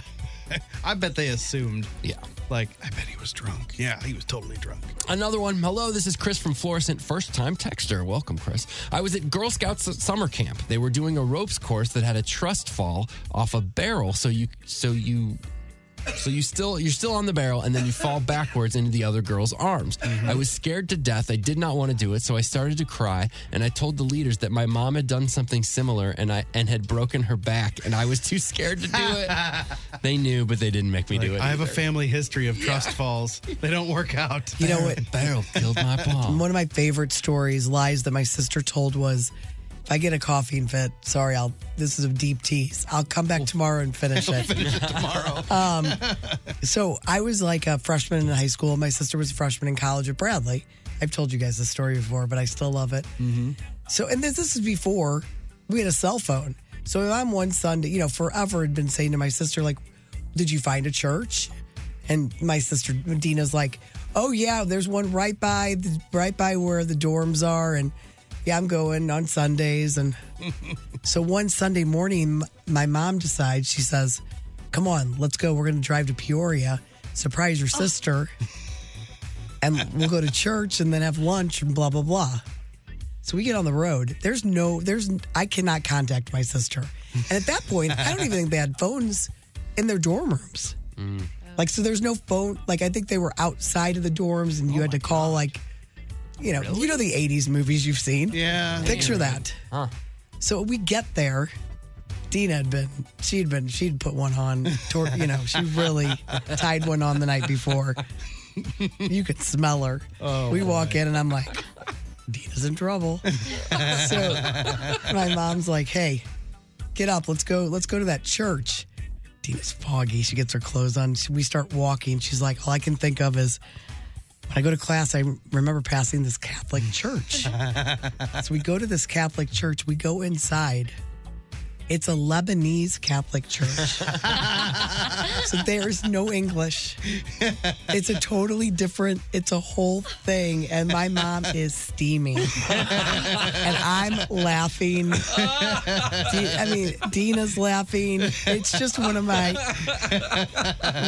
I bet they assumed.
Yeah.
Like, I bet he was drunk. Yeah, he was totally drunk.
Another one. Hello, this is Chris from Florissant, first time texter. Welcome, Chris. I was at Girl Scouts summer camp. They were doing a ropes course that had a trust fall off a barrel, so you so you so you still you're still on the barrel and then you fall backwards into the other girl's arms.
Mm-hmm.
I was scared to death. I did not want to do it, so I started to cry and I told the leaders that my mom had done something similar and I and had broken her back and I was too scared to do it. they knew, but they didn't make me do it.
Like, I have a
either.
family history of trust falls. They don't work out.
You know what?
Barrel killed my bomb.
One of my favorite stories, lies that my sister told was, if I get a coughing fit, sorry, I'll. This is a deep tease. I'll come back tomorrow and finish it.
tomorrow.
Um, so I was like a freshman in high school. My sister was a freshman in college at Bradley. I've told you guys this story before, but I still love it. Mm-hmm. So, and this, this is before we had a cell phone. So my mom one Sunday, you know, forever had been saying to my sister, like, did you find a church? And my sister Dina's like, oh yeah, there's one right by the, right by where the dorms are, and yeah, I'm going on Sundays. And so one Sunday morning, m- my mom decides she says, come on, let's go. We're going to drive to Peoria, surprise your sister, and we'll go to church and then have lunch and blah blah blah. So we get on the road. There's no, there's, I cannot contact my sister. And at that point, I don't even think they had phones in their dorm rooms.
Mm.
Like, so there's no phone. Like, I think they were outside of the dorms
Oh
and you had to call, like, you know, you know the 80s movies you've seen.
Yeah.
Picture
Yeah.
that.
Huh.
So we get there. Dina had been, she'd been, she'd put one on, tor- you know, she really tied one on the night before. You could smell her.
Oh,
we walk
boy.
in and I'm like, Dina's in trouble. so my mom's like, hey, get up, let's go, let's go to that church. Dina's foggy. She gets her clothes on. She- We start walking. She's like, all I can think of is when I go to class, I remember passing this Catholic church. so we go to this Catholic church. We go inside. It's a Lebanese Catholic church. so there's no English. It's a totally different, it's a whole thing. And my mom is steaming. and I'm laughing. Di- I mean, Dina's laughing. It's just one of my.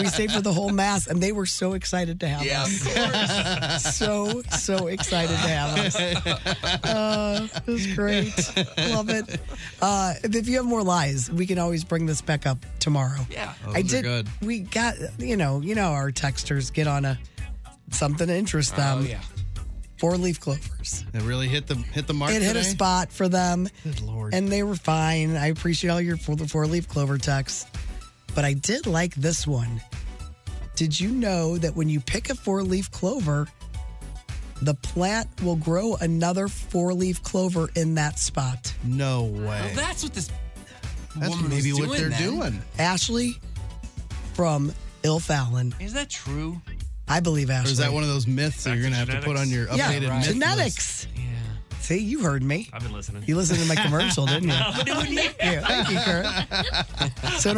We stayed for the whole mass, and they were so excited to have
Yeah,
us.
of course.
so, so excited to have us. Uh, it was great. Love it. Uh, if you have more lies, we can always bring this back up tomorrow.
Yeah.
I
Those are
did.
good.
We got you know you know our texters get on a something to interest them.
Oh, yeah.
Four leaf clovers.
It really hit the hit the mark.
it hit a
today?
spot for them.
Good lord.
And they were fine. I appreciate all your four, four leaf clover texts. But I did like this one. Did you know that when you pick a four leaf clover, the plant will grow another four leaf clover in that spot?
No way.
That's what this.
That's
woman
maybe
was
what
doing
they're
then.
doing.
Ashley from Il Fallon.
Is that true?
I believe
Or
Ashley.
is that one of those myths that you're going to have to put on your updated
yeah,
myth list?
genetics? Yeah. See, you heard me.
I've been listening.
You listened to my commercial, didn't you?
No, but it would make-
Yeah, thank you, Kurt. So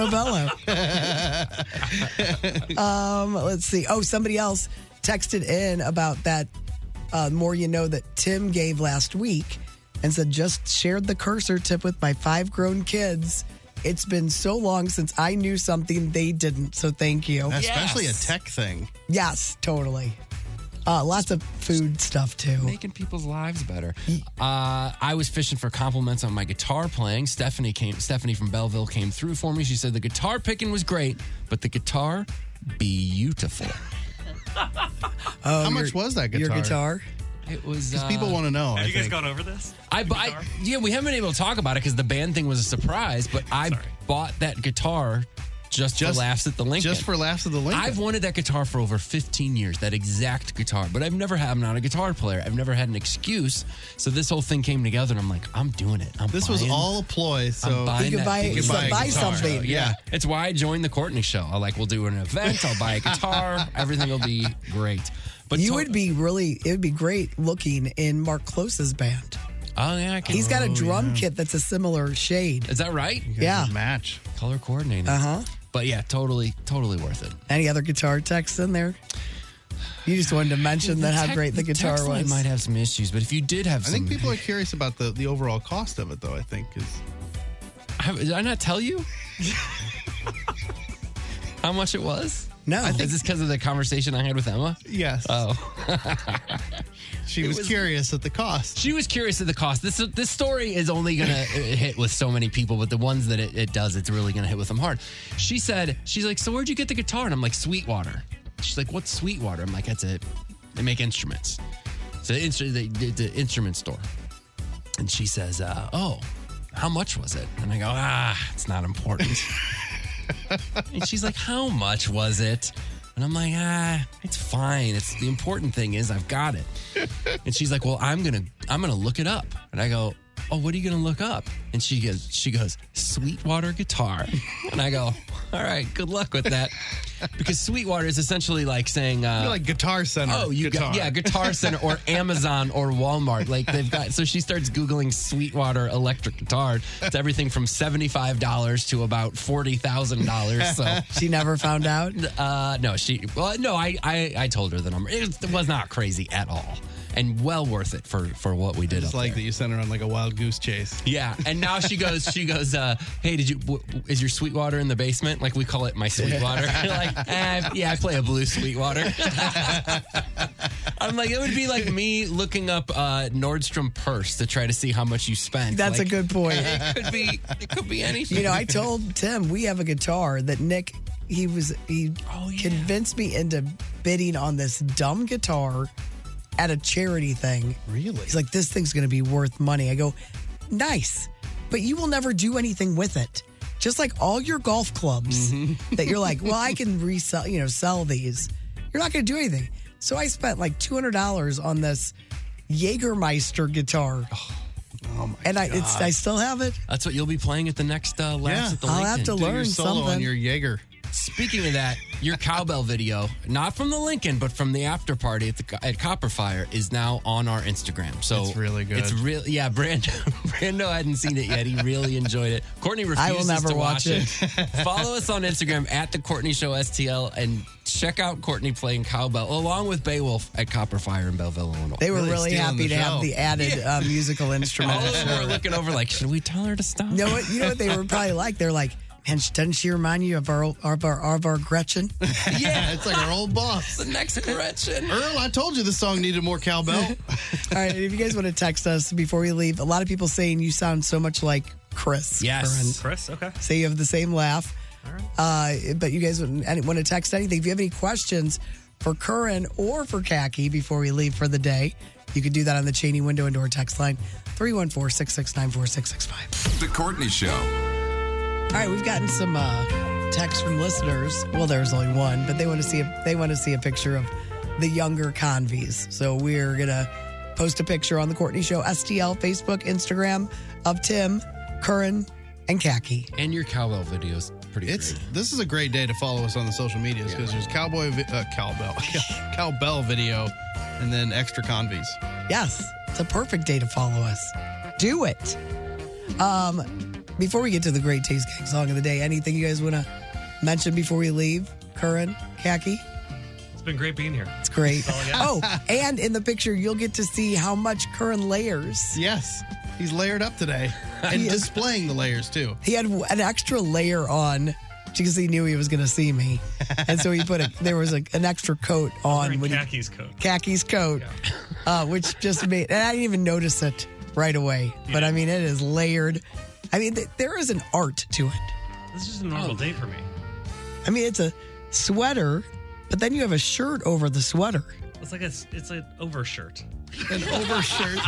Novello. um, let's see. Oh, somebody else texted in about that uh, more you know that Tim gave last week and said, just shared the cursor tip with my five grown kids. It's been so long since I knew something they didn't. So thank you.
Especially a tech thing.
Yes, totally. Uh, lots of food stuff too.
Making people's lives better. Uh, I was fishing for compliments on my guitar playing. Stephanie came. Stephanie from Belleville came through for me. She said the guitar picking was great, but the guitar beautiful.
Oh,
How
your-
much was that guitar?
your guitar? It was. uh,
Because people want to know.
Have
I
you guys
think.
gone over this?
I, bu- I yeah, we haven't been able to talk about it because the band thing was a surprise. But I bought that guitar Just, for laughs at the Lincoln.
Just for laughs at the Lincoln.
I've wanted that guitar for over 15 years, that exact guitar, but I've never had, I'm not a guitar player. I've never had an excuse. So this whole thing came together and I'm like, I'm doing it. I'm
This was
buying-
all a ploy,
I'm
so-
buying
You could
that
buy-
big
you could
ass
buy
guitar.
something.
Yeah.
Yeah.
It's why I joined the Courtney show. I like, we'll do an event, I'll buy a guitar, everything will be great. But
you
to-
would be really, it would be great looking in Mark Close's band.
Oh, yeah. I can-
He's got a
Oh,
drum
yeah.
kit that's a similar shade.
Is that right?
Yeah.
Match.
Color coordinated.
Uh huh.
But yeah, totally, totally worth it.
Any other guitar texts in there? You just wanted to mention that how great the guitar was.
might have some issues, but if you did have
I think people are curious about the, the overall cost of it, though, I think. is
I, did I not tell you? How much it was?
No.
I think, is this because of the conversation I had with Emma?
Yes.
Oh.
She was curious at the cost.
She was curious at the cost. This this story is only going to hit with so many people, but the ones that it, it does, it's really going to hit with them hard. She said, she's like, so where'd you get the guitar? And I'm like, Sweetwater. She's like, what's Sweetwater? I'm like, that's a, they make instruments. So the, instru- they, they- the instrument store. And she says, uh, oh, how much was it? And I go, ah, it's not important. and she's like, how much was it? And I'm like, ah, it's fine. It's the important thing is I've got it. And she's like, well, I'm gonna I'm gonna look it up. And I go, oh, what are you gonna look up? And she goes, she goes, Sweetwater guitar. And I go, all right, good luck with that, because Sweetwater is essentially like saying, uh,
You're like Guitar Center.
Oh, you
guitar.
got yeah, Guitar Center or Amazon or Walmart. Like they've got. So she starts googling Sweetwater electric guitar. It's everything from seventy five dollars to about forty thousand dollars. So
she never found out.
Uh, no, she. Well, no, I, I, I told her the number. It was not crazy at all, and well worth it for for what we did.
It's
up
like that you sent her on like a wild goose chase.
yeah, and now she goes. She goes. Uh, hey, did you? W- w- is your Sweetwater in the basement? Like we call it my Sweetwater. like, eh, yeah, I play a blue Sweetwater. I'm like, it would be like me looking up uh, Nordstrom purse to try to see how much you spent.
That's
Like,
a good point.
It could be. It could be anything.
You know, I told Tim we have a guitar that Nick he was he convinced me into bidding on this dumb guitar at a charity thing. Really? He's like, this thing's gonna be worth money. I go, nice, but you will never do anything with it. Just like all your golf clubs that you're like, well, I can resell, you know, sell these. You're not gonna do anything. So I spent like two hundred dollars on this Jägermeister guitar. and I it's
God.
I still have it.
That's what you'll be playing at the next uh, Laughs
Yeah,
at the
I'll
Lincoln.
have to Do your learn solo on something. your
Jaeger.
Speaking of that, your cowbell video, not from the Lincoln, but from the after party at, the, at Copperfire, is now on our Instagram. So
It's really good.
It's real. Yeah, Brando, Brando hadn't seen it yet. He really enjoyed it. Courtney refuses
I will never
to watch,
watch
it. Follow us on Instagram at the Courtney Show STL and check out Courtney playing cowbell along with Beowulf at Copperfire in Belleville, Illinois.
They were really, happy to have the Oh. added
Yeah.
uh, musical instrument.
All of them were looking over like, should we tell her to stop?
you know what? You know what they were probably like. They're like, man, she- doesn't she remind you of our old- of our, of our Gretchen?
Yeah, it's like our old boss.
the next Gretchen.
Earl, I told you this song needed more cowbell.
All right, if you guys want to text us before we leave, a lot of people saying you sound so much like Chris. Curran.
Chris. Okay.
Say you have the same laugh. Uh, but you guys wouldn't any- want to text anything. If you have any questions for Curran or for Khaki before we leave for the day, you can do that on the Cheney window and door text line 314 669 4665.
The Courtney Show.
All right, we've gotten some uh, texts from listeners. Well, there's only one, but they want to see a, they want to see a picture of the younger convies. So we're gonna post a picture on the Courtney Show STL Facebook Instagram of Tim, Curran, and Khaki.
And your cowbell video is pretty
it's, This is a great day to follow us on the social medias because there's cowboy, vi- uh, cowbell, cowbell video and then extra convies.
Yes, it's a perfect day to follow us. Do it. Um, before we get to the great taste cake song of the day, anything you guys want to mention before we leave? Curran, Khaki.
It's been great being here.
It's great.
That's all I got.
oh, and in the picture, you'll get to see how much Curran layers.
Yes, he's layered up today and displaying the layers too.
He had an extra layer on because he knew he was going to see me, and so he put a there was a, an extra coat on when he,
Jackie's coat.
Khaki's coat, uh, which just made and I didn't even notice it right away. But I mean, it is layered. I mean, th- there is an art to it.
This is just a
Oh.
normal day for me.
I mean, it's a sweater, but then you have a shirt over the sweater.
It's like a, it's an overshirt.
an overshirt.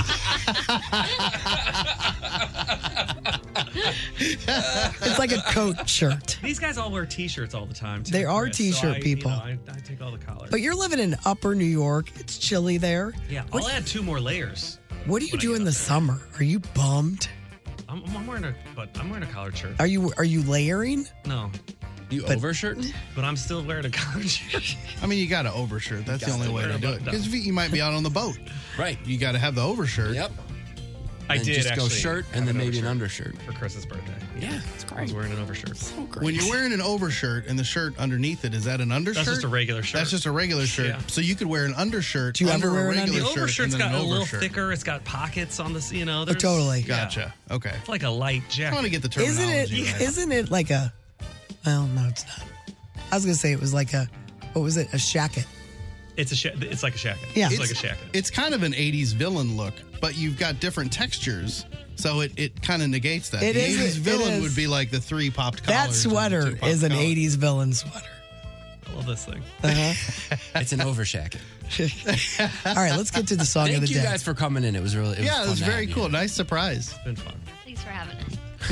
It's like a coat shirt.
These guys all wear T-shirts all the time. Too,
They are
Chris,
t-shirt
so I, you
people.
know, I, I take all the collars.
But you're living in upper New York. It's chilly there.
yeah. I'll add two more layers.
What do you do in the summer? Are you bummed?
I'm, I'm wearing a but I'm wearing a collared shirt.
Are you are you layering?
No.
You
But-
overshirt?
But I'm still wearing a collared shirt.
I mean, you got to overshirt. That's the
gotta
only way
wear
to
a
do it.
button
Because
down.
you might be out on the boat.
right.
You got to have the overshirt.
Yep.
I
And
did
just go
actually
shirt
have
and then maybe an
undershirt
for Chris's birthday.
Yeah, it's
I was wearing an overshirt. So
When you're wearing an overshirt and the shirt underneath it, is that an undershirt?
just a regular shirt.
That's just a regular shirt.
Yeah.
So you could wear an undershirt.
Do you
under
ever
a
wear an
regular
The
shirt?
overshirt's
and then
got
an
a little
overshirt.
thicker. It's got pockets on this, you know.
Oh, totally.
yeah.
Gotcha. Okay.
It's like a light jacket.
I wanna get the
Isn't it?
terminology right.
not it like a? Well, no, it's not. I was gonna say it was like a. What was it? A shacket.
It's a sh- it's like a shacket. it's, like a shacket.
It's kind of an 80s villain look, but you've got different textures. So it, it kind of negates that.
It
the
is-
80s
it
villain
is.
would be like the three popped collars.
That sweater
pop
is an
collar.
'80s villain sweater.
I love this thing.
Uh-huh.
It's an overshacket.
All right, let's get to the song
Thank
of the
you
day.
guys for coming in. It was really it
yeah,
was
it was
fun to
very
have you.
cool. Nice surprise.
been fun.
Thanks for having us.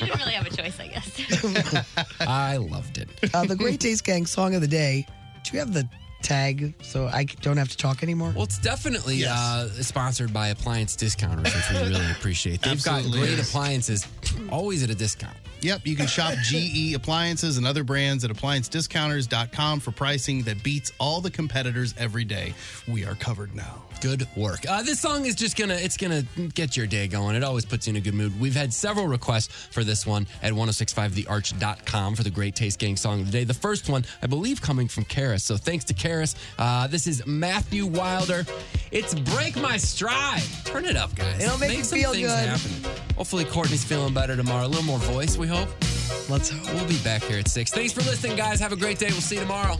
you didn't really have a choice, I guess.
I loved it.
uh, the Great Taste Gang song of the day. Do you have the tag so I don't have to talk anymore?
Well, it's definitely uh, sponsored by Appliance Discounters, which we really appreciate. They've
Absolutely
got great
is.
appliances, always at a discount.
Yep, you can shop GE appliances and other brands at appliancediscounters.com for pricing that beats all the competitors every day. We are covered now.
Good work. Uh, this song is just gonna it's gonna get your day going. It always puts you in a good mood. We've had several requests for this one oh at 1065thearch.com for the Great Taste Gang song of the day. The first one, I believe, coming from Karis. So thanks to Karis. Uh, this is Matthew Wilder. It's Break My Stride. Turn it up, guys.
It'll make you
some
feel
things
good.
happen. Hopefully Courtney's feeling better tomorrow. A little more voice, we hope.
Let's hope.
We'll be back here at six. Thanks for listening, guys. Have a great day. We'll see you tomorrow.